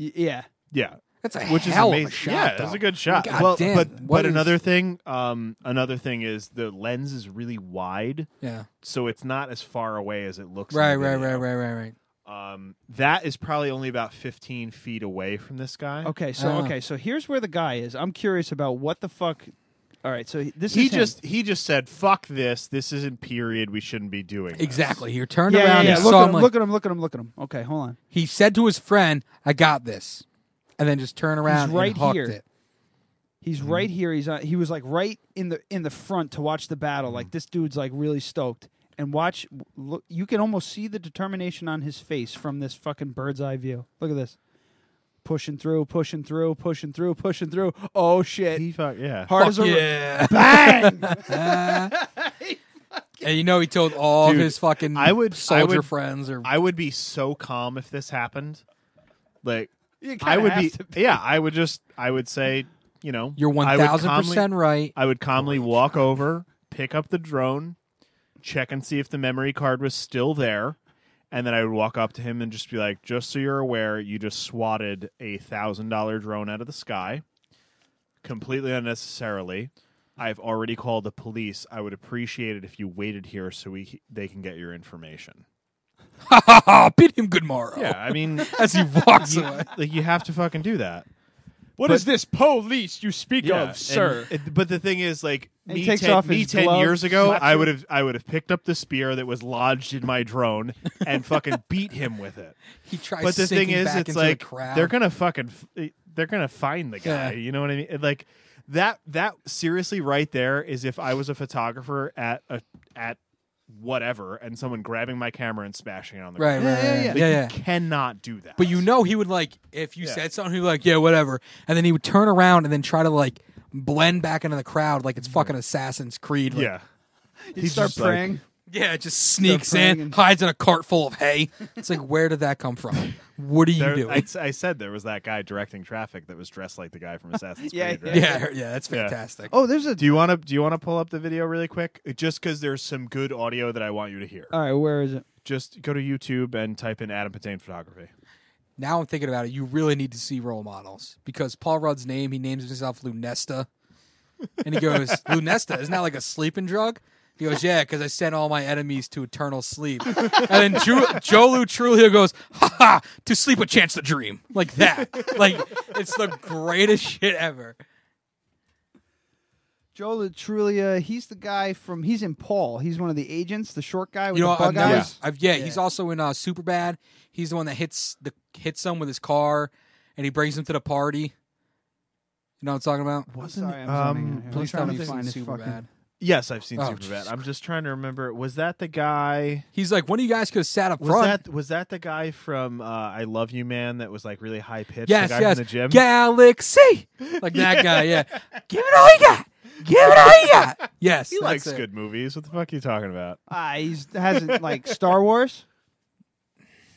S4: y- Yeah.
S3: Yeah,
S6: That's a
S3: which is
S6: hell of
S3: amazing.
S6: a shot.
S3: yeah, that's
S6: though.
S3: a good shot.
S6: God
S3: well,
S6: damn,
S3: but
S6: what
S3: but
S6: is-
S3: another thing, um, another thing is the lens is really wide,
S6: Yeah,
S3: so it's not as far away as it looks. in
S6: right,
S3: the
S6: right,
S3: video.
S6: right, right, right, right.
S3: Um, that is probably only about fifteen feet away from this guy.
S4: Okay. So
S6: Ah.
S4: okay. So here's where the guy is. I'm curious about what the fuck. All right. So this
S3: he
S4: is him.
S3: just he just said, "Fuck this! This isn't period. We shouldn't be doing this."
S6: Exactly. He turned
S4: Yeah, yeah,
S6: around
S4: yeah.
S6: and
S4: Look at
S6: saw him.
S4: him.
S6: like-
S4: Look at him. Look at him. Look at him. Okay. Hold on.
S6: he said to his friend, "I got this," and then just turn around
S4: right
S6: and hooked
S4: here.
S6: it.
S4: He's
S3: Mm-hmm.
S4: right here. He's on, he was like right in the in the front to watch the battle.
S3: Mm-hmm.
S4: Like this dude's like really stoked. And watch, look, you can almost see the determination on his face from this fucking bird's eye view. Look at this, pushing through, pushing through, pushing through, pushing through. Oh shit!
S3: He fuck yeah.
S4: Hard as a
S6: Yeah,
S4: bang.
S6: and you know he told all
S3: Dude,
S6: of his fucking
S3: I would- I
S6: soldier
S3: would-
S6: friends or
S3: I would be so calm if this happened. Like
S4: You kinda
S3: I would
S4: have
S3: be,
S4: to-
S3: yeah, I would just I would say, you know,
S6: you're one
S3: I would
S6: thousand percent
S3: calmly-
S6: right.
S3: I would calmly walk over, pick up the drone, check and see if the memory card was still there, and then I would walk up to him and just be like, "Just so you're aware, you just swatted a thousand dollar drone out of the sky, completely unnecessarily. I've already called the police. I would appreciate it if you waited here so we they can get your information."
S6: Oh, bid him good morrow.
S3: Yeah, I mean,
S6: As he walks away.
S3: like you have to fucking do that.
S5: What is this police you speak
S3: Yeah,
S5: of,
S3: and-
S5: sir?
S3: it- but the thing is, like
S4: And he
S3: me,
S4: takes
S3: ten,
S4: off
S3: me
S4: his
S3: ten
S4: glove,
S3: years ago,
S4: slaps
S3: I
S4: you.
S3: would have I would have picked up the spear that was lodged in my drone and fucking beat him with it.
S6: He tries
S3: But the thing
S6: sinking
S3: is,
S6: back
S3: it's
S6: into the
S3: like
S6: crowd.
S3: they're gonna fucking f- eh, they're gonna find the
S6: Yeah.
S3: guy. You know what I mean? It, Like that that seriously right there is if I was a photographer at a at whatever and someone grabbing my camera and smashing it on the
S6: Right,
S3: ground.
S6: right, right, right.
S3: Like,
S6: yeah,
S3: you
S6: yeah.
S3: cannot do that.
S6: But you know, he would like if you
S3: Yeah.
S6: said something, he'd be like, "Yeah, whatever," and then he would turn around and then try to like blend back into the crowd like it's fucking Assassin's Creed. Like,
S3: yeah.
S4: You
S3: He's
S4: start
S3: just like-
S4: praying.
S6: yeah, just sneaks
S4: praying
S6: in,
S4: and-
S6: hides in a cart full of hay. It's like, where did that come from? What are you
S3: There-
S6: doing?
S3: I, I said there was that guy directing traffic that was dressed like the guy from Assassin's
S4: Yeah,
S3: Creed. Right?
S6: yeah, yeah, that's fantastic.
S4: oh, there's a.
S3: Do you want to do you want to pull up the video really quick? Just because there's some good audio that I want you to hear.
S4: All right, where is it?
S3: Just go to YouTube and type in Adam Patane photography.
S6: Now I'm thinking about it. You really need to see role models because Paul Rudd's name, he names himself Lunesta, and he goes, "Lunesta isn't that like a sleeping drug?" He goes, "Yeah, because I sent all my enemies to eternal sleep." And then Ju- Jolu Trulio goes, "Ha ha! To sleep a chance to dream like that. Like it's the greatest shit ever."
S4: Joe Latrulia, he's the guy from he's in Paul. He's one of the agents, the short guy with
S6: You know,
S4: the
S6: I've
S4: bug
S6: never-
S4: eyes.
S6: I've, yeah, he's also in uh, Superbad. He's the one that hits the hits them with his car, and he brings them to the party. You know what I'm talking about?
S4: Wasn't sorry, I'm
S3: um,
S4: zoning in here. I'm
S3: please
S4: trying
S6: tell me
S4: to
S6: you've
S4: find
S6: seen
S4: his fucking-
S6: Superbad.
S3: Yes, I've seen
S6: Oh,
S3: Superbad.
S6: Jesus
S3: I'm just trying to remember. Was that the guy?
S6: He's like, one of you guys could have sat up
S3: Was
S6: front.
S3: that was that the guy from uh, I Love You Man that was like really high pitched?
S6: yes,
S3: the guy
S6: yes,
S3: from the gym.
S6: Galaxy, like that guy. Yeah, give it all you got. Give it all you got. Yes,
S3: he
S6: that's
S3: likes
S6: it.
S3: good movies. What the fuck are you talking about?
S4: Ah, he's hasn't like Star Wars.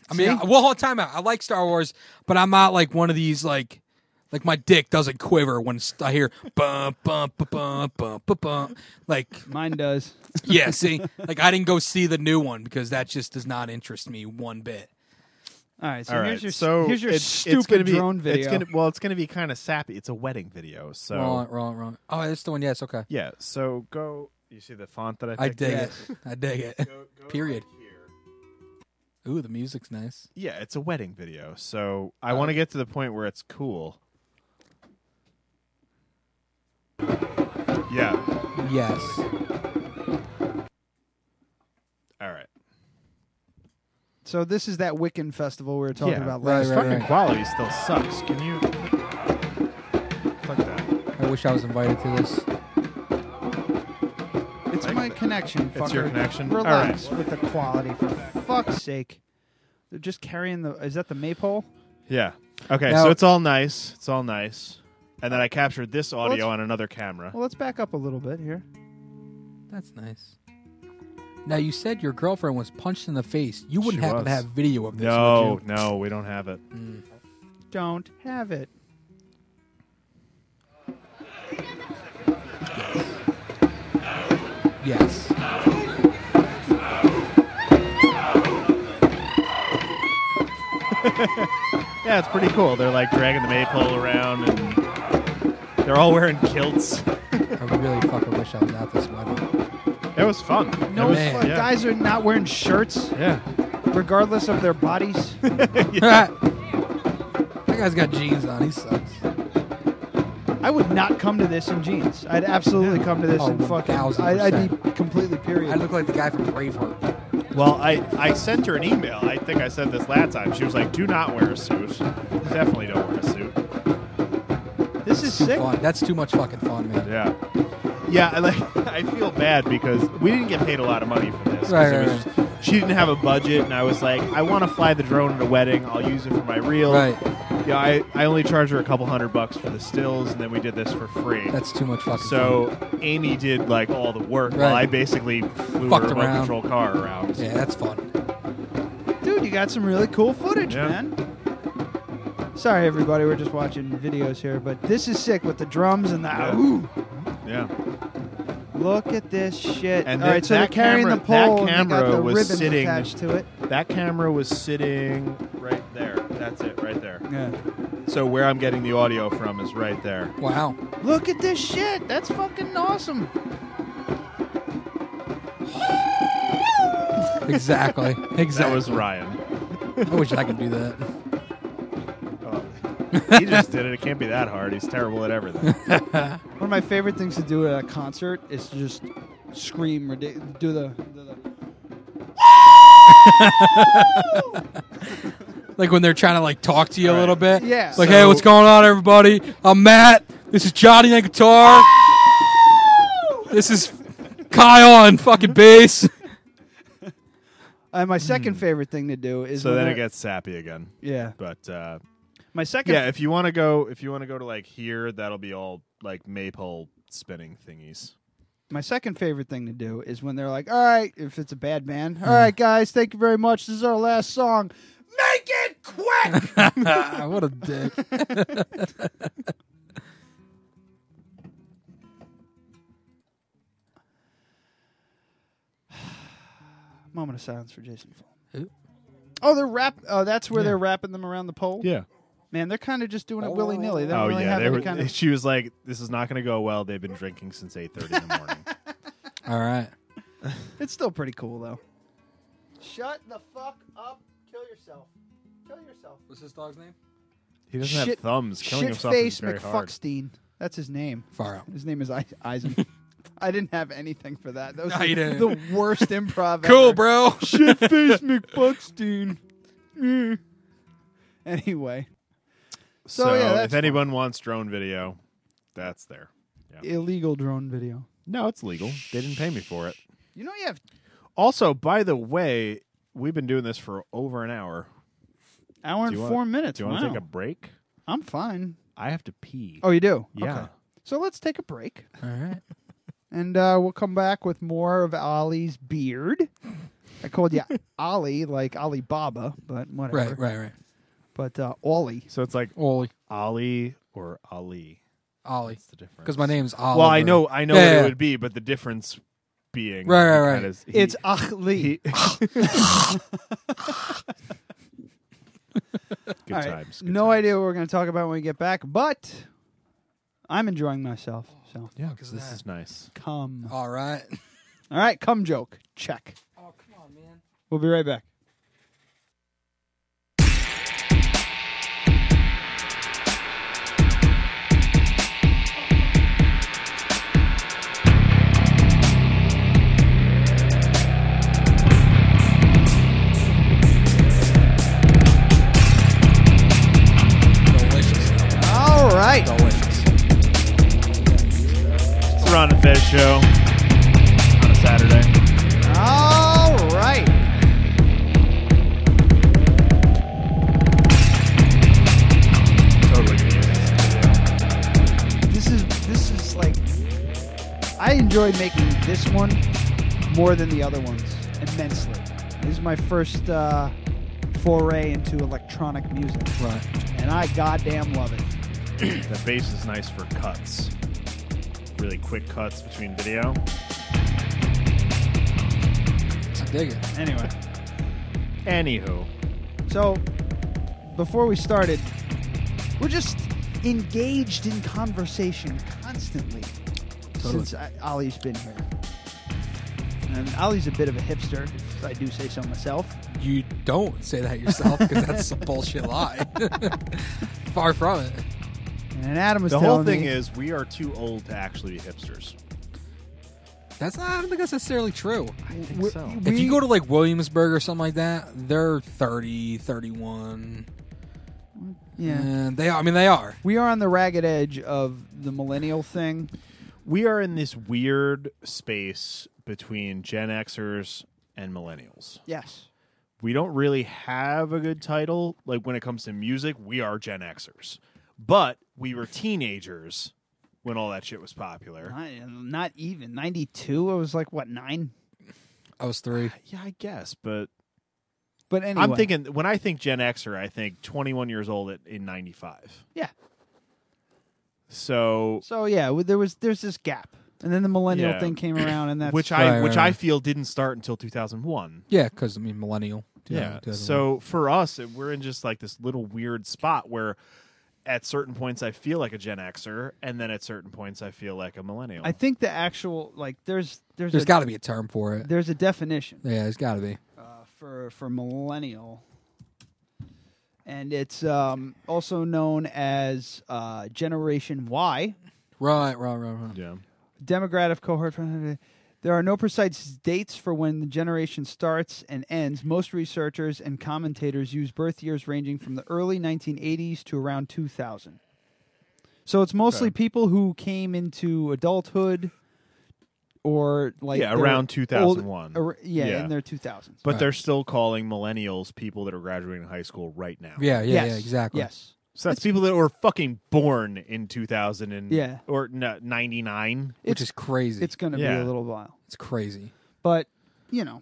S6: I mean,
S4: See?
S6: I, well, hold time out. I like Star Wars, but I'm not like one of these like. Like my dick doesn't quiver when st- I hear bum bum bum bum bum bum bum. Like
S4: Mine does.
S6: yeah, see, like I didn't go see the new one because that just does not interest me one bit.
S4: All right, so
S3: All right,
S4: here's your
S3: so
S4: here's your
S3: it's,
S4: stupid
S3: it's gonna be,
S4: drone video.
S3: It's gonna, well, it's going to be kind of sappy. It's a wedding video, so
S6: Wrong, wrong, wrong. Oh, that's the one. Yes, okay.
S3: yeah. So go. You see the font that I
S6: I
S3: picked?
S6: dig
S3: Yeah.
S6: it. I dig it. Period. Ooh, the music's nice.
S3: Yeah, it's a wedding video, so I want to get to the point where it's cool. Yeah.
S6: Yes.
S3: All right.
S4: so this is that Wiccan festival we were talking
S3: Yeah,
S4: about
S6: right,
S4: last.
S6: right.
S3: Fucking quality still sucks. Can you? Fuck that.
S6: I wish I was invited to this.
S4: It's my connection. Fucker.
S3: It's your connection?
S4: Relax with the quality, for fuck's sake. They're just carrying the. Is that the maypole?
S3: Yeah. Okay,
S6: Now- Uh,
S3: so it's all nice. It's all nice. And then I captured this audio on another camera.
S4: Well, let's back up a little bit here.
S6: That's nice. Now you said your girlfriend was punched in the face. You wouldn't
S3: She
S6: happen to
S3: was.
S6: have video of this,
S3: No,
S6: would you?
S3: no, we don't have it.
S4: Don't have it.
S6: Yes.
S3: Yeah, it's pretty cool. They're like dragging the maypole around and they're all wearing kilts.
S6: I really fucking wish I was at this wedding.
S3: It was fun.
S4: No,
S3: It was-
S6: Man.
S4: fuck,
S3: yeah.
S4: uh, guys are not wearing shirts,
S3: Yeah.
S4: regardless of their bodies.
S6: that guy's got jeans on. He sucks.
S4: I would not come to this in jeans. I'd absolutely come to this
S6: Oh,
S4: in fucking.
S6: 1000%.
S4: I, I'd be completely period.
S6: I look like the guy from Braveheart.
S3: Well, I, I sent her an email. I think I said this last time. She was like, do not wear a suit. Definitely don't wear a suit.
S4: this is sick.
S6: Fun. That's too much fucking fun, man.
S3: Yeah. Yeah, I like I feel bad because we didn't get paid a lot of money for this. 'cause
S6: Right,
S3: it
S6: right,
S3: was just- she didn't have a budget and I was like, I want to fly the drone at a wedding, I'll use it for my reel.
S6: Right.
S3: Yeah, I, I only charged her a couple hundred bucks for the stills and then we did this for free.
S6: That's too much fucking fun.
S3: so Amy did like all the work while
S6: Right.
S3: I basically flew
S6: Fucked
S3: her
S6: around.
S3: remote control car around.
S6: Yeah, that's fun.
S4: Dude, you got some really cool footage,
S3: Yeah.
S4: man. Sorry, everybody. We're just watching videos here, but this is sick with the drums and the.
S3: Yeah.
S4: Ooh,
S3: Yeah.
S4: look at this shit.
S3: And
S4: All
S3: that-
S4: right, so they're
S3: that
S4: carrying
S3: camera-
S4: the pole.
S3: that
S4: and they got
S3: camera
S4: the
S3: was
S4: ribbon
S3: sitting-
S4: attached to it.
S3: That camera was sitting right there. That's it, right there.
S4: Yeah.
S3: So where I'm getting the audio from is right there.
S6: Wow.
S4: Look at this shit. That's fucking awesome.
S6: Exactly.
S3: That
S6: Exactly.
S3: was Ryan.
S6: I wish I could do that.
S3: he just did it. It can't be that hard. He's terrible at everything.
S4: One of my favorite things to do at a concert is to just scream or do the. do the
S6: Like when they're trying to like talk to you a little bit.
S4: Yeah.
S6: Like, hey, what's going on, everybody? I'm Matt. This is Johnny on guitar. this is Kyle on fucking bass.
S4: and my second favorite thing to do is
S3: so
S4: when
S3: then it
S4: they're-
S3: gets sappy again.
S4: yeah.
S3: But uh,
S4: My second
S3: yeah, if you want to go, if you want to go to like here, that'll be all like maple spinning thingies.
S4: my second favorite thing to do is when they're like, "All right, if it's a bad band, all
S3: Mm.
S4: right, guys, thank you very much. This is our last song. Make it quick."
S3: Ah,
S6: what a dick.
S4: Moment of silence for Jason Fulham.
S6: Who?
S4: Oh, they're wrap. Oh, that's where they're wrapping them around the pole.
S3: Yeah.
S4: man, they're kind of just doing it willy nilly. They don't
S3: oh
S4: really
S3: yeah.
S4: have
S3: They
S4: any
S3: were,
S4: kind of.
S3: She was like, "This is not going to go well." They've been drinking since eight thirty in the morning.
S6: All right.
S4: It's still pretty cool though. Shut the fuck up. Kill yourself. Kill yourself.
S6: What's this dog's name?
S3: He doesn't
S4: Shit-
S3: have thumbs. Killing
S4: Shit
S3: himself is
S4: face
S3: very hard.
S4: McFuckstein. That's his name.
S6: Far out.
S4: His name is I- Eisen. I didn't have anything for that. That was
S6: No,
S4: the,
S6: you didn't.
S4: the worst improv.
S6: Cool,
S4: ever.
S6: bro.
S4: Shit face McBuckstein. Eh. anyway,
S3: So,
S4: So, yeah,
S3: if
S4: that's
S3: anyone wants drone video, that's there.
S4: illegal drone video.
S3: No, it's legal. They didn't pay me for it.
S4: You know you have.
S3: Also, by the way, we've been doing this for over an hour.
S4: Hour and
S3: you wanna-
S4: four minutes.
S3: Do you want to
S4: wow.
S3: take a break?
S4: I'm fine.
S3: I have to pee.
S4: Oh, you do?
S3: yeah.
S4: Okay. So let's take a break.
S6: All right.
S4: And uh, we'll come back with more of Ollie's beard. I called you Ollie, like Alibaba, but whatever.
S6: Right, right, right.
S4: But uh, Ollie.
S3: So it's like
S6: Ollie.
S3: Ali or Ali.
S6: Ollie.
S3: What's the difference?
S6: Because my name's Oliver.
S3: Well, I know, I know
S6: Yeah,
S3: what
S6: yeah,
S3: it
S6: yeah.
S3: would be, but the difference being
S6: Right, right, right.
S3: that is- he-
S4: It's Achli.
S3: good
S4: All right.
S3: times. good
S4: No
S3: times.
S4: idea what we're going to talk about when we get back, but I'm enjoying myself. So
S3: Yeah,
S6: is
S3: this is
S6: that?
S3: nice.
S4: come.
S6: All right.
S4: All right, come joke. Check.
S6: Oh, come on, man.
S4: We'll be right back.
S6: Delicious.
S4: All right.
S6: Delicious.
S3: It's the Ron and Fez show on a Saturday.
S4: All right.
S3: Totally. gonna use this.
S4: This is this is like I enjoy making this one more than the other ones immensely. This is my first uh, foray into electronic music,
S6: Right.
S4: and I goddamn love it.
S3: The bass is nice for cuts, really quick cuts between video.
S6: I dig it.
S4: Anyway,
S3: Anywho,
S4: so before we started, we're just engaged in conversation constantly
S6: Totally.
S4: since I, Ollie's been here. And Ollie's a bit of a hipster, if I do say so myself.
S6: You don't say that yourself because that's a bullshit lie. Far from it.
S4: And Adam was
S3: the
S4: telling
S3: whole thing
S4: me,
S3: is we are too old to actually be hipsters.
S6: That's not, I don't think that's necessarily true.
S3: I think
S4: We're-
S3: so.
S6: If
S4: We-
S6: you go to like Williamsburg or something like that, they're 30, 31.
S4: yeah.
S6: And they are. I mean, they are.
S4: We are on the ragged edge of the millennial thing.
S3: We are in this weird space between Gen Xers and millennials.
S4: Yes.
S3: we don't really have a good title. Like when it comes to music, we are Gen Xers, but we were teenagers when all that shit was popular.
S4: Not, not even. 92, I was like, what, nine?
S6: I was three.
S3: Yeah, I guess, but
S4: But anyway.
S3: I'm thinking when I think Gen Xer, I think 21 years old at, in '95.
S4: Yeah.
S3: So,
S4: So, yeah, w- there was there's this gap. And then the millennial
S3: Yeah.
S4: thing came around, and that's.
S3: which
S6: Right,
S3: I
S6: right,
S3: which I
S6: right.
S3: feel didn't start until 2001.
S6: Yeah, because I mean, millennial. 2001.
S3: So for us, it- we're in just like this little weird spot where. At certain points, I feel like a Gen Xer, and then at certain points, I feel like a millennial.
S4: I think the actual, like, there's there's,
S6: there's
S4: a,
S6: got to be a term for it.
S4: there's a definition
S6: Yeah, there's got to be.
S4: uh, for, for millennial. And it's um, also known as uh, Generation Y.
S6: Right, right, right, right.
S3: yeah.
S4: demographic cohort. There are no precise dates for when the generation starts and ends. Most researchers and commentators use birth years ranging from the early 1980s to around 2000. So it's mostly people who came into adulthood or like
S3: Yeah,
S4: they're
S3: around
S4: old-
S3: 2001.
S4: ar- yeah,
S3: Yeah.
S4: in their 2000s.
S3: But
S6: Right.
S3: they're still calling millennials people that are graduating high school right now.
S6: Yeah, yeah,
S4: Yes,
S6: yeah, exactly.
S4: Yes.
S3: So that's people that were fucking born in 2000 and
S4: Yeah.
S3: or no, 99.
S6: Which
S4: It's-
S6: is crazy.
S4: It's
S6: It's,
S4: going to be
S3: Yeah.
S4: a little while.
S6: crazy.
S4: But, you know,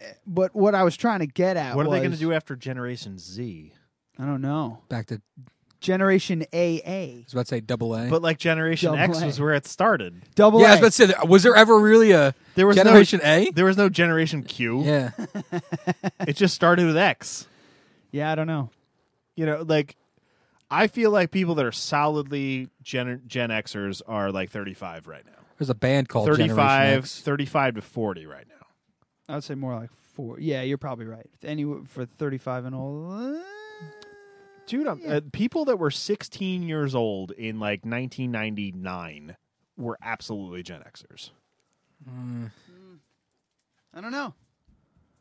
S4: eh, but what I was trying to get at
S3: What are they
S4: going
S3: going to do after Generation Z?
S4: I don't know.
S6: Back to, I
S4: Generation AA.
S6: was about to say double A.
S3: But like Generation
S4: Double
S3: X
S4: A.
S3: was where it started.
S4: Double
S6: yeah, I
S4: A.
S6: was about to say, was there ever really a
S3: There was no-
S6: Generation A?
S3: There was no Generation Q.
S6: Yeah.
S3: It just started with X.
S4: Yeah, I don't know.
S3: You know, like I feel like people that are solidly Gen, Gen Xers are like 35 right now.
S6: There's a band called Generation
S3: 35,
S6: X.
S3: 35 to 40 right now.
S4: I'd say more like four. Yeah, you're probably right. Any for 35 and all.
S3: dude, I'm, uh, people that were 16 years old in like 1999 were absolutely Gen Xers.
S4: I don't know.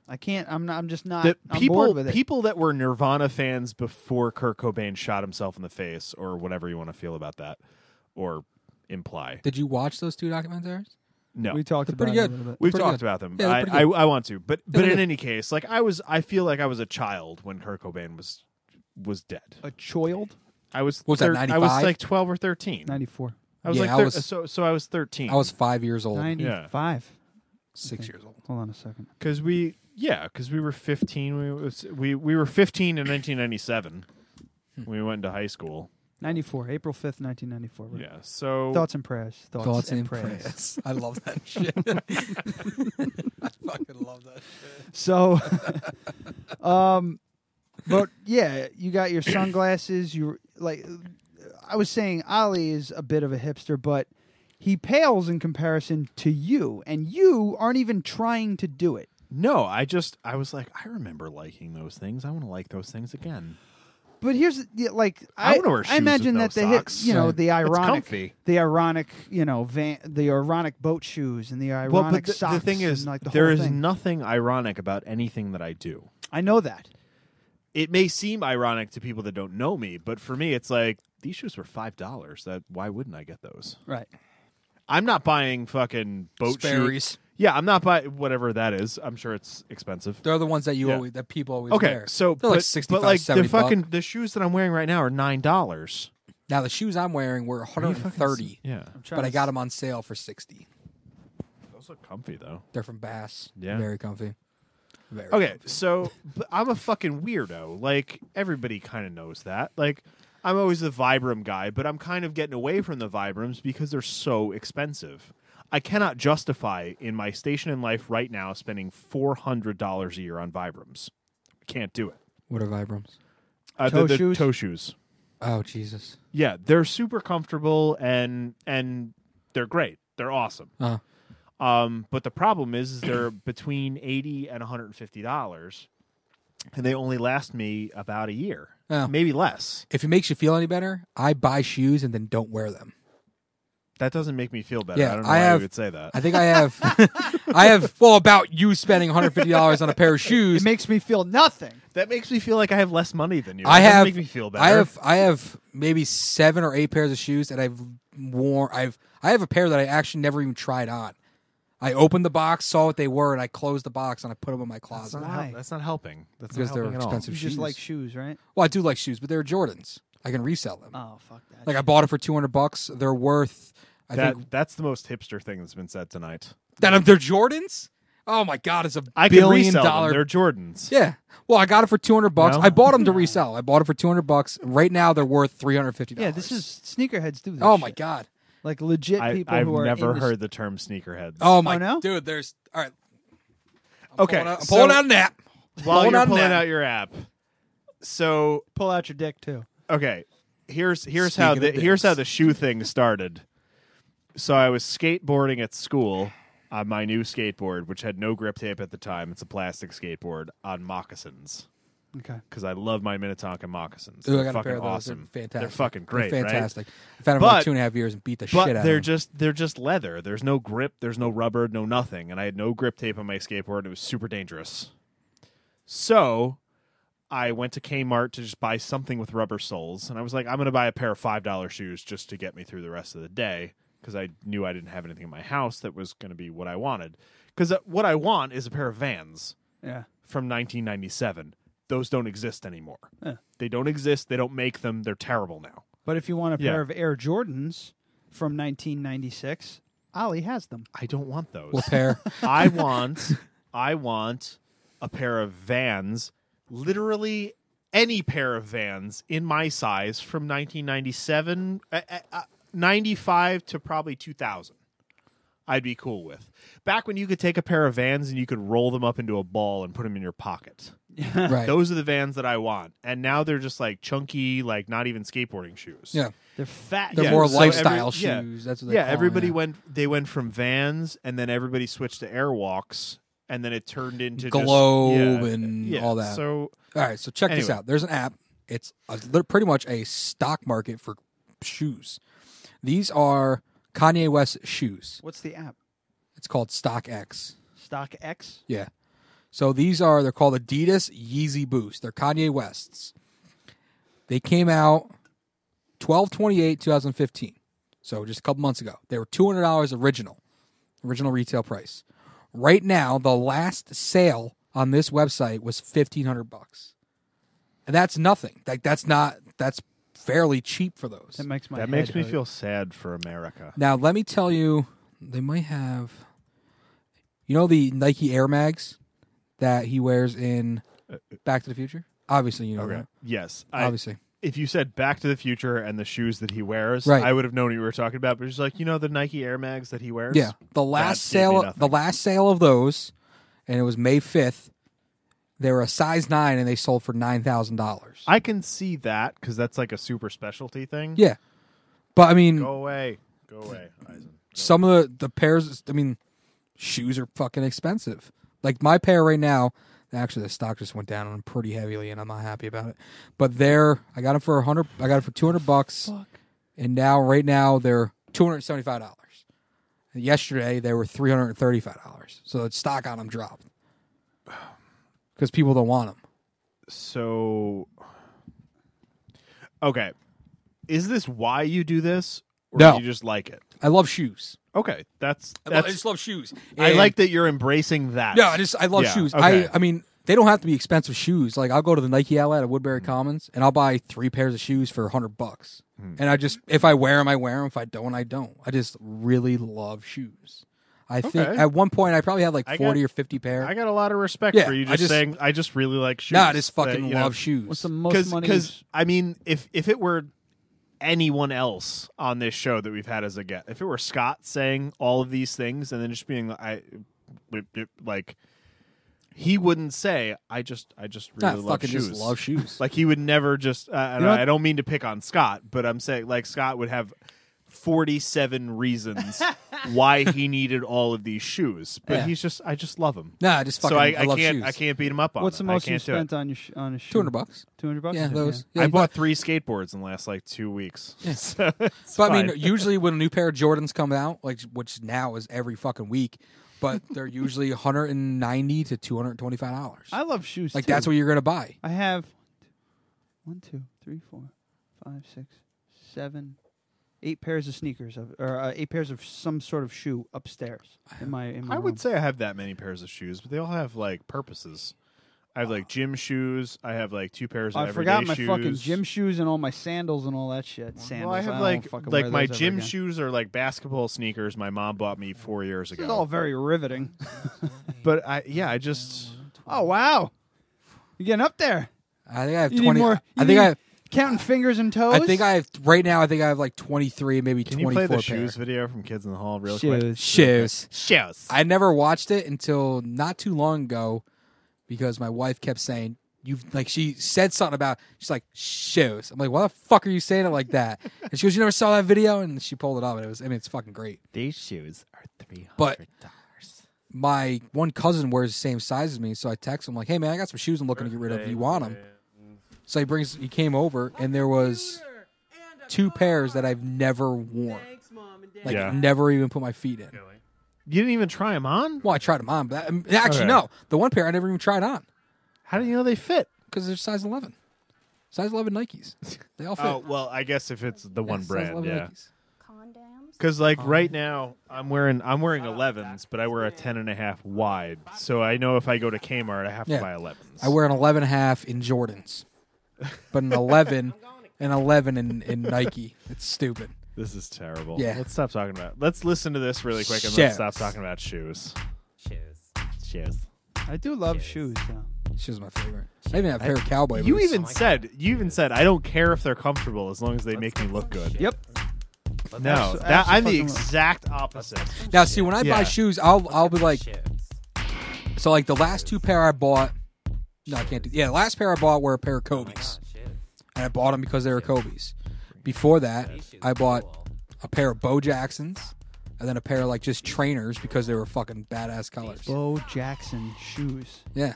S4: I can't. I'm not. I'm just not.
S3: The
S4: I'm
S3: people,
S4: bored with it.
S3: people that were Nirvana fans before Kurt Cobain shot himself in the face, or whatever you want to feel about that, or imply.
S6: Did you watch those two documentaries?
S3: No,
S4: we talked about
S6: pretty
S4: it a
S6: good.
S4: little bit.
S3: We've
S6: Pretty
S3: talked
S6: good.
S3: about them.
S6: Yeah, they're
S3: I,
S6: pretty
S3: I, I want to, but but
S6: they're
S3: in
S6: good.
S3: any case, like I was, I feel like I was a child when Kurt Cobain was was dead.
S4: A child,
S3: I was,
S6: What was that,
S3: I was
S6: 95?
S3: like twelve or thirteen.
S4: ninety four.
S3: I was
S6: Yeah,
S3: like
S6: I
S3: thir-
S6: was-
S3: so so I was thirteen.
S6: I was five years old,
S4: 95.
S6: six years old.
S4: Hold on a second.
S3: because we yeah because we were fifteen. We was, we we were fifteen in nineteen ninety seven.
S6: Hmm.
S3: We went into high school.
S4: 94, April 5th, 1994. right?
S3: Yeah, so
S4: Thoughts and prayers. Thoughts,
S6: Thoughts
S4: and,
S6: and
S4: prayers.
S6: prayers. I love that shit. I fucking love that.
S4: So, um, but yeah, you got your sunglasses. You like, I was saying, Ali is a bit of a hipster, but he pales in comparison to you, and you aren't even trying to do it.
S3: no, I just I was like I remember liking those things. I want to like those things again.
S4: But here's the- yeah, like
S3: I
S4: I,
S3: wanna wear shoes
S4: I
S3: with
S4: imagine
S3: no
S4: that the hip,
S3: socks.
S4: you know
S3: Right.
S4: the
S3: It's
S4: ironic,
S3: comfy.
S4: the ironic, you know, van, the ironic boat shoes and the ironic
S3: Well, but the, the
S4: socks.
S3: thing is,
S4: and, like the
S3: there
S4: whole
S3: is
S4: thing.
S3: nothing ironic about anything that I do.
S4: I know that.
S3: it may seem ironic to people that don't know me, but for me, it's like these shoes were five dollars. That why wouldn't I get those?
S4: Right.
S3: I'm not buying fucking boat shoes.
S6: Sperry's.
S3: Yeah, I'm not buying whatever that is. I'm sure it's expensive.
S6: They're the ones that you
S3: Yeah.
S6: always that people always
S3: Okay,
S6: wear.
S3: so
S6: they're
S3: but,
S6: like 65,
S3: but like the
S6: 70 bucks.
S3: fucking the shoes that I'm wearing right now are nine dollars.
S6: Now the shoes I'm wearing were 130,
S3: Yeah,
S6: but I got them on sale for 60.
S3: those look comfy though.
S6: They're from Bass.
S3: Yeah.
S6: very comfy. Very
S3: Okay,
S6: comfy.
S3: so but I'm a fucking weirdo. Like everybody kind of knows that. Like I'm always the Vibram guy, but I'm kind of getting away from the Vibrams because they're so expensive. I cannot justify in my station in life right now spending four hundred dollars a year on Vibrams. Can't do it.
S6: What are Vibrams?
S3: Uh,
S4: Toe
S3: the, the
S4: shoes?
S3: Toe shoes.
S6: Oh Jesus!
S3: Yeah, they're super comfortable and and they're great. They're awesome.
S6: Uh,
S3: Um, but the problem is, is they're between eighty and one hundred and fifty dollars, and they only last me about a year,
S6: Oh.
S3: maybe less.
S6: if it makes you feel any better, I buy shoes and then don't wear them.
S3: That doesn't make me feel better.
S6: Yeah,
S3: I don't know
S6: I
S3: why
S6: have-
S3: you would say that.
S6: I think I have, I have. Well, about you spending 150 dollars on a pair of shoes.
S4: It makes me feel nothing.
S3: that makes me feel like I have less money than you.
S6: I
S3: That doesn't
S6: have.
S3: make me feel better.
S6: I have. I have maybe seven or eight pairs of shoes that I've worn. I've. I have a pair that I actually never even tried on. I opened the box, saw what they were, and I closed the box and I put them in my
S3: That's
S6: closet
S3: not, hel-
S4: Why?
S3: that's not helping. That's
S6: because
S3: not
S6: they're
S3: helping at all.
S6: expensive
S4: You
S6: shoes.
S4: just like shoes, right?
S6: well, I do like shoes, but they're Jordans. I can resell them.
S4: Oh fuck that.
S6: like I bought them for 200 bucks. They're worth. I
S3: That,
S6: think
S3: that's the most hipster thing that's been said tonight.
S6: that they're Jordans. Oh my god, it's a
S3: I can
S6: billion
S3: resell
S6: dollar
S3: them. They're Jordans.
S6: Yeah. Well, I got it for 200 bucks.
S3: No?
S6: I bought them to resell. I bought it for 200 bucks. Right now they're worth 350.
S4: yeah, this is sneakerheads do this.
S6: Oh my
S4: shit.
S6: god.
S4: Like legit
S3: I,
S4: people
S3: I've
S4: who are
S3: never
S4: in this-
S3: heard the term sneakerheads.
S6: Oh my
S4: Oh, no?
S6: dude, there's All right.
S3: okay.
S6: Pulling out, I'm
S3: so
S6: pulling out an app.
S3: while
S6: pulling
S3: you're
S6: out
S3: pulling
S6: now.
S3: out your app, so
S4: pull out your dick too.
S3: okay here's here's how
S6: Speaking
S3: the
S6: of
S3: here's how
S6: dicks.
S3: the shoe thing started so i was skateboarding at school on my new skateboard which had no grip tape at the time it's a plastic skateboard on moccasins
S4: Okay.
S3: because i love my minnetonka moccasins
S6: Ooh,
S3: they're
S6: I got a
S3: fucking
S6: pair of those.
S3: awesome
S6: They're fantastic.
S3: they're fucking great
S6: They're
S3: right?
S6: fantastic. I've had them for like
S3: But-
S6: two and a half years and beat the shit out
S3: but
S6: of
S3: they're
S6: them.
S3: just they're just leather there's no grip there's no rubber no nothing and i had no grip tape on my skateboard it was super dangerous so i went to kmart to just buy something with rubber soles and i was like i'm going to buy a pair of five dollar shoes just to get me through the rest of the day because i knew i didn't have anything in my house that was going to be what i wanted because what i want is a pair of vans
S4: Yeah.
S3: from 1997 those don't exist anymore they don't exist they don't make them they're terrible now
S4: But if you want a
S3: Yeah.
S4: pair of Air Jordans from 1996, Ali has them.
S3: i don't want those
S6: What pair?
S3: I want I want a pair of Vans, literally any pair of Vans in my size from 1997 uh, uh, uh, 95 to probably 2000. I'd be cool with. Back when you could take a pair of Vans and you could roll them up into a ball and put them in your pocket.
S6: right.
S3: Those are the Vans that I want. And now they're just like chunky, like not even skateboarding shoes.
S6: yeah.
S4: They're fat.
S6: They're
S3: Yeah,
S6: more
S3: so
S6: lifestyle
S3: every- yeah.
S6: shoes. That's what they
S3: Yeah,
S6: call 'em,
S3: everybody went. They went from Vans, and then everybody switched to Airwalks, and then it turned into just-
S6: Globe
S3: yeah,
S6: and
S3: yeah,
S6: all that.
S3: So
S6: All right, so check this
S3: Anyway.
S6: out. There's an app. It's a, li- pretty much a stock market for shoes. These are Kanye West shoes.
S4: What's the app?
S6: It's called Stock X.
S4: Stock X.
S6: Yeah. So these are they're called Adidas Yeezy Boost. They're Kanye West's. They came out 1228 2015. So just a couple months ago. They were $200 original. Original retail price. Right now the last sale on this website was 1500 bucks. And that's nothing. Like that's not that's fairly cheap for those.
S4: That makes my
S3: That makes
S4: head
S3: me
S4: hurt.
S3: feel sad for America.
S6: Now, let me tell you, they might have. You know the Nike Air Mags that he wears in Back to the Future? Obviously, you know that.
S3: Yes. Uh, I-
S6: Obviously.
S3: if you said Back to the Future and the shoes that he wears,
S6: Right.
S3: I would have known what you were talking about. But it's like you know the Nike Air Mags that he wears.
S6: Yeah.
S3: That
S6: The last
S3: did me
S6: sale
S3: nothing.
S6: the last sale of those, and it was May 5th, they were a size 9 and they sold for $9,000.
S3: I can see that because that's like a super specialty thing.
S6: Yeah. But I mean,
S3: Go away. Go away. Eisen.
S6: some of the, the pairs i mean shoes are fucking expensive like my pair right now actually the stock just went down pretty heavily and i'm not happy about it but they're i got them for 100 i got it for 200 bucks and now right now they're 275 dollars yesterday they were 335 dollars so the stock on them dropped because people don't want them
S3: So, okay, is this why you do this, or
S6: No.
S3: do you just like it?
S6: i love shoes
S3: Okay, that's
S6: I lo-
S3: that's.
S6: i just love shoes
S3: I
S6: And-
S3: like that you're embracing that.
S6: Yeah, I just I love
S3: Yeah,
S6: shoes.
S3: okay.
S6: I I mean they don't have to be expensive shoes. Like I'll go to the Nike outlet at Woodbury
S3: Hmm.
S6: Commons and I'll buy three pairs of shoes for hundred bucks.
S3: Hmm.
S6: And I just if I wear them, I wear them. If I don't, I don't. I just really love shoes. I think
S3: Okay.
S6: at one point I probably had like
S3: I
S6: forty
S3: got-
S6: or fifty pair.
S3: I got a lot of respect
S6: Yeah,
S3: for you
S6: I
S3: just,
S6: just-
S3: saying I just really like shoes.
S6: no, I just
S3: That,
S6: fucking
S3: you
S6: love
S3: know,
S6: shoes.
S4: What's the most money?
S3: because I mean, if if it were anyone else on this show that we've had as a guest, if it were Scott saying all of these things and then just being like, I like, he wouldn't say, "I just, I just
S6: Nah, I
S3: really love
S6: Ah, fucking
S3: shoes."
S6: just love shoes.
S3: like he would never just. Uh, and
S4: know
S3: I,
S4: what?
S3: I don't mean to pick on Scott, but I'm saying like Scott would have. 47 reasons why he needed all of these shoes but
S6: Yeah.
S3: he's just i just love him
S6: no, I just fucking
S3: so I,
S6: I, love
S3: can't
S6: shoes.
S3: I can't beat him up on.
S4: What's the
S3: it.
S4: most
S3: I
S4: you
S3: can't do
S4: spent
S3: it.
S4: on your sh- on a shoe?
S6: Two hundred bucks.
S4: Two hundred bucks.
S6: Yeah, those. Yeah,
S3: I
S6: you
S3: bought three skateboards in the last like two weeks. So it's
S6: But I mean,
S3: fine.
S6: usually when a new pair of Jordans come out, like which now is every fucking week, but they're usually one hundred and ninety to two hundred twenty five dollars.
S4: I love shoes.
S6: Like
S4: too.
S6: that's what you're gonna buy.
S4: I have one, two, three, four, five, six, seven, eight pairs of sneakers, of, or uh, eight pairs of some sort of shoe upstairs in my in
S3: I
S4: my room.
S3: would say I have that many pairs of shoes, but they all have like purposes. I have like gym shoes. I have like two pairs of
S4: I
S3: everyday
S4: forgot my
S3: shoes.
S4: fucking gym shoes and all my sandals and all that shit. Sandals.
S3: Well, I have
S4: don't
S3: like
S4: fucking
S3: like
S4: wear
S3: my
S4: those ever
S3: gym
S4: again.
S3: shoes are like basketball sneakers my mom bought me four years
S4: This is all
S3: ago.
S4: very riveting.
S3: But I yeah I just
S4: oh wow, you're getting up there.
S6: I think I have
S4: You
S6: twenty.
S4: need more.
S6: I
S4: you
S6: think I,
S4: need
S6: have,
S4: counting fingers and toes.
S6: I think I have right now. I think I have like twenty three, maybe
S3: can
S6: twenty
S3: you
S6: four
S3: play the
S6: pair.
S3: shoes video from Kids in the Hall real quick?
S4: shoes.
S6: Shoes.
S3: Shoes.
S6: I never watched it until not too long ago, because my wife kept saying you've like she said something about she's like shoes. I'm like, why the fuck are you saying it like that? And she goes, you never saw that video, and she pulled it up, and it was. I mean, it's fucking great.
S3: These shoes are three
S6: But- My one cousin wears the same size as me, so I text him like, hey man, I got some shoes I'm looking to get rid of. You want them? So he brings. He came over, and there was. Two pairs that I've never worn. Like
S3: Yeah.
S6: never even put my feet in.
S3: You didn't even try them on.
S6: Well, I tried them on, but I, actually
S3: Okay.
S6: no. The one pair I never even tried on
S3: How do you know they fit?
S6: because they're size eleven, size eleven Nikes. They all fit.
S3: Oh well, I guess if it's the one
S6: size
S3: brand,
S6: 11
S3: yeah.
S6: Nikes.
S8: Condoms?
S3: Because like
S6: Oh,
S3: right now, I'm wearing I'm wearing 11s, but I wear a 10 and a half wide. So I know if I go to Kmart, I have
S6: Yeah.
S3: to buy 11s.
S6: I wear an eleven and a half in Jordans, but an eleven, an eleven in, in Nike. It's stupid.
S3: This is terrible.
S6: Yeah.
S3: Let's stop talking about. Let's listen to this really quick and
S6: Shoes.
S3: let's stop talking about shoes. Shoes. Shoes.
S4: I do love shoes though.
S6: She's my favorite. I even have a pair of cowboy.
S3: You
S6: boots.
S3: even said you even said I don't care if they're comfortable as long as they make me look good.
S4: Yep.
S3: No,
S4: Abso-
S3: that, I'm the
S4: abso- fucking-
S3: exact opposite.
S6: now see when I
S3: Yeah.
S6: buy shoes, I'll I'll be like, so like the last two pair I bought. No, I can't do. Yeah, the last pair I bought were a pair of Kobe's, and I bought them because they were Kobe's. Before that, I bought a pair of Bo Jacksons, and then a pair of like just trainers because they were fucking badass colors.
S4: Bo Jackson shoes.
S6: Yeah,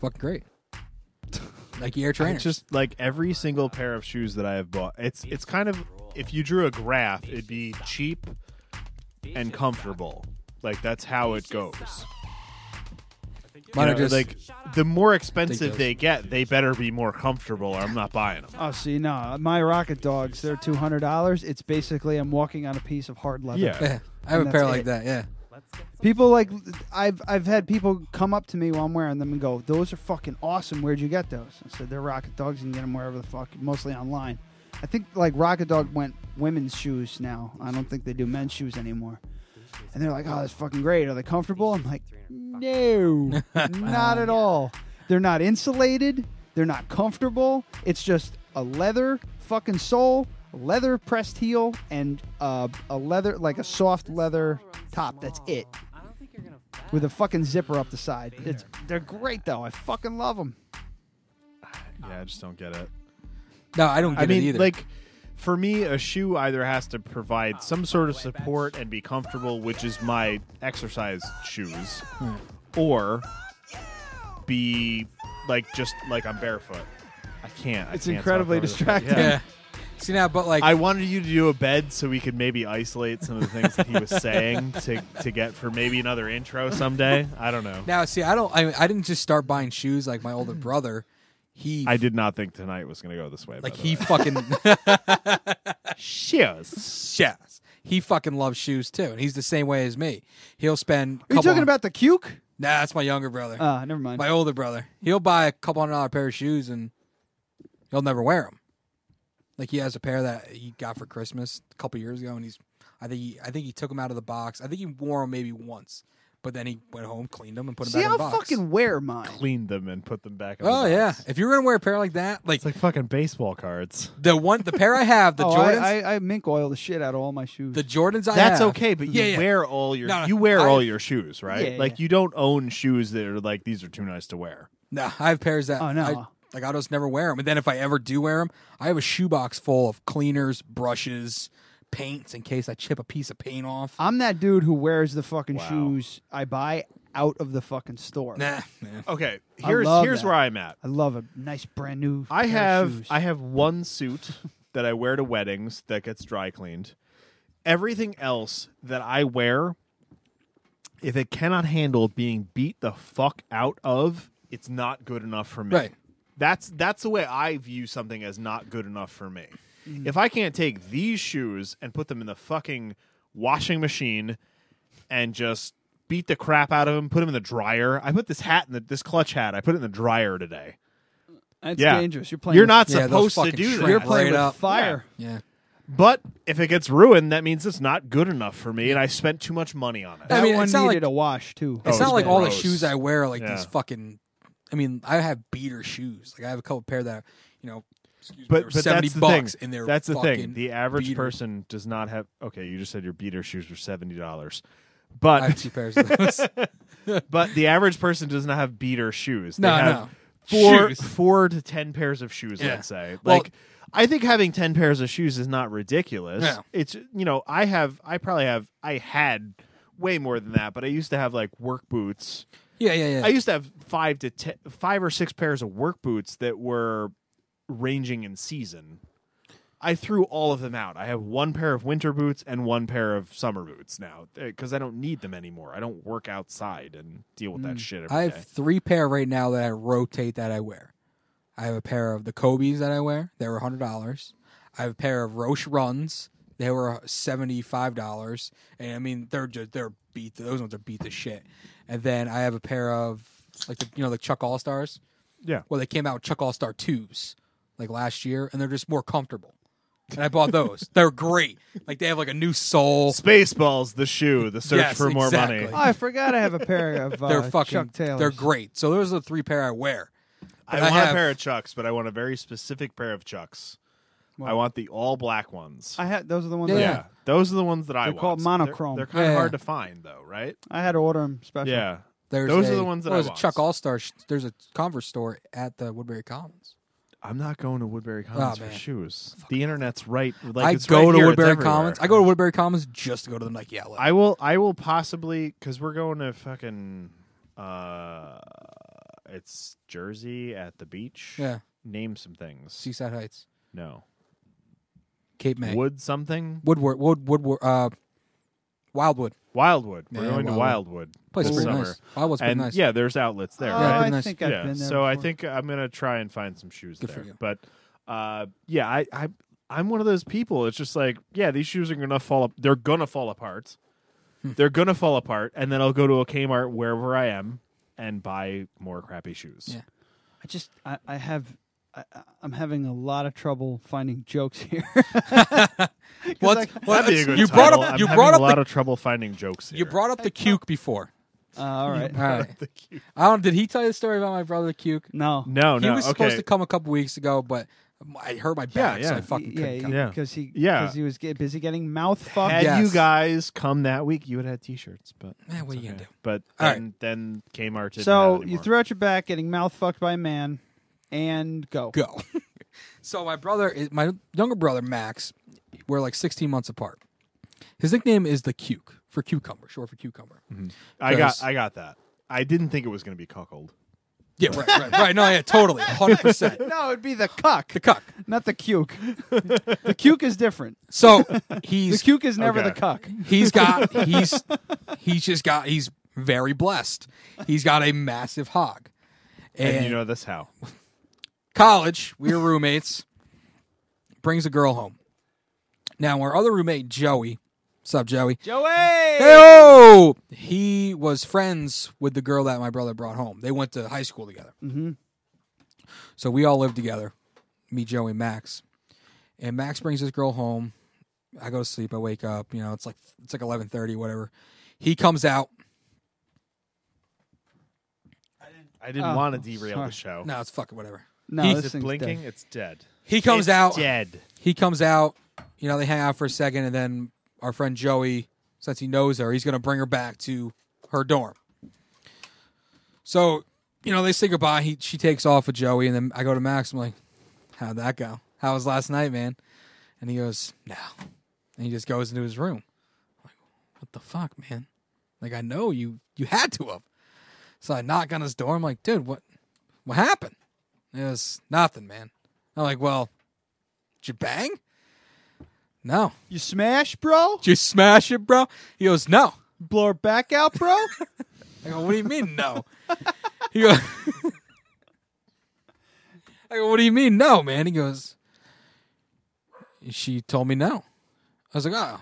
S6: fucking great. Nike Air trainers.
S3: It's just like every single pair of shoes that I have bought. It's it's kind of if you drew a graph, it'd be cheap and comfortable. Like that's how it goes. You
S6: Mine are
S3: know,
S6: just
S3: like the more expensive
S6: Ridiculous.
S3: they get, they better be more comfortable, or I'm not buying them.
S4: Oh, see, no, my rocket dogs. They're two hundred dollars. It's basically I'm walking on a piece of hard leather.
S6: yeah. I have
S4: And
S6: a pair
S4: that's
S6: like
S4: it.
S6: that. Yeah.
S4: People like I've I've had people come up to me while I'm wearing them and go, "Those are fucking awesome. Where'd you get those?" I said, "They're Rocket Dogs. You can get them wherever the fuck, mostly online." I think like Rocket Dog went women's shoes now. I don't think they do men's shoes anymore. And they're like, "Oh, that's fucking great. Are they comfortable?" I'm like, "No, not at all. They're not insulated. They're not comfortable. It's just a leather fucking sole, a leather pressed heel, and uh, a leather like a soft leather top. That's it." with a fucking zipper up the side. It's, they're great though. I fucking love them.
S3: Yeah, I just don't get it.
S6: No, I don't get
S3: I
S6: it
S3: mean,
S6: either.
S3: like for me, a shoe either has to provide some sort of support and be comfortable, which is my exercise shoes, or be like just like I'm barefoot. I can't. I
S4: It's
S3: can't
S4: incredibly
S3: stop going to the-
S4: distracting.
S6: yeah. See now, but like
S3: um, I wanted you to do a bed so we could maybe isolate some of the things that he was saying to, to get for maybe another intro someday. I don't know.
S6: now, see, I don't. I, I didn't just start buying shoes like my
S4: Mm.
S6: older brother. He
S3: I did not think tonight was going to go this way.
S6: like
S3: by the
S6: he
S3: way.
S6: fucking
S3: shoes.
S6: yes. He fucking loves shoes too, and he's the same way as me. He'll spend.
S4: Are you
S6: couple
S4: talking
S6: hun-
S4: about the cuke?
S6: Nah, that's my younger brother.
S4: Uh, never mind.
S6: my older brother. He'll buy a couple hundred dollar pair of shoes and he'll never wear them. Like he has a pair that he got for Christmas a couple years ago, and he's I think he, I think he took them out of the box. I think he wore them maybe once, but then he went home, cleaned them, and put them
S4: See,
S6: back in
S4: I'll
S6: the box.
S4: fucking wear mine.
S3: Cleaned them and put them back. in the
S6: Oh yeah!
S3: box.
S6: If you're gonna wear a pair like that, like,
S3: It's like fucking baseball cards.
S6: the one, the pair I have, the
S4: oh,
S6: Jordans,
S4: I, I, I mink oil the shit out of all my shoes.
S6: the Jordans I
S3: That's
S6: have-
S3: okay, but you
S6: Oh, Yeah, yeah.
S3: wear all your
S6: No, no,
S3: you wear
S6: I-
S3: all your shoes, right?
S4: Yeah,
S3: like
S4: yeah.
S3: you don't own shoes that are like these are too nice to wear.
S6: No, I have pairs that.
S4: Oh, no.
S6: I, like I just never wear them, and then if I ever do wear them, I have a shoebox full of cleaners, brushes, paints in case I chip a piece of paint off.
S4: I'm that dude who wears the fucking
S3: Wow.
S4: shoes I buy out of the fucking store.
S6: Nah, nah.
S3: Okay,
S4: I
S3: here's
S4: love
S3: here's
S4: that.
S3: where I'm at.
S4: I love a nice brand new.
S3: I
S4: pair of
S3: have
S4: shoes.
S3: I have one suit that I wear to weddings that gets dry cleaned. Everything else that I wear, if it cannot handle being beat the fuck out of, it's not good enough for me.
S6: Right.
S3: That's that's the way I view something as not good enough for me. If I can't take these shoes and put them in the fucking washing machine and just beat the crap out of them, put them in the dryer. I put this hat in the this clutch hat. I put it in the dryer today.
S4: That's
S3: yeah.
S4: dangerous. You're playing.
S3: You're
S4: with-
S3: not
S6: Yeah,
S3: supposed
S6: those
S3: to
S6: fucking
S3: do
S6: shreds.
S3: that.
S4: You're playing
S6: Right
S4: with
S6: up.
S4: fire.
S6: yeah.
S3: Oh, But if it gets ruined, that means it's not good enough for me, and I spent too much money on it.
S6: I
S4: That
S6: mean,
S4: one
S6: it's
S4: needed
S6: not like-
S4: a wash too.
S6: It's
S3: Oh,
S6: not like all the
S3: gross.
S6: shoes I wear are like
S3: Yeah.
S6: these fucking. I mean, I have beater shoes. Like I have a couple pair that, you know, excuse me, they were
S3: But but
S6: seventy
S3: that's the
S6: bucks,
S3: thing.
S6: and they're
S3: that's the
S6: fucking
S3: thing. The average
S6: beater.
S3: person does not have. Okay, you just said your beater shoes were seventy dollars,
S6: I have
S3: but
S6: two pairs of those.
S3: but the average person does not have beater shoes. They
S6: No,
S3: have
S6: no.
S3: four
S6: Shoes.
S3: four to ten pairs of shoes.
S6: Yeah.
S3: Let's say
S6: Well-
S3: like. I think having ten pairs of shoes is not ridiculous.
S6: No.
S3: It's you know I have I probably have I had way more than that, but I used to have like work boots.
S6: yeah, yeah, yeah.
S3: I used to have five to ten, five or six pairs of work boots that were ranging in season. I threw all of them out. I have one pair of winter boots and one pair of summer boots now because I don't need them anymore. I don't work outside and deal with
S6: Mm.
S3: that shit every day.
S6: I have three pair right now that I rotate that I wear. I have a pair of the Kobe's that I wear. They were hundred dollars. I have a pair of Roche Runs. They were seventy five dollars. And I mean, they're just they're beat. Those ones are beat the shit. And then I have a pair of like the, you know the Chuck All Stars.
S3: Yeah.
S6: Well, they came out with Chuck All Star twos like last year, and they're just more comfortable. And I bought those. they're great. Like they have like a new sole.
S3: Spaceballs, the shoe, the search
S6: Yes,
S3: for more
S6: exactly.
S3: money.
S4: Oh, I forgot I have a pair of uh,
S6: They're fucking.
S4: Chuck Taylors.
S6: They're great. So those are the three pair I wear.
S3: I,
S6: But I
S3: want
S6: have-
S3: a pair of chucks, but I want a very specific pair of chucks. I want the all black ones.
S4: I had those are the ones.
S6: Yeah.
S4: I,
S3: yeah.
S4: had.
S3: those are the ones that I
S4: They're
S3: want.
S4: called
S3: They're-
S4: monochrome.
S3: They're, kind of
S6: Yeah.
S3: hard to find, though, right?
S4: I had to order them special.
S3: Yeah,
S6: There's
S3: Those are
S6: a-
S3: the ones that
S6: well,
S3: I
S6: there's
S3: want.
S6: a Chuck All Star. There's a Converse store at the Woodbury Commons.
S3: I'm not going to Woodbury Commons for
S6: Oh, man.
S3: shoes. The internet's right. Like,
S6: I
S3: it's
S6: go
S3: right
S6: to
S3: here, it's
S6: Woodbury
S3: everywhere.
S6: Commons. I go to Woodbury Commons just to go to the Nike outlet.
S3: I will. I will possibly because we're going to fucking uh, it's Jersey at the beach.
S6: Yeah.
S3: Name some things.
S6: Seaside Heights,
S3: No.
S6: Cape May,
S3: Wood something?
S6: Woodward, Wood, Woodward, uh, Wildwood.
S3: Wildwood. We're
S6: Yeah,
S3: going to Wildwood.
S6: Place
S3: this
S6: is pretty
S3: summer.
S6: nice. Wildwood's pretty
S3: and
S6: nice.
S3: yeah, there's outlets there,
S4: Oh,
S3: right?
S4: I
S6: Nice.
S4: think I've
S3: yeah.
S4: been there.
S3: so I
S4: before.
S3: think I'm gonna try and find some shoes
S6: Good for
S3: there.
S6: you.
S3: But uh, yeah, I, I I'm one of those people. It's just like, yeah, these shoes are gonna fall up. They're gonna fall apart.
S6: Hmm.
S3: They're gonna fall apart, and then I'll go to a Kmart wherever I am and buy more crappy shoes.
S6: Yeah.
S4: I just I, I have I, I- I'm having a lot of trouble finding jokes here. Uh,
S6: Well,
S4: I-
S6: it's- well,
S3: That'd be a
S6: it's-
S3: good
S6: you brought
S3: title.
S6: up
S3: I'm
S6: you
S3: having
S6: brought
S3: a
S6: up
S3: lot
S6: the,
S3: of trouble finding jokes. Here.
S6: you brought up the cuke before.
S4: Uh, all right.
S6: All right. I don't. Did he tell you the story about my brother Cuke?
S4: No.
S3: no,
S6: he
S3: no.
S6: was
S3: okay.
S6: supposed to come a couple weeks ago, but I hurt my back, so
S3: yeah.
S6: I fucking
S4: yeah,
S6: couldn't come.
S3: Yeah.
S4: because he
S3: Yeah.
S4: because he was get, busy getting mouth fucked.
S3: Had
S6: Yeah.
S3: you
S6: Yes.
S3: guys come that week, you would have had T-shirts, but
S6: Man, what
S3: it's
S6: are you gonna do?
S3: But
S6: All
S3: then, then Kmart. Didn't have
S4: So
S3: it
S4: you
S3: anymore.
S4: threw out your back, getting mouth fucked by a man, and go.
S6: go. so my brother, is- my younger brother Max, we're like 16 months apart. His nickname is the Cuke for cucumber, short for cucumber.
S3: Mm-hmm. I got
S6: Because-
S3: I got that. I didn't think it was going to be cuckold.
S6: Yeah, right, right, right. No, yeah, totally, 100. percent
S4: No, it'd be the cuck,
S6: The cuck.
S4: not the cuke. the cuke is different.
S6: So
S4: The
S6: he's
S4: cuke is never
S3: Okay.
S4: the cuck.
S6: he's got he's he's just got he's very blessed. He's got a massive hog.
S3: And, you know this how?
S6: college, we were roommates. brings a girl home. Now, our other roommate, Joey, what's up, Joey?
S4: Joey.
S6: Heyo! He was friends with the girl that my brother brought home. They went to high school together. Mm-hmm. So we all lived together, me, Joey, and Max. And Max brings this girl home. I go to sleep. I wake up. You know, it's like it's like eleven thirty, whatever. He comes out.
S3: I didn't
S4: Oh,
S3: want to derail
S4: sorry.
S3: the show.
S6: No, it's fucking whatever.
S4: No,
S6: He's
S4: this
S3: Is it
S4: thing's
S3: blinking?
S4: dead.
S3: It's dead.
S6: He comes
S3: It's
S6: out.
S3: dead.
S6: he comes out, you know, they hang out for a second, and then our friend Joey, since he knows her, he's going to bring her back to her dorm. So, you know, they say goodbye. He, she takes off with Joey, and then I go to Max. I'm like, how'd that go? How was last night, man? And he goes, no. And he just goes into his room. I'm like, what the fuck, man? Like, I know you, you had to have. So I knock on his door. I'm like, dude, what, what happened? And It was nothing, man. I'm like, well, did you bang? No.
S4: You smash, bro.
S6: Did you smash it, bro? He goes, no.
S4: Blow her back out, bro.
S6: I go, what do you mean, no? he goes, I go, what do you mean, no, man? He goes, she told me no. I was like, oh.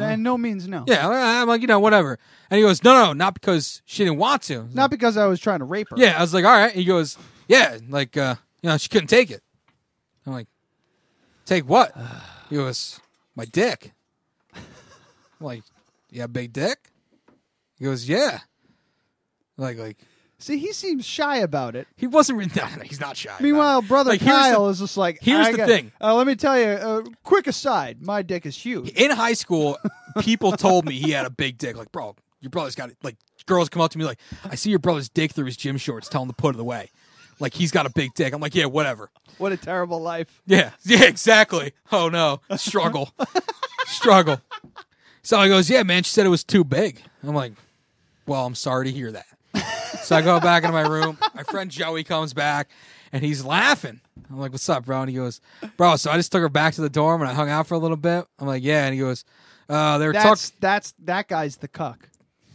S4: and no means no.
S6: Yeah, I- I'm like, you know, whatever. And he goes, no, no, not because she didn't want to. I was
S4: Not because I was trying to rape her.
S6: Yeah, I was like, all right. He goes, yeah, like, uh, you know, she couldn't take it. I'm like, take what? He goes, my dick. I'm like, you have a big dick? He goes, yeah. Like, like
S4: See, he seems shy about it.
S6: he wasn't. Re- no, no, he's not shy. about it.
S4: Meanwhile, brother
S6: Like, here's the-
S4: Kyle is just like.
S6: here's
S4: I
S6: the
S4: got-
S6: thing.
S4: Uh, let me tell you. Uh, quick aside, my dick is huge.
S6: in high school, people told me he had a big dick. Like, bro, your brother's got it. Like, girls come up to me like, I see your brother's dick through his gym shorts. Tell him to put it away. Like, he's got a big dick. I'm like, yeah, whatever.
S4: What a terrible life.
S6: Yeah, yeah, exactly. Oh no, struggle, struggle. So I goes, yeah, man. She said it was too big. I'm like, well, I'm sorry to hear that. So I go back into my room. My friend Joey comes back, and he's laughing. I'm like, what's up, bro? And he goes, bro. So I just took her back to the dorm, and I hung out for a little bit. I'm like, yeah. And he goes, uh, they were talking.
S4: That's that's that guy's the cuck.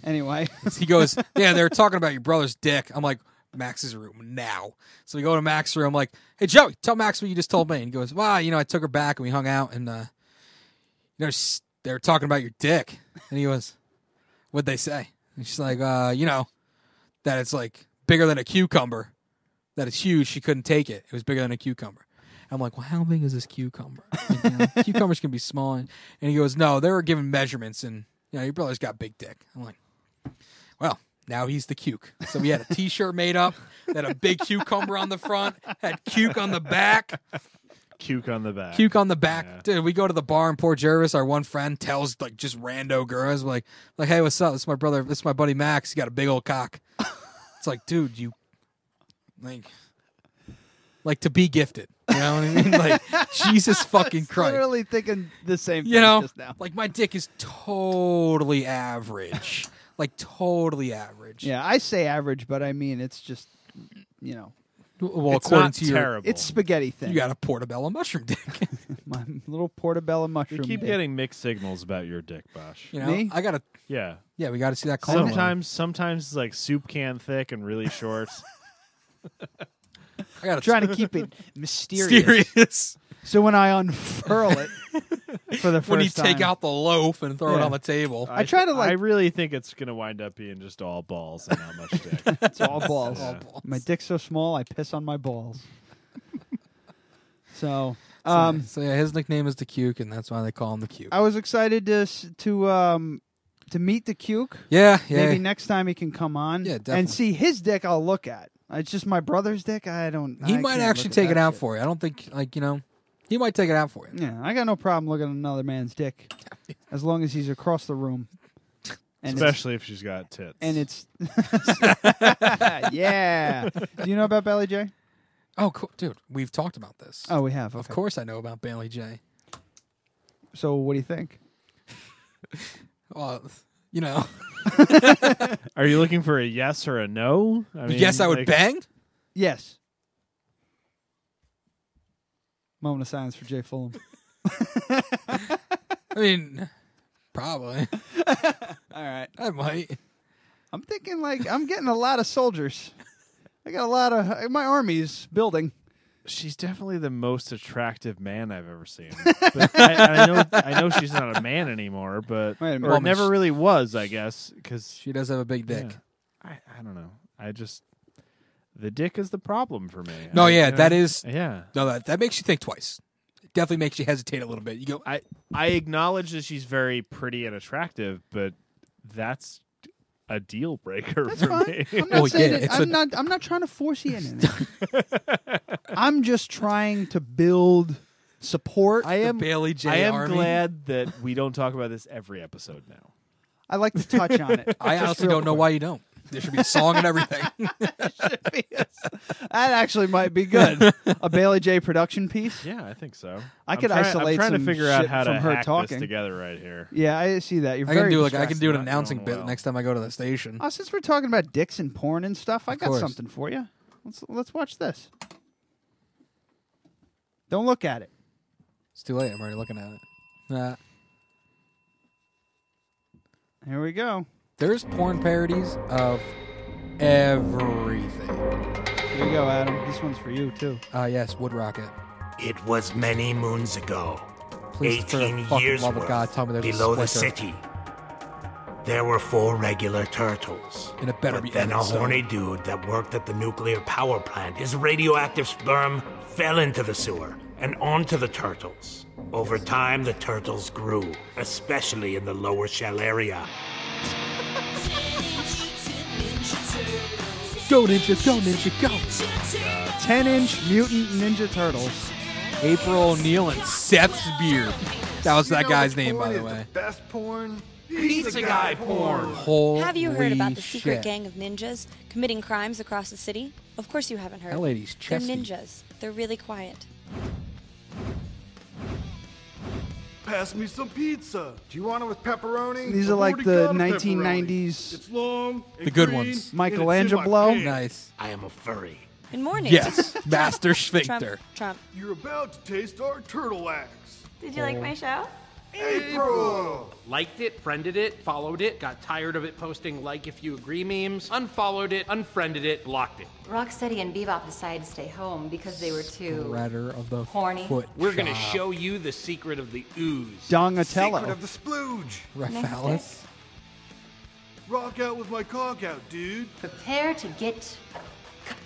S4: Anyway,
S6: He goes, Yeah, they were talking about your brother's dick. I'm like, Max's room now. So we go to Max's room. I'm like, Hey, Joey, tell Max what you just told me. And he goes, Well, you know, I took her back and we hung out and, uh, you know, s- they were talking about your dick. And he goes, What'd they say? And she's like, uh, You know, that it's like bigger than a cucumber, that it's huge. She couldn't take it. It was bigger than a cucumber. I'm like, well, how big is this cucumber? You know, cucumbers can be small. And he goes, no, they were given measurements, and you know, your brother's got big dick. I'm like, well, now he's the cuke. So we had a T-shirt made up that had a big cucumber on the front, had cuke on the back,
S3: Cuke on the back.
S6: cuke on the back. Dude, we go to the bar and poor Jervis, our one friend, tells like just rando girls like, like, hey, what's up? This is my brother. This is my buddy Max. He got a big old cock. It's like, dude, you like, like to be gifted. You know what I mean? Like, Jesus fucking Christ.
S4: literally thinking the same thing
S6: you know,
S4: just now.
S6: like my dick is totally average. like totally average.
S4: Yeah, I say average, but I mean it's just you know,
S6: Well,
S3: it's
S6: according
S3: not
S6: to your,
S3: terrible.
S4: it's spaghetti thin.
S6: you got a portobello mushroom dick.
S4: my little portobello
S3: you
S4: mushroom.
S3: keep
S4: dick.
S3: getting mixed signals about your dick, Bosh.
S6: You know,
S4: Me?
S6: I gotta.
S3: Yeah.
S6: Yeah, we gotta see that. colon.
S3: Sometimes, sometimes it's like soup can thick and really short.
S6: I gotta
S4: trying to keep it mysterious.
S6: serious.
S4: So when I unfurl it for the first
S6: when you
S4: time,
S6: take out the loaf and throw it
S4: Yeah.
S6: on the table.
S4: I try to, like-
S3: I really think it's gonna wind up being just all balls and not much dick.
S4: it's all balls.
S6: All balls.
S4: My dick's so small, I piss on my balls. so, um,
S6: so yeah, his nickname is the Cuke, and that's why they call him the Cuke.
S4: I was excited to s- to um to meet the cuke.
S6: yeah, yeah.
S4: Maybe next time he can come on.
S6: Yeah,
S4: And
S6: definitely.
S4: see his dick. I'll look at. It's just my brother's dick. I don't.
S6: he
S4: I
S6: might
S4: can't
S6: actually
S4: look at
S6: take
S4: that
S6: it out
S4: shit.
S6: for you. I don't think like you know, he might take it out for you.
S4: Yeah, I got no problem looking at another man's dick, as long as he's across the room. And it's-
S3: Especially if she's got tits.
S4: and it's yeah. Do you know about Belly J?
S6: Oh, cool, dude. We've talked about this.
S4: Oh, we have.
S6: of
S4: okay.
S6: course I know about Bailey J.
S4: So what do you think?
S6: Well, you know,
S3: Are you looking for a yes or a no? I mean,
S6: yes, I would
S3: like,
S6: bang.
S4: Yes. Moment of silence for Jay Fulham.
S6: I mean, probably.
S4: All right.
S6: I might.
S4: I'm thinking like I'm getting a lot of soldiers. I got a lot of uh, my army's building.
S3: She's definitely the most attractive man I've ever seen. But I, I know, I know she's not a man anymore, but
S4: Wait a minute.
S3: or
S4: Woman.
S3: never really was, I guess, because
S6: She does have a big dick.
S3: I, I don't know. I just the dick is the problem for me.
S6: No,
S3: I-
S6: yeah,
S3: you know,
S6: that is-
S3: Yeah,
S6: No, that that makes you think twice. It definitely makes you hesitate a little bit. You go,
S3: I I acknowledge that she's very pretty and attractive, but that's a deal breaker
S4: That's
S3: for
S4: fine.
S3: me.
S4: I'm not
S6: Well,
S4: saying
S6: Oh, yeah,
S4: it.
S6: it's
S4: I'm
S6: a-
S4: not. I'm not trying to force you in. I'm just trying to build support.
S3: I
S6: the
S3: am
S6: Bailey J.
S3: I am
S6: Army.
S3: glad that we don't talk about this every episode now.
S4: I like to touch on it.
S6: I
S4: Just
S6: honestly
S4: real
S6: don't know why you don't. There should be a song and everything.
S4: quick. that actually might be good. A Bailey J production piece.
S3: Yeah, I think so.
S4: I
S3: I'm
S4: could
S3: trying-
S4: isolate
S3: I'm trying
S4: some
S3: to figure out
S4: shit
S3: how
S4: from
S3: to
S4: her
S3: hack this
S4: talking.
S3: together right here.
S4: Yeah, I see that. You're
S6: I
S4: very
S6: can do like I can do an
S3: distracting.
S6: announcing
S3: Oh,
S6: bit
S3: well.
S6: next time I go to the station.
S4: Oh, since we're talking about dicks and porn and stuff, I got
S6: course.
S4: something for you. Let's let's watch this. Don't look at it.
S6: It's too late. I'm already looking at it. Nah,
S4: Here we go.
S6: there's porn parodies of everything.
S4: Here you go, Adam. This one's for you too.
S6: Ah, yes, Wood Rocket.
S8: It was many moons ago.
S6: Please, for the
S8: 18
S6: fucking
S8: years
S6: love of
S8: worth
S6: God, tell me there's a
S8: below the
S6: splitter.
S8: city. There were four regular turtles.
S6: And it better
S8: but
S6: be
S8: then a
S6: Emma Stone.
S8: horny dude that worked at the nuclear power plant. His radioactive sperm fell into the sewer and onto the turtles. Over time, the turtles grew, especially in the lower shell area.
S6: Go ninja, go ninja, go!
S4: Ten-inch mutant ninja turtles.
S6: April O'Neil and Seth's beard. That was that guy's name, by the way.
S9: Best porn.
S8: Pizza guy porn!
S6: Holy
S10: Have you heard about the secret
S6: shit.
S10: gang of ninjas committing crimes across the city? Of course you haven't heard.
S6: That lady's
S10: They're
S6: chesty.
S10: ninjas. They're really quiet.
S9: Pass me some pizza. Do you want it with pepperoni?
S4: These
S9: I've
S4: are like
S9: already
S4: the
S9: got a pepperoni.
S4: 1990s
S9: It's long. and
S6: The good
S9: green,
S6: ones.
S9: and it's in my
S4: Michelangelo.
S9: pants.
S6: Nice.
S8: I am a furry.
S10: And more ninjas.
S6: Yes, Master
S10: Trump,
S6: Sphincter.
S10: Trump.
S9: You're about to taste our turtle wax.
S11: Did you like my show?
S9: April.
S12: Liked it, friended it, followed it, got tired of it posting like if you agree memes, unfollowed it, unfriended it, blocked it.
S11: Rocksteady and Bebop decided to stay home because they were too.
S6: Rider of the
S11: Horny.
S6: foot.
S12: We're gonna
S6: chop.
S12: show you the secret of the ooze.
S9: Secret
S4: Donatello.
S9: of the splooge.
S6: Raphaelis.
S9: Rock out with my cock out, dude.
S11: Prepare to get cut.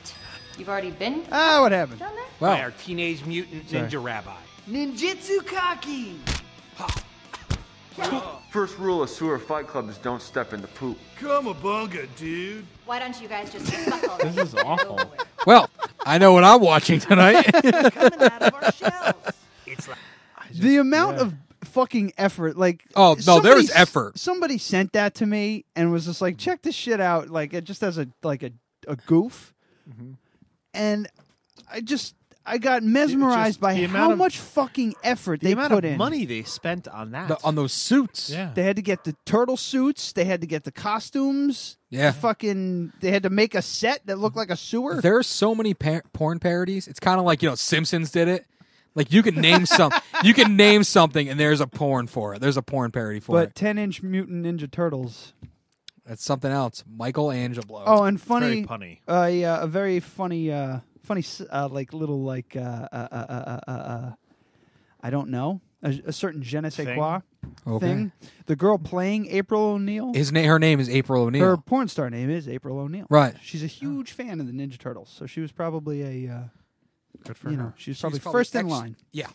S11: You've already been
S4: Ah, what happened?
S11: down there?
S12: by
S6: Wow.
S12: our teenage mutant ninja rabbi.
S9: Ninjitsu cocky.
S5: First rule of sewer fight club is don't step in the poop.
S9: Come a bunga, dude.
S11: Why don't you guys just buckle
S3: This is awful.
S6: Well, I know what I'm watching tonight.
S11: coming out of our shells?
S8: It's like
S4: the amount of fucking effort, like
S6: Oh, no, there was
S4: somebody s-
S6: effort.
S4: Somebody sent that to me and was just like, "Check this shit out,"
S3: Mm-hmm.
S4: like it just as a like a a goof, and I just I got mesmerized
S3: just
S4: by
S3: the
S4: how
S3: amount of-
S4: much fucking effort
S3: the
S4: they
S3: amount
S4: put
S3: of
S4: in.
S3: money they spent on that
S6: The- on those suits.
S3: Yeah.
S4: They had to get the turtle suits. They had to get the costumes.
S6: Yeah.
S4: the fucking. They had to make a set that looked like a sewer.
S6: There are so many par- porn parodies. It's kind of like you know Simpsons did it. Like you can name some, you can name something, and there's a porn for it. There's a porn parody for
S4: but
S6: it.
S4: ten inch mutant ninja turtles.
S6: That's something else. Michelangelo.
S4: Oh, and funny.
S6: Very punny.
S4: Uh, yeah, a very funny, uh, funny, s- uh, like little like uh, uh, uh, uh, uh, uh, I don't know a, a certain je ne sais
S6: Thing?
S4: quoi
S6: Okay.
S4: thing. The girl playing April O'Neil.
S6: His na- her name is April O'Neil.
S4: Her porn star name is April O'Neil.
S6: Right.
S4: She's a huge fan of the Ninja Turtles, so she was probably a. Uh,
S3: Good
S4: you know, she was probably, first in
S6: ex-
S4: line.
S6: Yeah.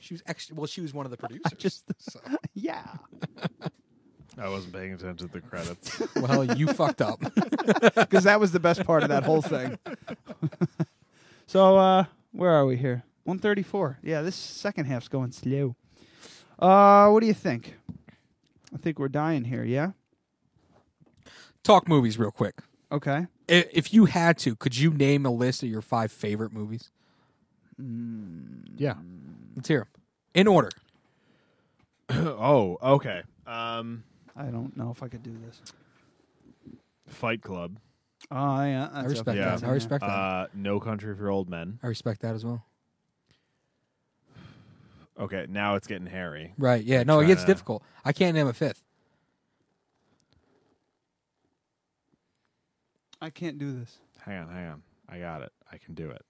S6: She was actually well. She was one of the producers.
S4: just-
S6: so.
S4: Yeah.
S3: I wasn't paying attention to the credits.
S6: Well, you fucked up.
S4: Because that was the best part of that whole thing. so, uh, where are we here? 134. Yeah, this second half's going slow. Uh, what do you think? I think we're dying here, yeah?
S6: Talk movies real quick.
S4: Okay.
S6: I- If you had to, could you name a list of your five favorite movies?
S3: Mm.
S2: Yeah.
S6: Let's hear 'em. in order.
S3: oh, okay. Um,
S4: I don't know if I could do this.
S3: Fight Club.
S4: Oh, yeah. That's
S6: respect
S4: okay.
S6: that.
S4: That's in
S6: I respect
S4: there.
S6: that.
S3: Uh, no Country for Old Men.
S6: I respect that as well.
S3: Okay, now it's getting hairy.
S6: Right. Yeah.
S3: I'm
S6: No, it
S3: trying
S6: gets
S3: to-
S6: difficult. I can't name a fifth.
S4: I can't do this.
S3: Hang on, hang on. I got it. I can do it.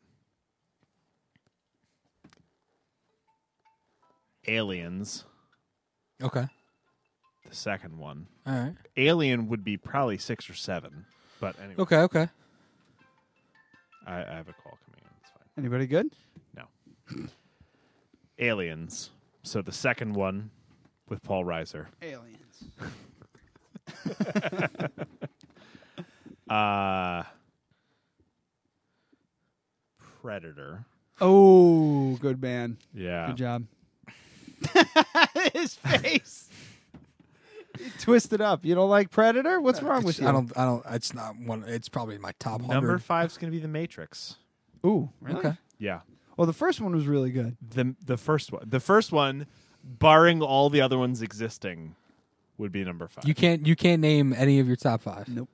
S3: Aliens,
S6: Okay.
S3: the second one.
S6: All right.
S3: Alien would be probably six or seven, but anyway,
S6: Okay. Okay.
S3: I, I have a call coming in. It's fine.
S4: Anybody good?
S3: Aliens. So the second one with Paul Reiser.
S4: Aliens.
S3: Uh, Predator.
S4: Oh, good man.
S3: Yeah.
S4: Good job. His face. He Twisted up. You don't like Predator? What's wrong with
S6: Uh, It's-
S4: you?
S6: I don't. I don't. It's not one. It's probably in my top
S3: Number
S6: hundred.
S3: five's going to be The Matrix.
S4: Ooh, really?
S6: Okay.
S3: Yeah.
S4: Well, the first one was really good.
S3: The the first one. The first one, barring all the other ones existing, would be number five.
S6: You can't. You can't name any of your top five.
S4: Nope.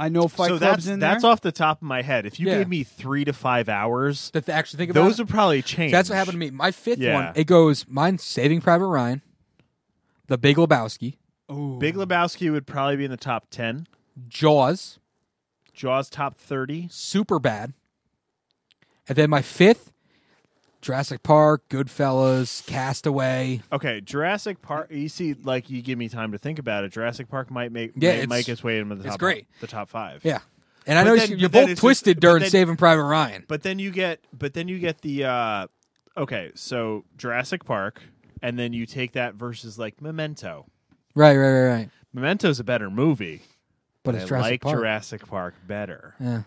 S4: I know Fight
S3: so that's
S4: Club's in
S3: that's
S4: there.
S3: off the top of my head. If you
S6: Yeah.
S3: gave me three to five hours,
S6: That actually think about
S3: those
S6: it.
S3: would probably change.
S6: That's what happened to me. My fifth
S3: Yeah.
S6: one. It goes. Mine's Saving Private Ryan. The Big Lebowski.
S4: Ooh.
S3: Big Lebowski would probably be in the top ten.
S6: Jaws.
S3: Jaws top thirty.
S6: Super bad. And then my fifth. Jurassic Park. Goodfellas. Castaway.
S3: Okay, Jurassic Park. You see, like you give me time to think about it. Jurassic Park might make
S6: Yeah,
S3: might
S6: it's-
S3: make its way into the
S6: it's
S3: top
S6: great.
S3: the top five.
S6: Yeah. And I
S3: But
S6: know
S3: then-
S6: you-
S3: but
S6: you're
S3: then
S6: both
S3: it's just-
S6: twisted
S3: but
S6: during
S3: then-
S6: Saving Private Ryan.
S3: But then you get but then you get the uh okay, so Jurassic Park and then you take that versus like Memento.
S6: Right. Right. Right. Right.
S3: Memento's a better movie,
S6: But
S3: but,
S6: it's
S3: I
S6: Jurassic
S3: like
S6: Park.
S3: Jurassic Park better.
S6: Yeah.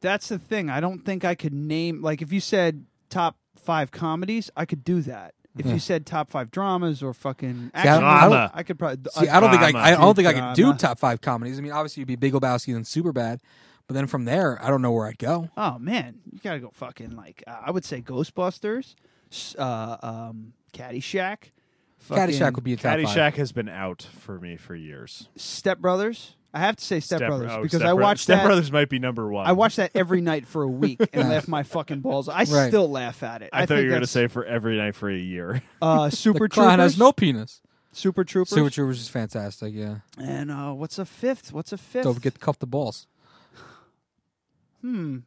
S4: That's the thing. I don't think I could name like if you said top five comedies, I could do that. If you said top five dramas or fucking
S6: See, I
S4: action,
S6: don't- I don't-
S4: I, could probably.
S6: See, I don't think I,
S3: drama.
S6: I don't think I could do
S4: Drama.
S6: top five comedies. I mean, obviously it'd be Big Lebowski and Superbad, but then from there, I don't know where I'd go.
S4: Oh man, you gotta go fucking like uh, I would say Ghostbusters, s- uh, um, Caddyshack, fucking
S6: Caddyshack would be a top five.
S3: Caddyshack has been out for me for years.
S4: Step Brothers. I have to say Step, Brothers
S3: oh,
S4: because
S3: Step
S4: I
S3: Bro-
S4: watched
S3: Step
S4: that.
S3: Brothers might be number one.
S4: I watched that every night for a week and laughed my fucking balls. I
S6: Right.
S4: still laugh at it.
S3: I, thought
S4: think
S3: you were gonna
S4: that's-
S3: say for every night for a year.
S4: uh,
S6: The
S4: Super
S6: clown has
S4: Troopers.
S6: no penis.
S4: Super Troopers.
S6: Super Troopers is fantastic. Yeah,
S4: and uh, what's a fifth? What's a 5th
S6: don't forget to cuff the balls.
S4: Hmm.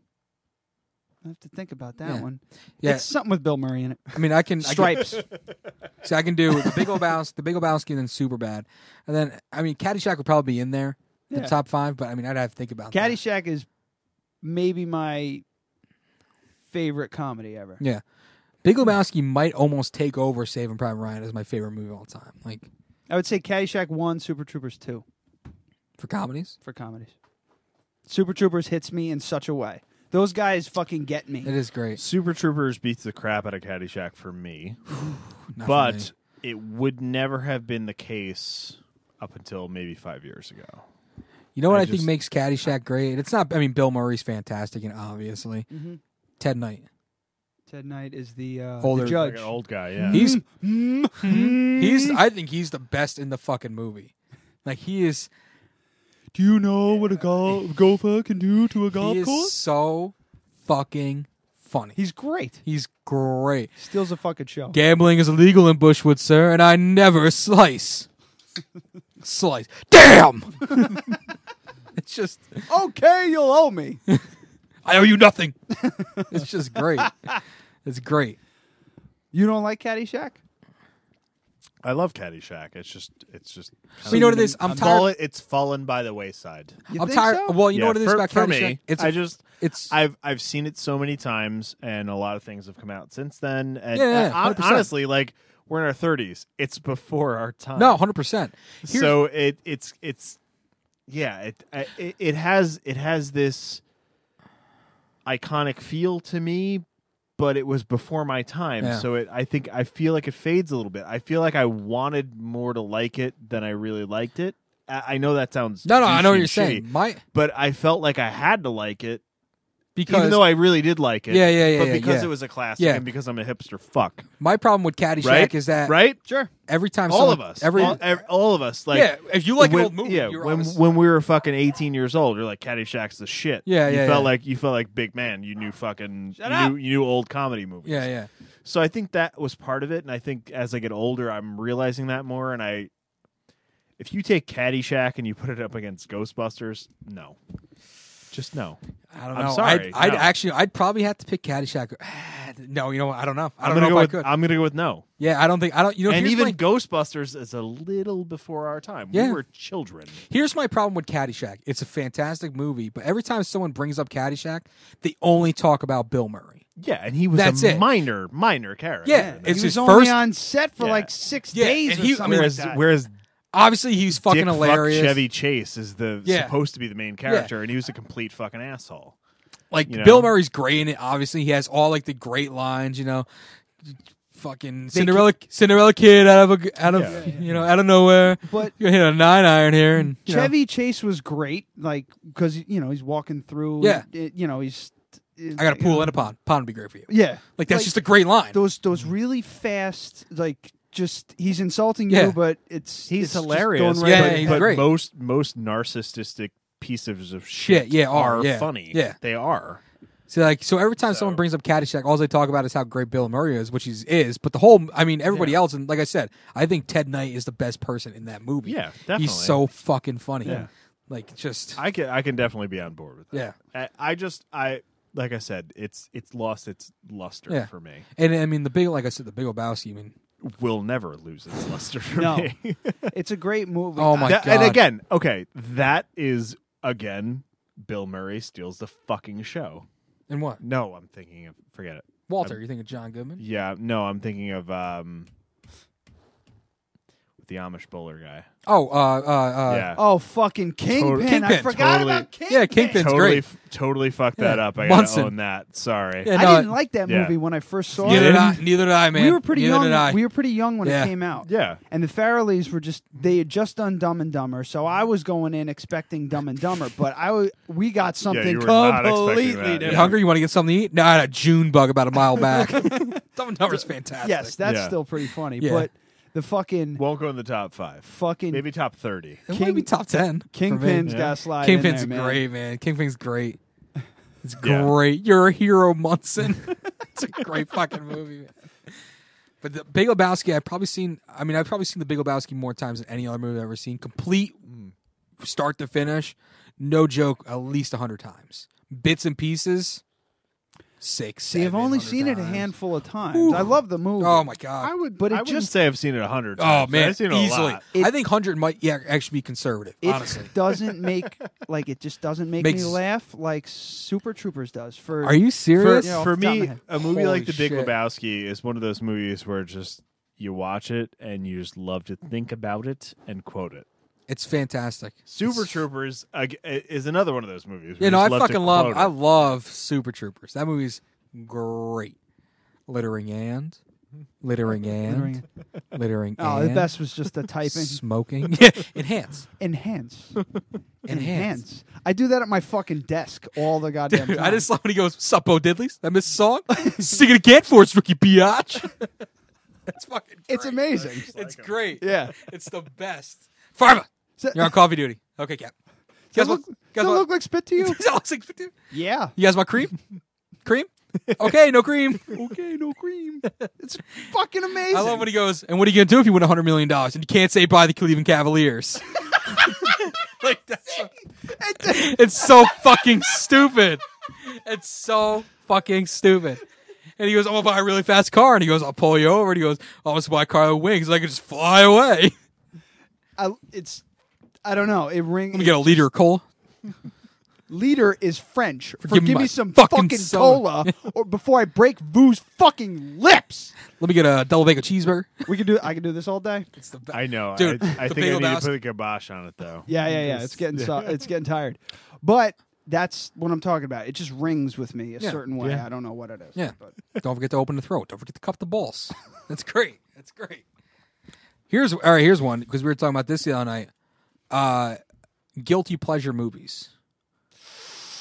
S4: I have to think about that
S6: Yeah.
S4: one.
S6: Yeah.
S4: It's something with Bill Murray in it.
S6: I mean, I can I can-
S4: Stripes.
S6: See, I can do the Big Lebowski, the Big Lebowski, and then Superbad, and then I mean, Caddyshack would probably be in there, the
S4: Yeah.
S6: top five. But I mean, I'd have to think about that.
S4: Caddyshack is maybe my favorite comedy ever.
S6: Yeah, Big Lebowski might almost take over Saving Private Ryan as my favorite movie of all time. Like
S4: I would say Caddyshack one, Super Troopers two
S6: for comedies,
S4: for comedies. Super Troopers hits me in such a way. Those guys fucking get me.
S6: it is great.
S3: Super Troopers beats the crap out of Caddyshack for me.
S6: Not for me.
S3: but it would never have been the case up until maybe five years ago.
S6: You know what I,
S3: I
S6: think
S3: just-
S6: makes Caddyshack great? It's not. I mean, Bill Murray's fantastic and obviously Ted Knight.
S4: Ted Knight is the uh,
S3: Older-
S4: the judge,
S3: Like an old guy, yeah.
S6: He's
S4: Mm, mm,
S6: he's
S4: mm.
S6: I think he's the best in the fucking movie. Like he is
S4: Do you know what a gol- golfer can do to a golf
S6: he is
S4: course?
S6: so fucking funny.
S4: He's great.
S6: He's great.
S4: Steals a fucking show.
S6: Gambling is illegal in Bushwood, sir, and I never slice. slice. Damn. it's just
S4: okay, you'll owe me.
S6: I owe you nothing. it's just great. It's great.
S4: You don't like Caddyshack?
S3: I love Caddyshack. It's just, it's just.
S6: So you know what it is? I'm tired-
S3: fall- it's fallen by the wayside.
S6: You I'm think tired- so? well, you know
S3: Yeah,
S6: what it is
S3: for,
S6: about
S3: for
S6: Caddyshack?
S3: me.
S6: It's
S3: It's
S6: a-
S3: I just,
S6: it's
S3: I've I've seen it so many times, and a lot of things have come out since then. And,
S6: Yeah, yeah,
S3: and hon-
S6: 100%.
S3: honestly, like we're in our thirties. It's before our time.
S6: No, 100%. Here's-
S3: So it it's it's yeah it, I- it it has it has this iconic feel to me but it was before my time
S6: Yeah.
S3: so it i think i feel like it fades a little bit i feel like i wanted more to like it than i really liked it i, I know that sounds
S6: No, no, I
S3: douchey
S6: know what you're
S3: and
S6: saying.
S3: shitty,
S6: My
S3: but i felt like i had to like it
S6: because
S3: even though i really did like it
S6: Yeah, yeah, yeah,
S3: but
S6: yeah,
S3: because
S6: yeah.
S3: it was a classic
S6: Yeah.
S3: and because i'm a hipster fuck
S6: my problem with Caddyshack
S3: Right?
S6: is that
S3: Right?
S4: Sure.
S6: Every time
S3: all
S6: someone-
S3: of us
S6: every
S3: all, ev- all of us like
S6: Yeah, if you like an
S3: when,
S6: old movie,
S3: yeah
S6: you're
S3: when,
S6: obviously-
S3: when we were fucking 18 years old you're like caddyshack's the shit
S6: Yeah,
S3: you
S6: yeah,
S3: felt
S6: yeah.
S3: like you felt like big man you knew fucking
S6: Shut
S3: you
S6: up.
S3: knew, you knew old comedy movies
S6: Yeah, yeah.
S3: so i think that was part of it and i think as i get older i'm realizing that more and i if you take caddyshack and you put it up against ghostbusters no just no
S6: I don't
S3: I'm
S6: know.
S3: sorry
S6: I'd, I'd
S3: no.
S6: actually, I'd probably have to pick Caddyshack. no, you know, what? I don't know. I
S3: I'm
S6: don't
S3: gonna
S6: know if
S3: go
S6: I
S3: with-
S6: could.
S3: I'm gonna go with no.
S6: Yeah, I don't think I don't. You know,
S3: and
S6: here's
S3: even
S6: my-
S3: ghostbusters is a little before our time
S6: Yeah.
S3: we were children
S6: Here's my problem with Caddyshack. It's a fantastic movie, but every time someone brings up Caddyshack, they only talk about Bill Murray.
S3: yeah and he was
S6: That's
S3: a
S6: it.
S3: minor minor character
S6: Yeah,
S3: And
S6: it's
S4: he
S6: his
S4: was only
S6: first-
S4: on set for
S6: Yeah.
S4: like six
S6: Yeah,
S4: days.
S6: and
S4: or
S6: he- I
S4: something
S6: mean,
S4: like
S3: whereas
S4: that.
S3: whereas
S6: Obviously, he's fucking
S3: Dick fuck
S6: hilarious.
S3: Chevy Chase is the
S6: Yeah.
S3: supposed to be the main character, and he was a complete fucking asshole.
S6: Like
S3: You know?
S6: Bill Murray's great in it. Obviously, he has all like the great lines. You know, fucking
S3: They
S6: Cinderella, Cinderella kid out of a, out of
S4: Yeah.
S6: you know out of nowhere.
S4: But-
S6: you hit a nine iron here, and you know.
S4: Chevy Chase was great, like because you know he's walking through.
S6: Yeah.
S4: it- you know he's.
S6: I got a pool and a pond. Pond would be great for you.
S4: Yeah,
S6: like that's just a great line.
S4: Those those really fast, like just he's insulting
S6: Yeah.
S4: you, but it's
S3: He's
S4: it's just
S3: hilarious.
S4: going right
S6: Yeah,
S4: over
S6: yeah,
S4: the
S6: he's
S4: top.
S3: But
S6: great.
S3: most most narcissistic pieces of
S6: Shit,
S3: shit,
S6: yeah, are,
S3: are
S6: yeah,
S3: funny.
S6: yeah.
S3: they are.
S6: So like so every time someone brings up Caddyshack, all they talk about is how great Bill Murray is, which he is. But the whole, I mean, everybody else, and like I said, I think Ted Knight is the best person in that movie.
S3: Yeah, definitely.
S6: He's so fucking funny.
S3: Yeah.
S6: Like just
S3: I can I can definitely be on board with
S6: yeah,
S3: that. I, I just I like I said, it's it's lost its luster
S6: yeah.
S3: for me.
S6: and I mean the big, like I said, the Big Lebowski. I mean,
S3: Will never lose its luster for
S4: No,
S3: me.
S4: it's a great movie.
S6: Oh my
S3: That-
S6: god!
S3: And again, okay, that is again Bill Murray steals the fucking show.
S6: and what
S3: No, I'm thinking of forget it.
S6: Walter? you think of John Goodman?
S3: Yeah, no, I'm thinking of um the Amish bowler guy.
S6: Oh, uh, uh, uh
S3: yeah.
S4: Oh fucking Kingpin! I
S6: Kingpin.
S4: forgot
S3: Totally.
S4: about Kingpin.
S6: yeah, Kingpin's
S3: totally
S6: great.
S3: f- totally fucked that
S6: Yeah.
S3: up. I gotta
S6: Munson.
S3: own that. Sorry.
S6: Yeah,
S4: I
S6: no,
S4: didn't like that
S3: yeah.
S4: movie when I first saw
S6: Neither
S4: it.
S6: uh, did I. Neither did I, man.
S4: We were pretty
S6: Neither Did I.
S4: young. We were pretty young when
S6: Yeah.
S4: it came out.
S3: Yeah.
S4: And the Farrellys were just they had just done Dumb and Dumber, so I was going in expecting Dumb and Dumber, but I w- we got something
S3: you were not expecting
S4: completely
S3: that,
S4: different.
S6: You hungry? You want to get something to eat? No, I had a June bug about a mile back. Dumb and Dumber's fantastic.
S4: Yes, that's
S3: Yeah.
S4: still pretty funny,
S6: Yeah.
S4: but the fucking
S3: Won't go in the top five.
S4: fucking
S3: Maybe top thirty.
S6: It might be top ten. for me.
S4: Kingpin's got slide. in
S6: Kingpin's
S4: there, man.
S6: great, man. Kingpin's great. It's
S3: Yeah.
S6: great. You're a hero, Munson. it's a great fucking movie, man. But the Big Lebowski, I've probably seen. I mean, I've probably seen the Big Lebowski more times than any other movie I've ever seen. Complete,
S3: Mm.
S6: start to finish, no joke, at least hundred times. Bits and pieces, six.
S4: See, I've
S6: seven
S4: only
S6: hundred
S4: seen it a
S6: times.
S4: handful of times.
S6: Ooh.
S4: I love the movie.
S6: Oh my god!
S3: I would
S4: But it
S3: I wouldn't
S4: just-
S3: say I've seen it a hundred
S6: oh
S3: times. but
S6: man,
S3: I've seen it
S6: easily.
S3: a lot.
S6: I think hundred might yeah actually be conservative.
S4: It
S6: honestly,
S4: doesn't make like it just doesn't make
S6: Makes-
S4: me laugh like Super Troopers does. For
S6: are you
S4: For-
S6: serious?
S4: Yeah, off
S3: for
S4: the top of my
S3: me,
S4: head.
S3: a movie
S6: Holy
S3: like The Big
S6: shit.
S3: Lebowski is one of those movies where just you watch it and you just love to think about it and quote it.
S6: It's fantastic.
S3: Super
S6: It's-
S3: Troopers ag- is another one of those movies. where
S6: You know,
S3: just
S6: I
S3: to
S6: fucking love.
S3: quote it.
S6: I love Super Troopers. That movie's great. Littering and Littering and littering,
S4: Littering. Oh, the
S6: and
S4: best was just the typing.
S6: smoking. Yeah, enhance.
S4: Enhance.
S6: Enhance.
S4: Enhance. I do that at my fucking desk all the goddamn
S6: Dude,
S4: time.
S6: I just love when he goes, Suppo Diddleys, that missed song? Sing it again for us, Ricky Biatch. That's fucking great.
S4: It's amazing.
S6: It's great.
S4: Yeah.
S6: It's the best. Farva,
S4: So-
S6: you're on coffee duty. Okay, Cap. You
S4: Does
S6: guys,
S4: it look,
S6: want, you guys
S4: does it
S6: want-
S4: look like spit to you?
S6: Does it look like spit to you?
S4: yeah.
S6: You guys want cream? cream? Okay, no cream.
S4: Okay, no cream. It's fucking amazing.
S6: I love when he goes, and what are you going to do if you win $100 million? And you can't say buy the Cleveland Cavaliers. like, that's so- it's so fucking stupid. It's so fucking stupid. And he goes, I'm going to buy a really fast car. And he goes, I'll pull you over. And he goes, "Oh, I'll just buy Carlo Wings. and I can just fly away.
S4: I, it's, I don't know. It rings.
S6: Let me get a liter of coal.
S4: Leader is French. For
S6: Forgive
S4: give
S6: my
S4: me some fucking
S6: fucking
S4: cola,
S6: soda.
S4: or before I break Vu's fucking lips.
S6: Let me get a double bagel cheeseburger.
S4: We could do. I could do this all day.
S6: It's the best.
S3: I know.
S6: Dude,
S3: I, I
S6: the
S3: think I
S6: bagel
S3: need
S6: basket.
S3: to put a kibosh on it though.
S4: Yeah, yeah, yeah. It's getting so, it's getting tired, but that's what I'm talking about. It just rings with me a
S6: Yeah.
S4: certain way.
S3: Yeah.
S4: I don't know what it is.
S6: Yeah.
S4: but
S6: Don't forget to open the throat. Don't forget to cuff the balls. That's great. That's great. Here's all right. Here's one because we were talking about this the other night. Uh, guilty pleasure movies.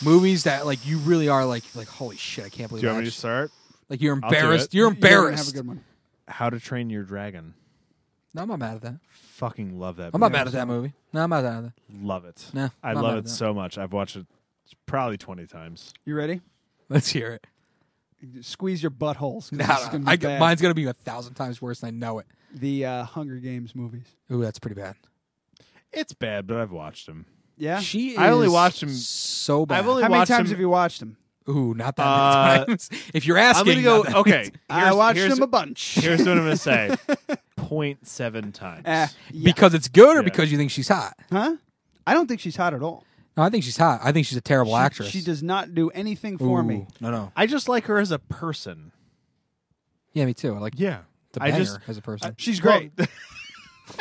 S6: Movies that like you really are like like holy shit I can't
S3: Do
S6: believe
S3: you want
S6: that
S3: me to
S6: shit."
S3: start?
S6: like you're
S3: I'll do
S6: embarrassed
S3: it.
S6: you're
S4: You don't
S6: embarrassed
S4: Have a good one.
S3: How to Train Your Dragon.
S6: no I'm not mad at that
S3: Fucking love that.
S6: I'm
S3: movie.
S6: not mad at that movie no I'm not mad at that
S3: Love it.
S6: No,
S3: I
S6: not
S3: love
S6: mad
S3: it
S6: at that.
S3: so much. I've watched it probably twenty times.
S4: You ready?
S6: let's hear it
S4: Squeeze your buttholes. 'cause
S6: no,
S4: this is
S6: no,
S4: gonna be
S6: I,
S4: bad.
S6: mine's gonna be a thousand times worse than I know it
S4: the uh, Hunger Games movies.
S6: ooh that's pretty bad
S3: It's bad, but I've watched them.
S4: Yeah.
S6: she
S3: I only
S6: is
S3: watched 'em-
S6: so bad
S3: I've only
S4: How many
S3: watched
S4: times
S3: them-
S4: have you watched them?
S6: ooh not that
S3: Uh,
S6: many times if you're
S3: I'm gonna
S6: asking
S3: go.
S6: not that many
S3: Okay,
S4: I
S3: here's-
S4: watched
S3: here's-
S4: them a bunch.
S3: Here's what I'm gonna say. 0.7 times.
S4: Eh, yeah.
S6: because it's good or
S3: Yeah.
S6: because you think she's hot?
S4: huh? I don't think she's hot at all.
S6: No, I think she's hot. I think she's a terrible
S4: She-
S6: actress.
S4: She does not do anything for
S6: Ooh,
S4: me.
S6: No, no.
S3: I just like her as a person.
S6: Yeah, me too. I like
S3: Yeah,
S6: the
S3: I
S6: banger
S3: just uh,
S6: as a person.
S4: She's great.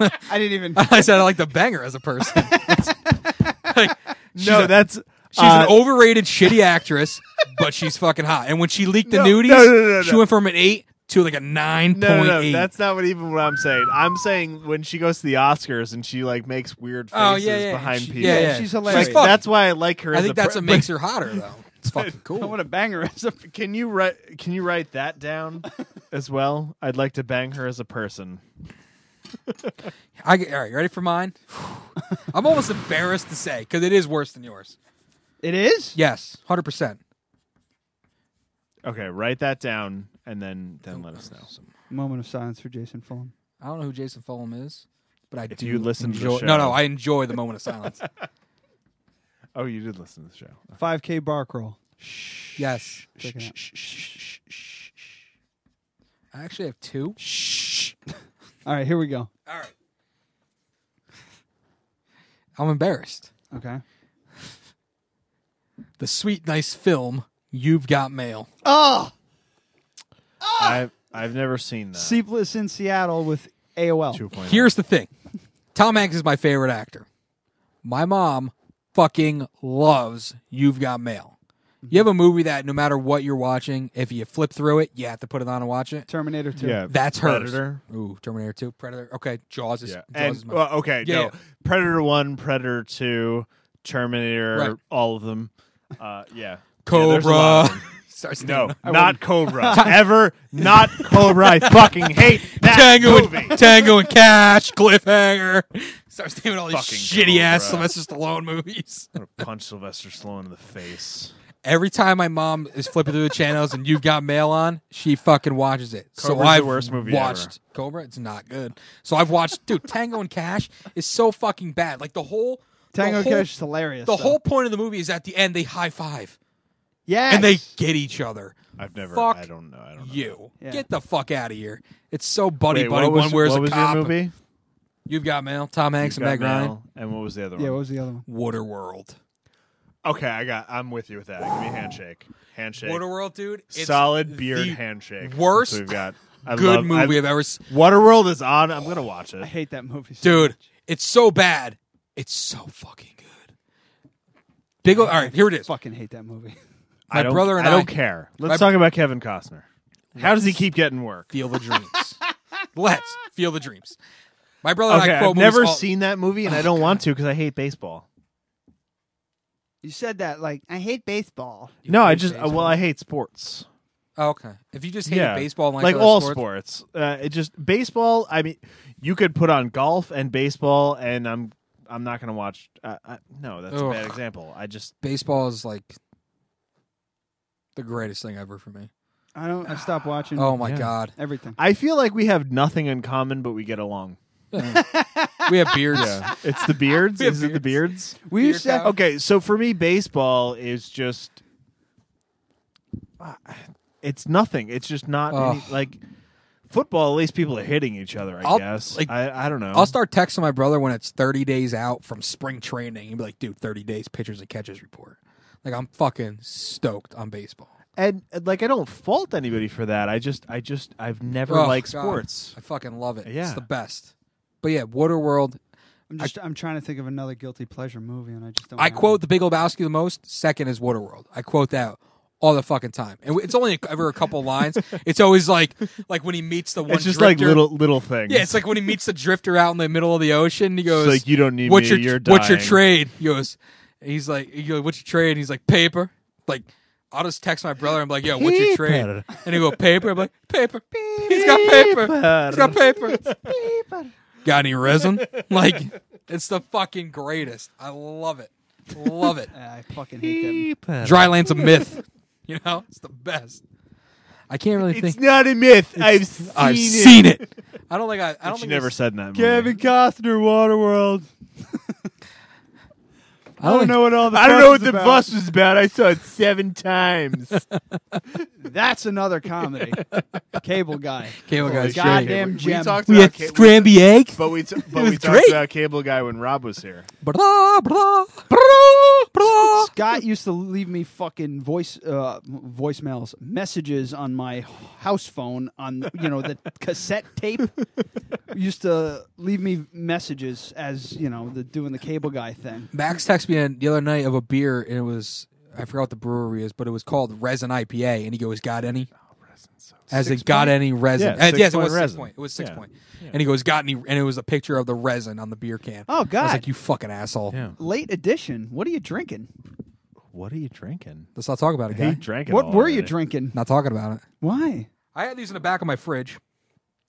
S4: I didn't even.
S6: I, said I like the banger as a person. Like, she's
S3: no.
S6: a-
S3: that's
S6: she's
S3: uh,
S6: an overrated, shitty actress, but she's fucking hot. And when she leaked the
S3: No,
S6: nudies,
S3: no, no, no,
S6: she
S3: no.
S6: went from an eight to like a nine point eight.
S3: No, no, no, that's not what even what I'm saying. I'm saying when she goes to the Oscars and she like makes weird faces
S6: Oh, yeah, yeah,
S3: behind
S6: she-
S3: people.
S6: yeah, yeah.
S4: She's
S6: She's
S4: hilarious.
S3: Like,
S6: funny.
S3: that's why I like her.
S6: I
S3: as
S6: think
S3: a
S6: that's
S3: per-
S6: what makes her hotter, though. It's fucking
S4: I
S6: cool.
S4: want to bang her as a
S3: but Can you write? Can you write that down as well? I'd like to bang her as a person.
S6: I, get- all right, you ready for mine? I'm almost embarrassed to say because it is worse than yours.
S4: It is?
S6: Yes, hundred percent.
S3: Okay, write that down and then then let us know.
S4: Moment of silence for Jason Fulham.
S6: I don't know who Jason Fulham is, but I do
S3: you listen to the
S6: enjoy.
S3: show-
S6: No, no, I enjoy the moment of silence.
S3: Oh, you did listen to the show.
S4: 5K bar crawl.
S6: yes,
S4: Check it out.
S6: I actually have two.
S4: All right, here we go.
S6: All right, I'm embarrassed.
S4: Okay.
S6: The sweet, nice film. You've got mail.
S4: Oh,
S6: Ah!
S3: I've I've never seen that. oh.
S4: Sleepless in Seattle with AOL.
S3: 2.0.
S6: Here's the thing: Tom Hanks is my favorite actor. My mom fucking loves You've Got Mail. You have a movie that no matter what you're watching, if you flip through it, you have to put it on and watch it.
S4: Terminator 2.
S3: yeah,
S6: That's hers.
S3: Predator.
S6: Ooh, Terminator 2, Predator. Okay, Jaws is,
S3: Yeah,
S6: Jaws
S3: and
S6: is my
S3: well, okay,
S6: Yeah,
S3: no,
S6: yeah.
S3: Predator One, Predator Two, Terminator,
S6: Right.
S3: all of them. Uh, yeah, Yeah, there's a lot of
S6: Cobra.
S3: them.
S6: Starts
S3: No, not Cobra. Ever not Cobra. I fucking hate that
S6: Tango
S3: movie.
S6: and, Tango and Cash, Cliffhanger. Starts naming all these
S3: Fucking
S6: shitty ass
S3: Cobra.
S6: Sylvester Stallone movies.
S3: I'm gonna punch Sylvester Stallone in the face.
S6: Every time my mom is flipping through the channels and you've got mail on, she fucking watches it. so
S3: Cobra's the
S6: I've
S3: worst movie
S6: watched
S3: ever.
S6: Cobra. It's not good. So I've watched, dude, Tango and Cash is so fucking bad. Like the whole the
S4: Tango
S6: whole-
S4: Cash is hilarious.
S6: The
S4: though.
S6: whole point of the movie is at the end they high five
S4: Yes.
S6: and they get each other.
S3: I've never.
S6: Fuck
S3: I don't know. I don't know.
S6: you.
S4: Yeah.
S6: Get the fuck out of here. It's so buddy
S3: Wait,
S6: buddy.
S3: what was,
S6: One wears
S3: what
S6: a
S3: was
S6: cop.
S3: your movie?
S6: You've got mail. Tom Hanks
S3: You've
S6: and Meg
S3: Got Mail,
S6: Ryan.
S3: and what was the other
S4: Yeah, what
S3: one?
S4: was the other one?
S6: Waterworld.
S3: okay, I got. I'm with you with that. Give me a handshake. Handshake.
S6: Waterworld, dude. It's
S3: Solid beard
S6: the
S3: handshake.
S6: worst
S3: That's what we've got. I
S6: Good
S3: love,
S6: movie
S3: I,
S6: I've ever seen.
S3: Waterworld is on. I'm gonna watch
S4: I
S3: it.
S4: hate that movie. so
S6: Dude,
S4: much.
S6: it's so bad. It's so fucking good. Big. All right, here it is.
S4: Fucking hate that movie.
S6: My
S3: I don't,
S6: brother and
S3: I don't
S6: I-
S3: care.
S6: my-
S3: Let's talk about Kevin Costner. How does he keep getting work?
S6: Feel the dreams. Let's feel the dreams. My brother
S3: okay,
S6: and I quote
S3: I've
S6: movies
S3: never
S6: all-
S3: seen that movie, and I
S6: Oh,
S3: don't want to because I hate baseball.
S4: You said that like I hate baseball.
S3: no, I just uh, well, I hate sports.
S6: Oh, okay. If you just hated baseball and liked
S3: like
S6: other
S3: all
S6: sports-
S3: sports, uh, it just baseball. I mean, you could put on golf and baseball, and I'm I'm not gonna watch. Uh, I, no, that's a bad
S6: Ugh.
S3: example. I just
S6: baseball is like the greatest thing ever for me.
S4: I don't. I stopped watching.
S6: Oh, my Yeah. God.
S4: Everything.
S3: I feel like we have nothing in common, but we get along.
S6: we have beards.
S3: Yeah. It's the beards. is it the beards?
S4: We Beard used to- power.
S3: okay. So for me, baseball is just uh, it's nothing. It's just not any,
S6: Ugh.
S3: like football. At least people are hitting each other. I
S6: I'll-
S3: guess.
S6: like,
S3: I, I don't know.
S6: I'll start texting my brother when it's 30 days out from spring training and be like, dude, 30 days pitchers and catches report. Like, I'm fucking stoked on baseball.
S3: and and, like I don't fault anybody for that. I just I just I've never
S6: Oh,
S3: liked
S6: God.
S3: sports.
S6: I fucking love it. It's
S3: Yeah.
S6: the best. But yeah, Waterworld.
S4: I'm just. I, am trying to think of another guilty pleasure movie, and I just don't.
S6: I
S4: have it.
S6: quote The Big Lebowski the most. Second is Waterworld. I quote that all the fucking time, and it's only ever a couple lines. It's always like like when he meets the one.
S3: It's just like
S6: drifter.
S3: little little things.
S6: Yeah, it's like when he meets the drifter out in the middle of the ocean. He goes,
S3: like, "You don't need
S6: what's
S3: me,
S6: Your,
S3: you're
S6: What's your
S3: dying."
S6: trade? He goes, he's like, he goes, what's your trade? And he's like, paper. Like, I'll just text my brother. I'm like, yo, what's your trade?
S3: Paper.
S6: And he go, paper. I'm like, paper. He's got paper. He's got paper. Got any resin? like, it's the fucking greatest. I love it. Love it.
S4: I fucking hate
S3: that.
S6: Dryland's a myth. You know, it's the best. I can't really
S3: It's
S6: think.
S3: not a myth. I've seen
S6: I've
S3: it.
S6: seen it. I don't think I. I
S3: But
S6: don't
S3: she
S6: think
S3: never
S6: it's-
S3: said in that movie.
S4: Kevin Costner, Waterworld.
S3: I
S6: Oh.
S3: don't know what all the I don't know what the bus was about. I saw it seven times.
S4: That's another comedy. Cable guy.
S6: Cable Guy's great.
S4: Goddamn
S3: We
S4: gem.
S3: talked about ca-
S6: scramby eggs.
S3: but we t- but
S6: was
S3: we talked
S6: great.
S3: about Cable Guy when Rob was here.
S6: Blah blah
S4: Scott used to leave me fucking voice uh, voicemails, messages on my house phone on you know the cassette tape. used to leave me messages as you know the doing the cable guy thing.
S6: Max texted me on the other night of a beer, and it was I forgot what the brewery is, but it was called Resin IPA, and he goes, "Got any?" As
S3: Six
S6: it got
S3: point?
S6: any resin?
S3: Yeah,
S6: Uh,
S3: six
S6: yes, it
S3: point
S6: was six
S3: resin.
S6: point. It was six
S3: Yeah.
S6: point.
S3: Yeah.
S6: And he goes, "Got any?" And it was a picture of the resin on the beer can.
S4: Oh,
S6: I was
S4: God.
S6: like, "You fucking asshole!"
S4: Late edition. What are you drinking?
S3: What are you drinking?
S6: Let's not talk about it.
S3: He
S6: Guy.
S3: drank it.
S4: What
S3: all
S4: were you
S3: already.
S4: drinking?
S6: Not talking about it.
S4: Why?
S6: I had these in the back of my fridge.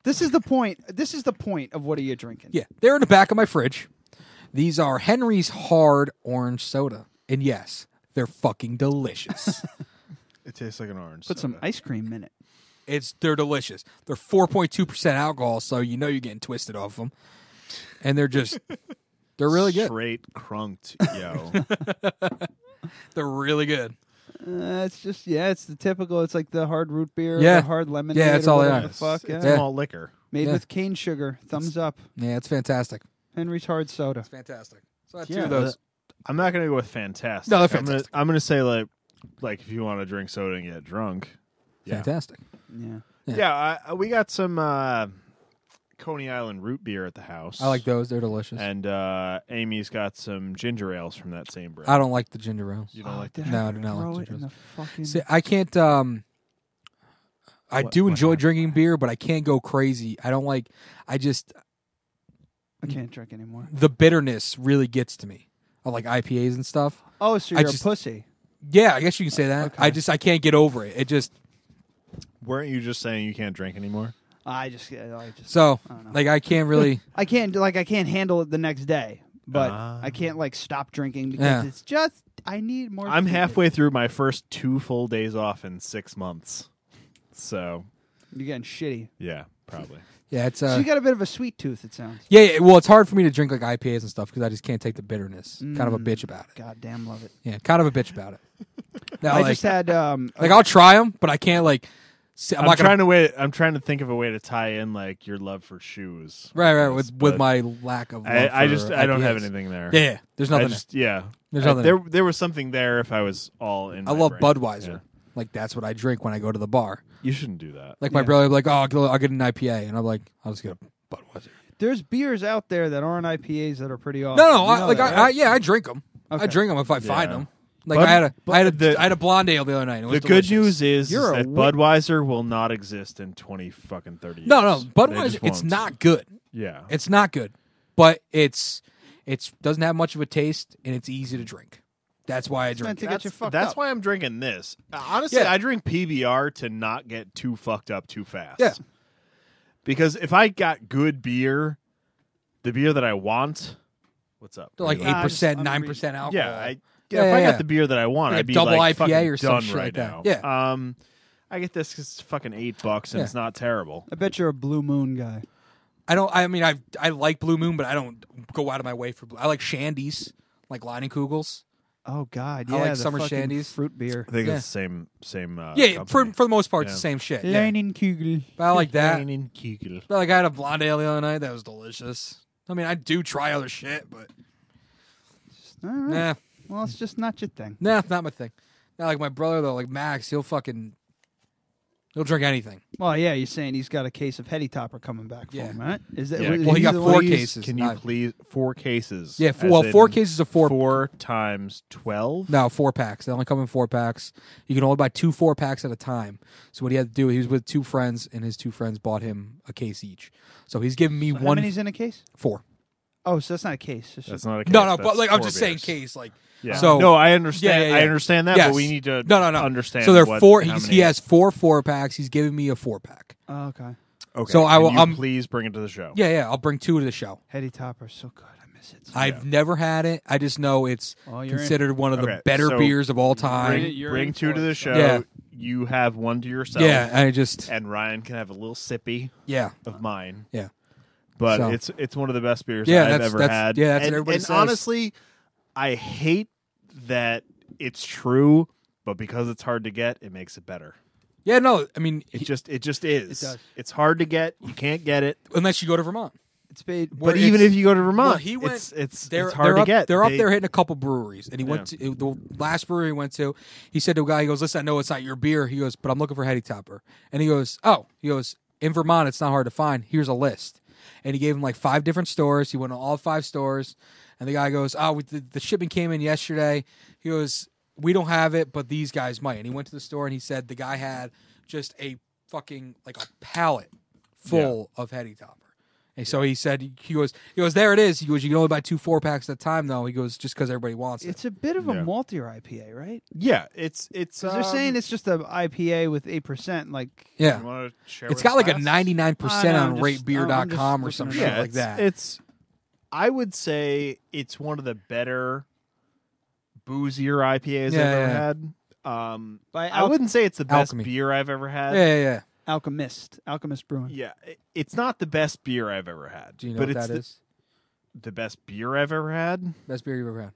S4: This is the point. This is the point of what are you drinking?
S6: Yeah, they're in the back of my fridge. These are Henry's Hard Orange Soda, and yes, they're fucking delicious.
S3: It tastes like an orange.
S4: Put some ice cream in it.
S6: It's they're delicious. They're four point two percent alcohol, so you know you're getting twisted off them, and they're just they're really good.
S3: Straight crunked, yo.
S6: They're really good.
S4: Uh, it's just yeah, it's the typical. It's like the hard root beer,
S6: Yeah.
S4: the hard lemon.
S6: Yeah, that's all they are.
S4: The fuck,
S3: It's- it's
S4: yeah.
S3: malt liquor.
S4: made
S6: Yeah.
S4: with cane sugar. Thumbs up.
S6: Yeah, it's fantastic.
S4: Henry's hard soda.
S6: It's fantastic. So I had two
S3: Yeah,
S6: of those.
S3: I'm not gonna go with fantastic.
S6: No, they're
S3: I'm gonna- I'm gonna, say like, like if you want to drink soda and get drunk, yeah,
S6: Fantastic.
S4: Yeah.
S3: Yeah, I, I- we got some uh, Coney Island root beer at the house.
S6: I like those. They're delicious.
S3: And uh, Amy's got some ginger ales from that same brand.
S6: I don't like the ginger ale.
S3: You don't like
S4: Did
S6: No,
S4: I
S6: I do not like
S4: Ah, throw it
S6: ginger
S4: in
S6: ale.
S4: the fucking.
S6: See, I can't. um I
S3: What-
S6: do
S3: what
S6: enjoy drinking beer, but I can't go crazy. I don't like. I just
S4: I can't drink anymore.
S6: the bitterness really gets to me. I like IPAs and stuff.
S4: Oh, so
S6: I
S4: you're
S6: just-
S4: a pussy.
S6: Yeah, I guess you can say that. I just I can't get over it. It just
S3: Weren't you just saying you can't drink anymore?
S6: Ah,
S4: I just, I just,
S6: so
S4: I don't know.
S6: like I can't really.
S4: I can't like I can't handle it the next day, but
S3: Ah.
S4: I can't like stop drinking because
S6: Yeah.
S4: it's just I need more.
S3: I'm
S4: food.
S3: halfway through my first two full days off in six months, so
S4: You're getting shitty.
S3: yeah, probably.
S6: Yeah, it's
S4: so
S6: uh,
S4: you got a bit of a sweet tooth. It sounds.
S6: yeah, yeah. Well, it's hard for me to drink like IPAs and stuff because I just can't take the bitterness. Kind of
S4: Mm,
S6: a bitch about it.
S4: God damn, love it.
S6: Yeah, kind of a bitch about it. Now,
S4: I
S6: like,
S4: just had um.
S6: like I'll try them, but I can't like. si- I'm,
S3: I'm,
S6: not gonna,
S3: trying to wait. I'm trying to think of a way to tie in like your love for shoes.
S6: right, right, with with
S3: But
S6: my lack of. love
S3: I, I
S6: for
S3: just I don't have
S6: IPAs.
S3: anything there.
S6: Yeah, yeah, there's
S3: I
S6: nothing.
S3: just- yeah,
S6: There's
S3: I-
S6: nothing
S3: there there was something there if I was all in.
S6: I
S3: my
S6: love
S3: brain.
S6: Budweiser.
S3: Yeah.
S6: Like that's what I drink when I go to the bar.
S3: You shouldn't do that.
S6: Like my
S4: Yeah.
S6: brother, would be like, oh, I'll get, I'll get an IPA, and I'm like, I'll just get a Budweiser.
S4: There's beers out there that aren't IPAs that are pretty awesome.
S6: No, no,
S4: Oh, You
S6: I,
S4: know
S6: like
S4: that,
S6: I, I,
S4: right?
S6: yeah, I drink them. I
S4: Okay.
S6: drink them if I find
S3: Yeah.
S6: them. Like I had a, I had a, I had a blonde ale the other night. It was
S3: the good
S6: delicious.
S3: news is, is
S6: You're a
S3: that
S6: wit-
S3: Budweiser will not exist in twenty fucking thirty years.
S6: No, no,
S3: They
S6: Budweiser.
S3: just
S6: It's
S3: won't.
S6: not good.
S3: Yeah.
S6: it's not good, but it's it's doesn't have much of a taste and it's easy to drink. That's why I drink. it.
S3: that's, that's why I'm drinking this. Uh, Honestly,
S6: Yeah.
S3: I drink PBR to not get too fucked up too fast.
S6: Yeah.
S3: Because if I got good beer, the beer that I want, what's up?
S6: They're like
S3: Really?
S6: eight percent, nine percent alcohol.
S3: Yeah, I,
S6: Yeah,
S3: yeah, if
S6: yeah,
S3: I
S6: yeah.
S3: got the beer that I want,
S6: Like a
S3: I'd be
S6: double
S3: like
S6: IPA
S3: fucking
S6: or some
S3: done
S6: shit
S3: right
S6: like
S3: now.
S6: that. Yeah.
S3: Um, I get this 'cause it's fucking eight bucks and
S6: Yeah.
S3: it's not terrible.
S4: I bet you're a Blue Moon guy.
S6: I don't. I mean, I I like Blue Moon, but I don't go out of my way for. Blue. I like Shandies, like Lining Kugels.
S4: Oh God,
S6: I
S4: yeah,
S6: like
S4: the
S6: summer
S4: fucking
S6: shandies.
S4: fruit beer.
S3: I think
S6: Yeah.
S3: it's the same, same. Uh,
S6: yeah, yeah, for
S3: company.
S6: for the most part, it's
S3: Yeah.
S6: the same shit. Yeah.
S4: e- Leinenkugel.
S6: But I like that.
S3: e- Leinenkugel.
S6: But, like I had a blonde ale the other night that was delicious. I mean, I do try other shit, but
S4: All right.
S6: Nah.
S4: Well, it's just not your thing.
S6: nah, it's not my thing. Not like my brother though, like Max, he'll fucking he'll drink anything.
S4: Well, yeah, you're saying he's got a case of heady topper coming back for
S6: Yeah.
S4: him, right? Is that
S3: Yeah,
S4: is
S3: can
S4: he
S3: you
S4: the
S3: please-
S4: one-
S3: Can you please four cases?
S6: Yeah, f-
S3: as
S6: well, four
S3: in
S6: cases of four-
S3: four times twelve.
S6: No, four packs. They only come in four packs. You can only buy two four packs at a time. So what he had to do, he was with two friends, and his two friends bought him a case each. So he's giving me
S4: So How
S6: one
S4: many's in a case?
S6: four.
S4: Oh, so that's not a case. It's
S3: That's
S4: just-
S3: not a case.
S6: No, no, but
S3: that's
S6: like I'm
S3: four
S6: just saying,
S3: beers.
S6: case like.
S3: Yeah.
S6: So
S3: no, I understand.
S6: Yeah, yeah, yeah.
S3: I understand that,
S6: Yes.
S3: but we need to
S6: no, no, no.
S3: understand.
S6: So there are
S3: what-
S6: four.
S3: how
S6: He's,
S3: many-
S6: he has four four packs. He's giving me a four pack.
S4: Oh, okay.
S3: Okay.
S6: So I
S3: can
S6: will.
S3: you
S6: I'm,
S3: please bring it to the show.
S6: yeah, yeah. I'll bring two to the show.
S4: Heady topper's so good. I miss it.
S6: I've never had it. I just know it's
S4: Oh, you're in.
S6: considered one of the
S3: Okay,
S6: better
S3: so
S6: beers of all time.
S3: Bring, bring two to the show.
S6: Yeah.
S3: You have one to yourself.
S6: Yeah, I just-
S3: and Ryan can have a little sippy.
S6: Yeah.
S3: Of mine.
S6: Yeah.
S3: But
S6: So-
S3: it's it's one of the best beers
S6: Yeah,
S3: I've
S6: that's-
S3: ever
S6: that's-
S3: had.
S6: yeah, that's what
S3: and,
S6: everybody
S3: and
S6: says.
S3: honestly, I hate that it's true, but because it's hard to get, it makes it better.
S6: Yeah, no, I mean,
S3: It just it just is.
S4: It does.
S3: It's hard to get. You can't get it.
S6: unless you go to Vermont.
S4: It's made.
S6: Where
S3: But even
S6: it's-
S3: if you go to Vermont,
S6: Well, he went.
S3: it's it's,
S6: they're,
S3: it's hard
S6: they're
S3: to
S6: up,
S3: get.
S6: They're up
S3: They-
S6: there hitting a couple breweries, and he went to it- the last brewery he went to. He said to a guy, he goes, "Listen, I know it's not your beer." He goes, "But I'm looking for Heady Topper," and he goes, "Oh," he goes, "In Vermont, it's not hard to find. Here's a list." And he gave him like five different stores. He went to all five stores, and the guy goes, "Oh, we, the, the shipment came in yesterday." He goes, "We don't have it, but these guys might." And he went to the store, and he said the guy had just a fucking like a pallet full of Heady Topper. And so he said, he goes, he goes, there it is. He goes, you can only buy two four packs at a time, though. He goes, just because everybody wants it.
S4: It's a bit of a
S3: Yeah.
S4: maltier IPA, right?
S3: Yeah, it's it's. um,
S4: Because they're saying it's just a IPA with eight percent. Like
S3: You
S6: Yeah,
S3: wanna share
S6: it's
S3: with
S6: got like a
S3: class?
S6: ninety nine percent
S4: I know,
S6: on
S4: I'm just- I'm just
S6: ratebeer.com or
S4: looking
S6: some
S4: it
S6: shit
S4: up.
S6: like
S3: it's,
S6: that.
S3: It's I would say it's one of the better boozier IPAs
S6: Yeah,
S3: I've ever
S6: yeah.
S3: had. Um,
S4: By
S3: I
S4: Alch-
S3: wouldn't say it's the best
S6: Alchemy.
S3: beer I've ever had.
S6: yeah, yeah, yeah.
S4: Alchemist, Alchemist Brewing.
S3: Yeah, it- it's not the best beer I've ever had.
S6: Do you know
S3: but
S6: what
S3: it's
S6: that is?
S3: the, the best beer I've ever had
S6: Best beer you've ever had.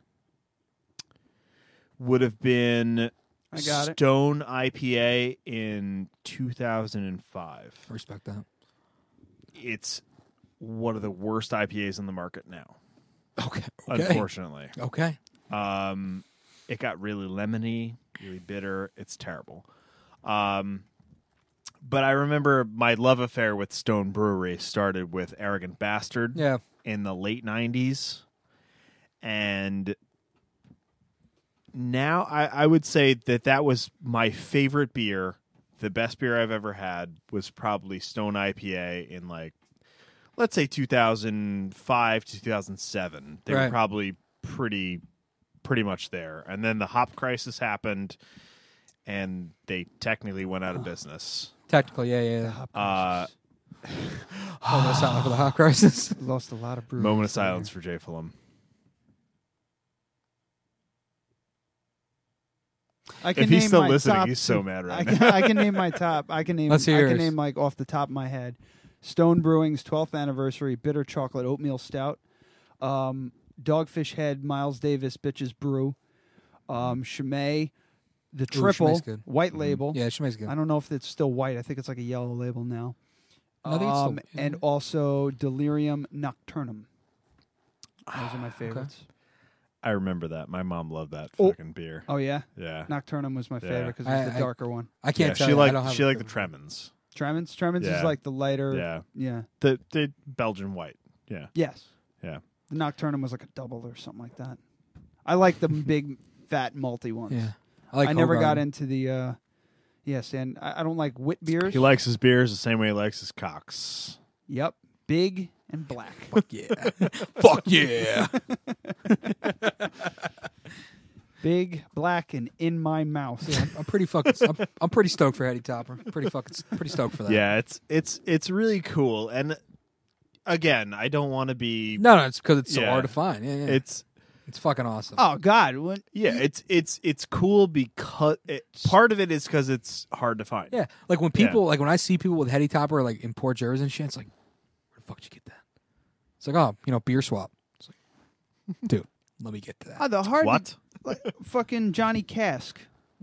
S3: would have been
S4: I got it.
S3: Stone IPA in 2005.
S6: I respect that.
S3: It's one of the worst IPAs on the market now,
S6: Okay. Okay.
S3: unfortunately.
S6: Okay.
S3: Um, it got really lemony, really bitter. It's terrible. Um, but I remember my love affair with Stone Brewery started with Arrogant Bastard
S6: Yeah.
S3: in the late 90s. And now I, I would say that that was my favorite beer. The best beer I've ever had was probably Stone IPA in like, let's say 2005 to 2007. They
S6: Right.
S3: were probably pretty, pretty much there. And then the hop crisis happened and they technically went out of business.
S6: Technically, yeah, yeah. yeah.
S4: Ah,
S3: Uh,
S6: Oh, that's not for the hot crisis.
S4: Lost a lot of brewers.
S3: moment of
S4: down
S3: silence for Jay Fulham.
S4: there. I can
S3: he's
S4: name
S3: still
S4: my
S3: listening,
S4: top
S3: he's so
S4: two-
S3: mad right
S4: I can,
S3: now.
S4: I can name my top. I can name.
S6: Let's hear
S4: I can
S6: yours.
S4: name like off the top of my head. Stone Brewing's 12th anniversary bitter chocolate oatmeal stout. Um, Dogfish Head Miles Davis Bitches Brew. Um, Chimay, the triple
S6: Chimay's good. Mm-hmm.
S4: white label.
S6: Yeah, she makes good.
S4: I don't know if it's still white. I think it's like a yellow label now.
S6: No, I think it's still-
S4: um, and also Delirium Nocturnum. Those are my favorites.
S3: I remember that. My mom loved that
S4: Oh.
S3: fucking
S6: Uh,
S3: beer.
S4: Oh yeah,
S3: Yeah.
S4: Nocturnum was my
S3: Yeah.
S4: favorite because it
S6: I-
S4: was
S6: I-
S4: the darker one.
S6: I can't
S3: yeah,
S6: tell.
S3: she
S6: you. I
S3: liked
S6: don't have
S3: she
S6: a
S3: liked the
S6: favorite.
S3: Tremens.
S4: Tremens, Tremens
S3: Yeah.
S4: is like the lighter.
S3: Yeah.
S4: yeah.
S3: The the Belgian white. Yeah.
S4: Yes.
S3: Yeah.
S4: The Nocturnum was like a double or something like that. I like the big fat malty ones.
S6: Yeah. I like
S4: never got
S6: Hoegaarden.
S4: into the. uh Yes, and I, I don't like wit beers.
S3: He likes his beers the same way he likes his cocks.
S4: Yep, big and black.
S6: Fuck yeah. Fuck yeah.
S4: big, black, and in my mouth.
S6: Yeah, I'm, I'm pretty fucking. I'm, I'm pretty stoked for Hattie Topper. Pretty fucking. Pretty stoked for that.
S3: Yeah, it's it's it's really cool. And again, I don't want to be
S6: No, no, it's because it's so
S3: Yeah.
S6: hard to find. Yeah, yeah.
S3: It's
S6: it's fucking awesome.
S4: Oh God! When,
S3: yeah, it's it's it's cool because it, part of it is because it's hard to find.
S6: Yeah, like when
S3: Yeah.
S6: people, like when I see people with Hetty Topper, like in poor Jersey and shit, it's like, where the fuck did you get that? It's like, oh, you know, beer swap. It's like, dude, let me get to that.
S4: Oh, the hard
S3: What?
S4: like, fucking Johnny Cask,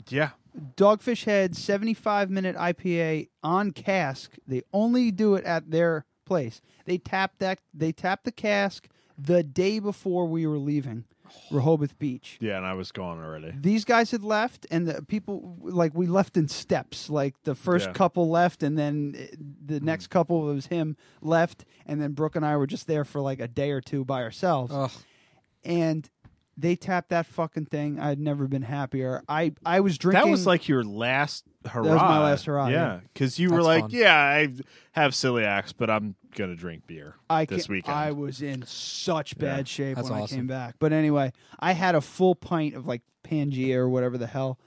S3: Yeah.
S4: Dogfish Head, seventy-five minute IPA on cask. They only do it at their place. They tap that. They tap the cask the day before we were leaving Rehoboth Beach.
S3: Yeah, and I was gone already.
S4: These guys had left, and the people like we left in steps. Like the first
S3: Yeah. Mm.
S4: couple left, and then uh, the next couple it was him left, and then Brooke and I were just there for like a day or two by ourselves. And they tapped that fucking thing. I'd never been happier. I I was drinking.
S3: That was like your last hurrah.
S4: was my last hurrah, yeah.
S3: Yeah, because you were
S4: That's
S3: like,
S4: fun.
S3: "Yeah, I have celiacs, but I'm gonna drink beer
S4: I
S3: this
S4: ca-
S3: weekend."
S4: I was in such
S3: Yeah.
S4: bad shape
S3: That's
S4: when I
S3: awesome.
S4: came back. But anyway, I had a full pint of like Pangea or whatever the hell.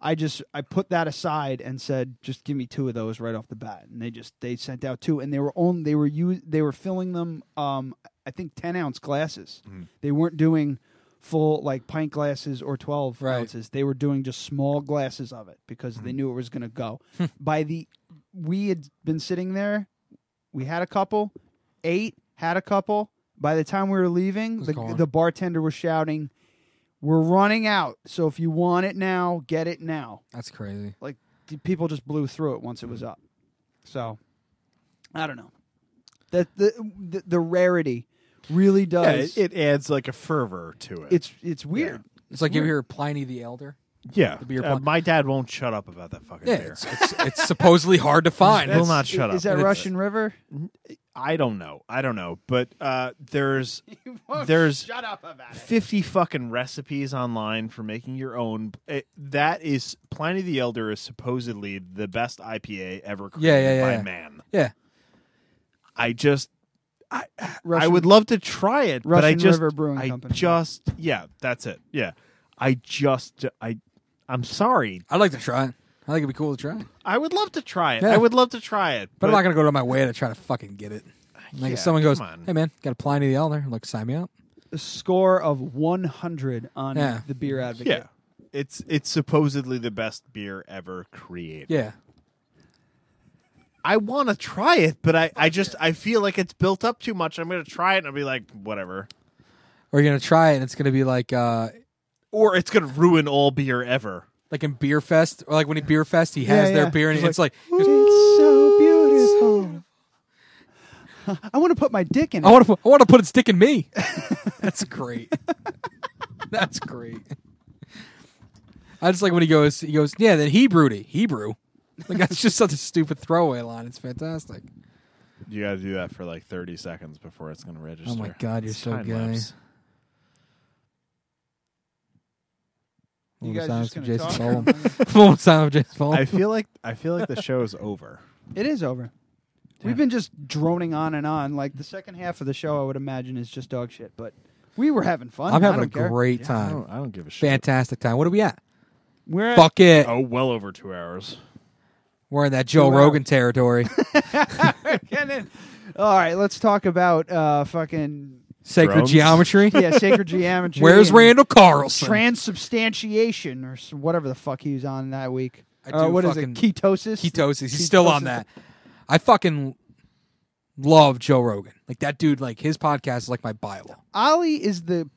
S4: I just I put that aside and said, just give me two of those right off the bat. And they just they sent out two, and they were on they were u- they were filling them. Um, I think ten ounce glasses.
S3: Mm-hmm.
S4: They weren't doing full like pint glasses or twelve ounces. They were doing just small glasses of it because
S3: Mm-hmm.
S4: they knew it was going to go.
S3: Hmm.
S4: By the we had been sitting there we had a couple, eight had a couple. By the time we were leaving, the,
S6: gone.
S4: the bartender was shouting, "We're running out! So if you want it now, get it now!"
S6: That's crazy.
S4: Like the people just blew through it once it was up. So I don't know. That the the, the rarity really
S3: yeah,
S4: does.
S3: it, it adds like a fervor to it.
S4: it's it's weird.
S6: It's like you
S4: weird.
S6: hear Pliny the Elder.
S3: yeah.
S6: The beer
S3: Uh,
S6: pong.
S3: my dad won't shut up about that fucking
S6: Yeah,
S3: beer.
S6: it's, it's, it's supposedly hard to find.
S3: Will not shut
S4: Is
S3: up.
S4: that
S3: It's-
S4: Russian River?
S3: I don't know. I don't know. But uh, there's there's
S4: shut up about it.
S3: fifty fucking recipes online for making your own. It- that is Pliny the Elder is supposedly the best IPA ever created
S6: Yeah, yeah, yeah.
S3: by
S6: yeah.
S3: man.
S6: Yeah,
S3: I just I
S4: Russian-
S3: would love to try it, but I
S4: Russian
S3: just
S4: River Brewing
S3: I
S4: Company.
S3: just yeah, that's it. Yeah. I just I I'm sorry.
S6: I'd like to try it. I think it'd be cool to try, it.
S3: I would love to try it.
S6: Yeah.
S3: I would love to try it.
S6: but I'm not gonna go to my way to try to fucking get it. Like
S3: Ah, Yeah,
S6: if someone goes,
S3: come on.
S6: "Hey man, got a Pliny the Elder," I'm like sign me up.
S4: A score of one hundred on
S6: Yeah.
S4: the beer advocate.
S3: Yeah. It's it's supposedly the best beer ever created.
S6: Yeah,
S3: I want to try it, but I, I just I feel like it's built up too much. I'm going to try it and I'll be like whatever.
S6: or you're gonna try it and it's gonna be like, uh
S3: Or it's going to ruin all beer ever.
S6: like in Beer Fest, or like when he Beer Fest, he has
S4: Yeah,
S6: their
S4: yeah.
S6: beer and
S4: He's
S6: it's like,
S4: It's so beautiful. I want to put my dick in it.
S6: I want to put, I want to put its dick in me. That's great. That's great. I just like when he goes, he goes, yeah, then he brewed it. Hebrew. Like that's just such a stupid throwaway line. It's fantastic.
S3: You got to do that for like 30 seconds before it's going to register.
S6: Oh my god, you're
S3: It's
S6: so
S3: time
S6: gay.
S3: lapse.
S4: You
S6: Moment of
S4: guys just
S6: silence for
S4: gonna
S6: Jason
S4: talk?
S6: Solomon. Moment of silence for Jason Solomon.
S3: I feel like I feel like the show's over.
S4: It is over. We've been just droning on and on. Like the second half of the show, I would imagine, is just dog shit. But we were having fun.
S6: I'm
S4: I
S6: having a
S4: don't care.
S6: great
S3: Yeah, I,
S6: time.
S3: don't, I don't give a shit.
S6: Fantastic time. What are we at?
S4: We're at-
S6: Fuck it.
S3: Oh, well over two hours.
S6: We're in that Joe
S4: Two
S6: Rogan territory.
S4: All right, let's talk about uh, fucking
S6: Sacred
S3: Drones?
S6: geometry.
S4: yeah, sacred geometry.
S6: Where's
S4: and
S6: Randall Carlson?
S4: Transubstantiation or s- whatever the fuck he was on that week.
S6: I
S4: Uh,
S6: do
S4: what is it?
S6: fucking-
S4: Ketosis.
S6: ketosis. He's still on
S4: Ketosis.
S6: that. I fucking love Joe Rogan. Like that dude. Like his podcast is like my bible.
S4: Ali is the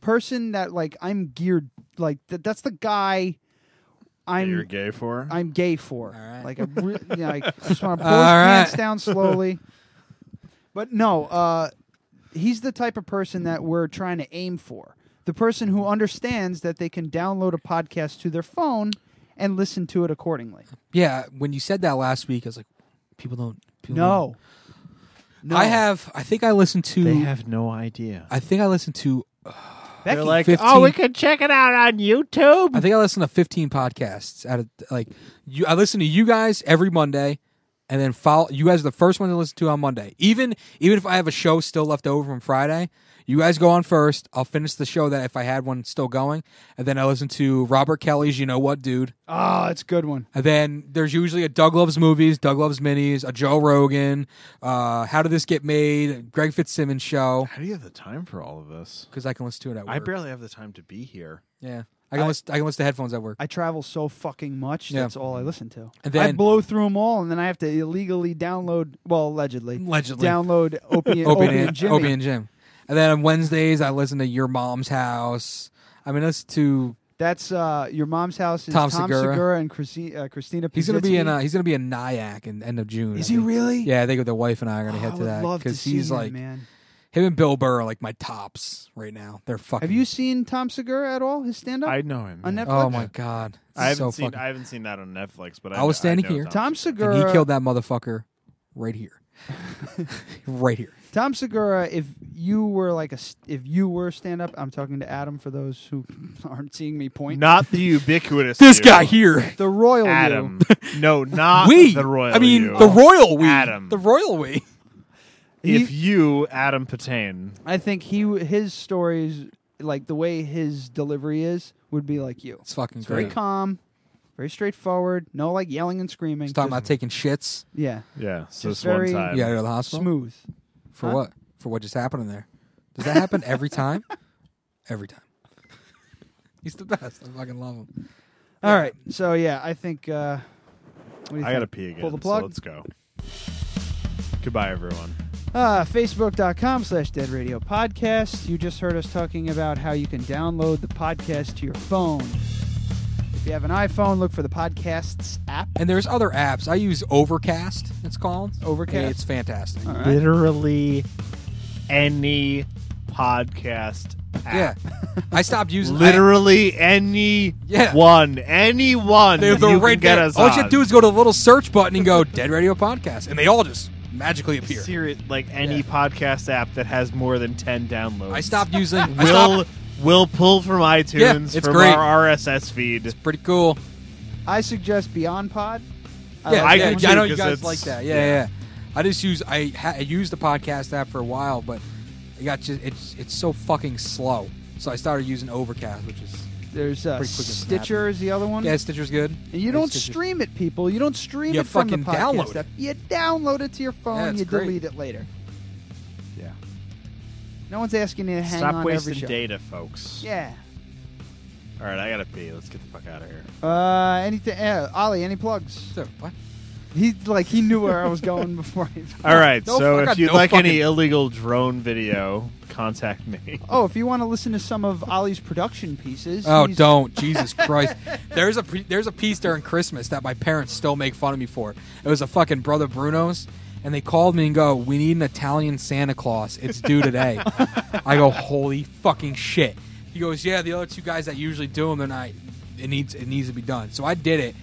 S4: person that like I'm geared like th- that's the guy I'm
S3: You're gay for?
S4: I'm gay for.
S6: right.
S4: Like I re- you know, like, I just want to pull
S6: All
S4: his
S6: right.
S4: pants down slowly. But no, uh, he's the type of person that we're trying to aim for. The person who understands that they can download a podcast to their phone and listen to it accordingly.
S6: Yeah. When you said that last week, I was like, people don't. People
S4: No.
S6: don't. I have. I think I listened to.
S3: They have no idea.
S6: I think I listened to. That
S2: They're
S6: can-
S2: like,
S6: 15
S2: oh, we could check it out on YouTube.
S6: I think I listen to 15 podcasts out of like you. I listen to you guys every Monday, and then follow you guys are the first one to listen to on Monday. Even even if I have a show still left over from Friday, you guys go on first. I'll finish the show that if I had one still going, and then I listen to Robert Kelly's You Know What Dude.
S4: Oh, it's a good one.
S6: And then there's usually a Doug Loves Movies, Doug Loves Minis, a Joe Rogan, uh, How Did This Get Made, Greg Fitzsimmons show.
S3: How do you have the time for all of this?
S6: Because I can listen to it at work.
S3: I barely have the time to be here.
S6: yeah. I can, listen, I can listen to headphones at work.
S4: I travel so fucking much.
S6: Yeah.
S4: That's all I listen to.
S6: And
S4: I
S6: then-
S4: blow through them all, and then I have to illegally download. Well, allegedly,
S6: Allegedly.
S4: download Opie,
S6: Opie
S4: Opie and Jimmy.
S6: Opie and Jim. And then on Wednesdays, I listen to Your Mom's House. I mean, that's to
S4: That's uh, your mom's house. Is
S6: Tom
S4: Tom,
S6: Segura.
S4: Segura. and Christi- uh, Christina.
S6: he's gonna be in
S4: Pizzitti.
S6: uh he's gonna be in Nyack in end of June.
S4: Is
S6: I
S4: he
S6: think.
S4: really?
S6: Yeah, I think the wife and I are gonna
S4: Oh,
S6: head
S4: I
S6: to
S4: would
S6: that
S4: love to
S6: because
S4: see
S6: he's
S4: him,
S6: like
S4: man.
S6: him and Bill Burr are like my tops right now. They're fucking.
S4: Have you seen Tom Segura at all? His stand up?
S3: I know him.
S4: On
S3: yeah.
S4: Netflix?
S6: Oh my god!
S3: I haven't
S6: so
S3: seen.
S6: fucking-
S3: I haven't seen that on Netflix, but I,
S6: I was
S3: kn-
S6: standing
S3: know
S6: here.
S4: Tom Segura.
S6: And he killed that motherfucker right here, right here.
S4: Tom Segura, if you were like a, s- if you were stand up, I'm talking to Adam for those who aren't seeing me point.
S3: Not the ubiquitous.
S6: This
S3: you.
S6: guy here,
S4: the royal you.
S3: Adam. no, not
S6: we.
S3: the royal.
S6: I mean,
S3: you.
S6: the royal we.
S3: Adam.
S6: The royal we.
S3: if you, Adam Patain,
S4: I think he w- his stories, like the way his delivery is, would be like you.
S6: It's fucking
S4: It's very
S6: great.
S4: calm, very straightforward. No like yelling and screaming.
S6: He's talking
S4: just-
S6: about taking shits.
S4: yeah,
S3: yeah, so
S4: Just
S3: this one
S4: very-
S3: time,
S6: You gotta go to the hospital
S4: smooth.
S6: for
S4: Huh?
S6: what? For what just happened in there? Does that happen every time? Every time. He's the best. I fucking love him.
S4: All right, so yeah, I think. Uh, what do you
S3: I gotta
S4: think?
S3: pee again.
S4: Pull the
S3: so
S4: plug.
S3: let's go. Goodbye, everyone.
S4: Uh, Facebook.com slash Dead Radio Podcast. You just heard us talking about how you can download the podcast to your phone. If you have an iPhone, look for the podcasts app.
S6: And there's other apps. I use Overcast. It's called
S4: Overcast?
S6: It's fantastic.
S4: All right.
S3: Literally any podcast.
S6: Yeah,
S3: App.
S6: I stopped using. I-
S3: Literally any
S6: Yeah.
S3: one, any one
S6: They're, they're
S3: you
S6: right
S3: can get
S6: there.
S3: us
S6: All
S3: on.
S6: you have to do is go to the little search button and go Dead Radio Podcast, and they all just magically appear.
S3: serious like any podcast app that has more than 10 downloads
S6: I stopped using. I
S3: will
S6: stopped,
S3: will pull from itunes
S6: Yeah, it's
S3: from
S6: great.
S3: our rss feed
S6: pretty cool.
S4: I suggest Beyond Pod.
S6: Yeah,
S3: I
S6: yeah,
S3: do too,
S6: I know you
S3: 'cause
S6: guys
S3: it's-
S6: like that. Yeah,
S3: yeah.
S6: yeah. I just use I, ha- I used the podcast app for a while, but I got just it's it's so fucking slow. So I started using Overcast, which is
S4: There's uh,
S6: Pretty quick and snappy.
S4: Stitcher is the other one.
S6: yeah, Stitcher's good.
S4: And you
S6: Yeah,
S4: don't
S6: Stitcher's-
S4: stream it, people. You don't stream
S6: You
S4: it from the
S6: fucking
S4: podcast
S6: download it.
S4: app. You download it to your phone.
S6: Yeah, it's
S4: you
S6: great.
S4: delete it later.
S3: yeah
S4: No one's asking you to hang
S3: stop
S4: on
S3: wasting
S4: every show.
S3: data folks
S4: Yeah.
S3: all right i gotta pee let's get the fuck out of here
S4: Uh, anything? Uh, Ollie, any plugs?
S6: So, what?
S4: He like he knew where I was going before. He,
S3: all right
S6: No
S3: so
S6: fuck-
S3: if you'd
S6: no
S3: like any
S6: fucking-
S3: illegal drone video contact me
S4: Oh, if you want to listen to some of Ollie's production pieces.
S6: Oh,
S4: he's-
S6: don't Jesus Christ! There's a pre- there's a piece during Christmas that my parents still make fun of me for. It was a fucking brother Bruno's, and they called me and go, "We need an Italian Santa Claus. It's due today." I go, "Holy fucking shit!" He goes, "Yeah, the other two guys that usually do them, they're not. It needs it needs to be done." So I did it,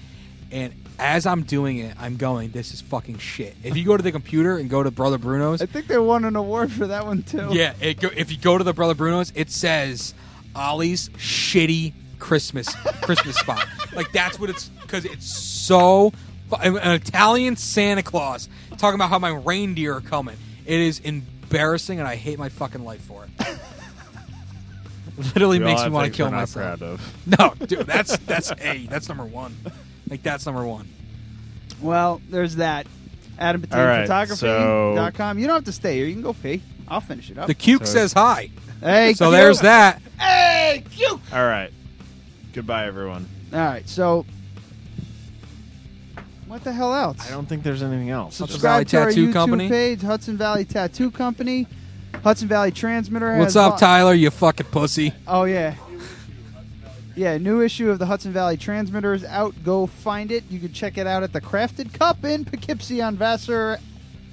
S6: and as I'm doing it, I'm going, "This is fucking shit." If you go to the computer and go to brother Bruno's,
S4: I think they won an award for that one too.
S6: yeah, it go, if you go to the Brother Bruno's, it says Ollie's shitty Christmas Christmas spot. Like that's what it's because it's so fu- an Italian Santa Claus talking about how my reindeer are coming. It is embarrassing, and I hate my fucking life for it. Literally
S3: We all
S6: makes me
S3: have
S6: want to
S3: things
S6: kill
S3: we're not
S6: myself.
S3: proud of
S6: No, dude, that's that's a that's number one. Like that's number one.
S4: Well, there's that. Adam
S3: All right, so-
S4: dot com. You don't have to stay here. You can go pee. I'll finish it up.
S6: The cuke
S3: So-
S6: says hi.
S4: hey,
S6: So
S4: Q.
S6: there's that.
S4: Hey, cuke.
S3: all right goodbye everyone
S4: All right, so what the hell else?
S3: i don't think there's anything else
S6: Hudson
S3: Just-
S6: Valley
S4: Subscribe to our
S6: Tattoo
S4: YouTube
S6: Company.
S4: page, Hudson Valley Tattoo Company, Hudson Valley Transmitter.
S6: What's
S4: has
S6: up,
S4: lo-
S6: Tyler? You fucking pussy.
S4: Oh yeah, yeah. New issue of the Hudson Valley Transmitter is out. Go find it. You can check it out at the Crafted Cup in Poughkeepsie on Vassar.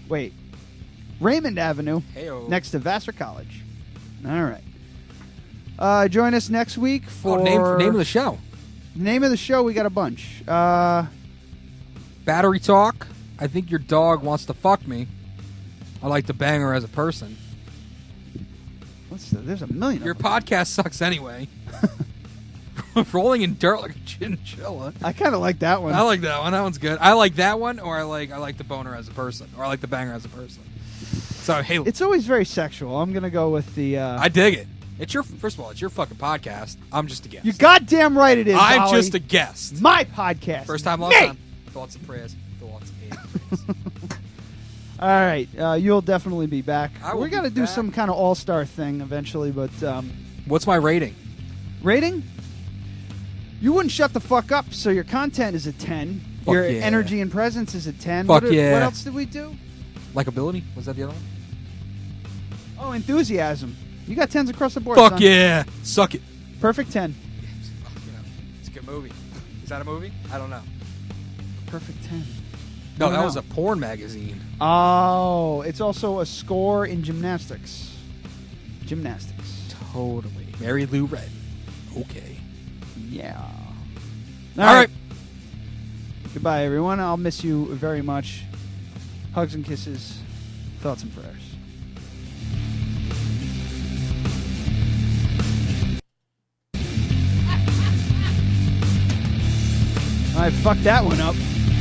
S4: Wait, Raymond Avenue,
S6: Heyo.
S4: next to Vassar College. All right. Uh, join us next week for
S6: Oh, name name of the show.
S4: the name of the show. We got a bunch. Uh,
S6: Battery talk. I think your dog wants to fuck me. I like to bang her as a person.
S4: What's the, there's a million.
S6: Your podcast sucks anyway. Rolling in dirt like a chinchilla.
S4: I kind of like that one.
S6: I like that one. That one's good. I like that one, or I like I like the boner as a person, or I like the banger as a person. So hey,
S4: It's always very sexual. I'm gonna go with the. Uh,
S6: I dig it. It's your first of all, it's your fucking podcast. I'm just a guest.
S4: You goddamn right it is.
S6: I'm
S4: Ollie.
S6: just a guest.
S4: My podcast.
S6: First time, long
S4: Me!
S6: time. Thoughts and prayers. Thoughts and
S4: All right, uh, you'll definitely be back.
S6: I will
S4: We're gonna
S6: be
S4: do
S6: back.
S4: some kind of all star thing eventually, but um,
S6: what's my rating?
S4: Rating? You wouldn't shut the fuck up, so your content is a ten.
S6: Fuck
S4: your
S6: yeah.
S4: energy and presence is a ten.
S6: Fuck
S4: what, are-
S6: yeah.
S4: what else did we do?
S6: likability. Was that the other one?
S4: Oh, enthusiasm. You got tens across the board.
S6: Fuck
S4: son.
S6: yeah! Suck it.
S4: Perfect ten.
S6: It's a good movie. Is that a movie? I don't know.
S4: Perfect ten.
S6: No,
S4: I don't
S6: that
S4: know.
S6: was a porn magazine.
S4: Oh, it's also a score in gymnastics. Gymnastics.
S6: Totally. Mary Lou Red. Okay.
S4: Yeah.
S6: All right.
S4: Goodbye, everyone. I'll miss you very much. Hugs and kisses, thoughts and prayers. I fucked that one up.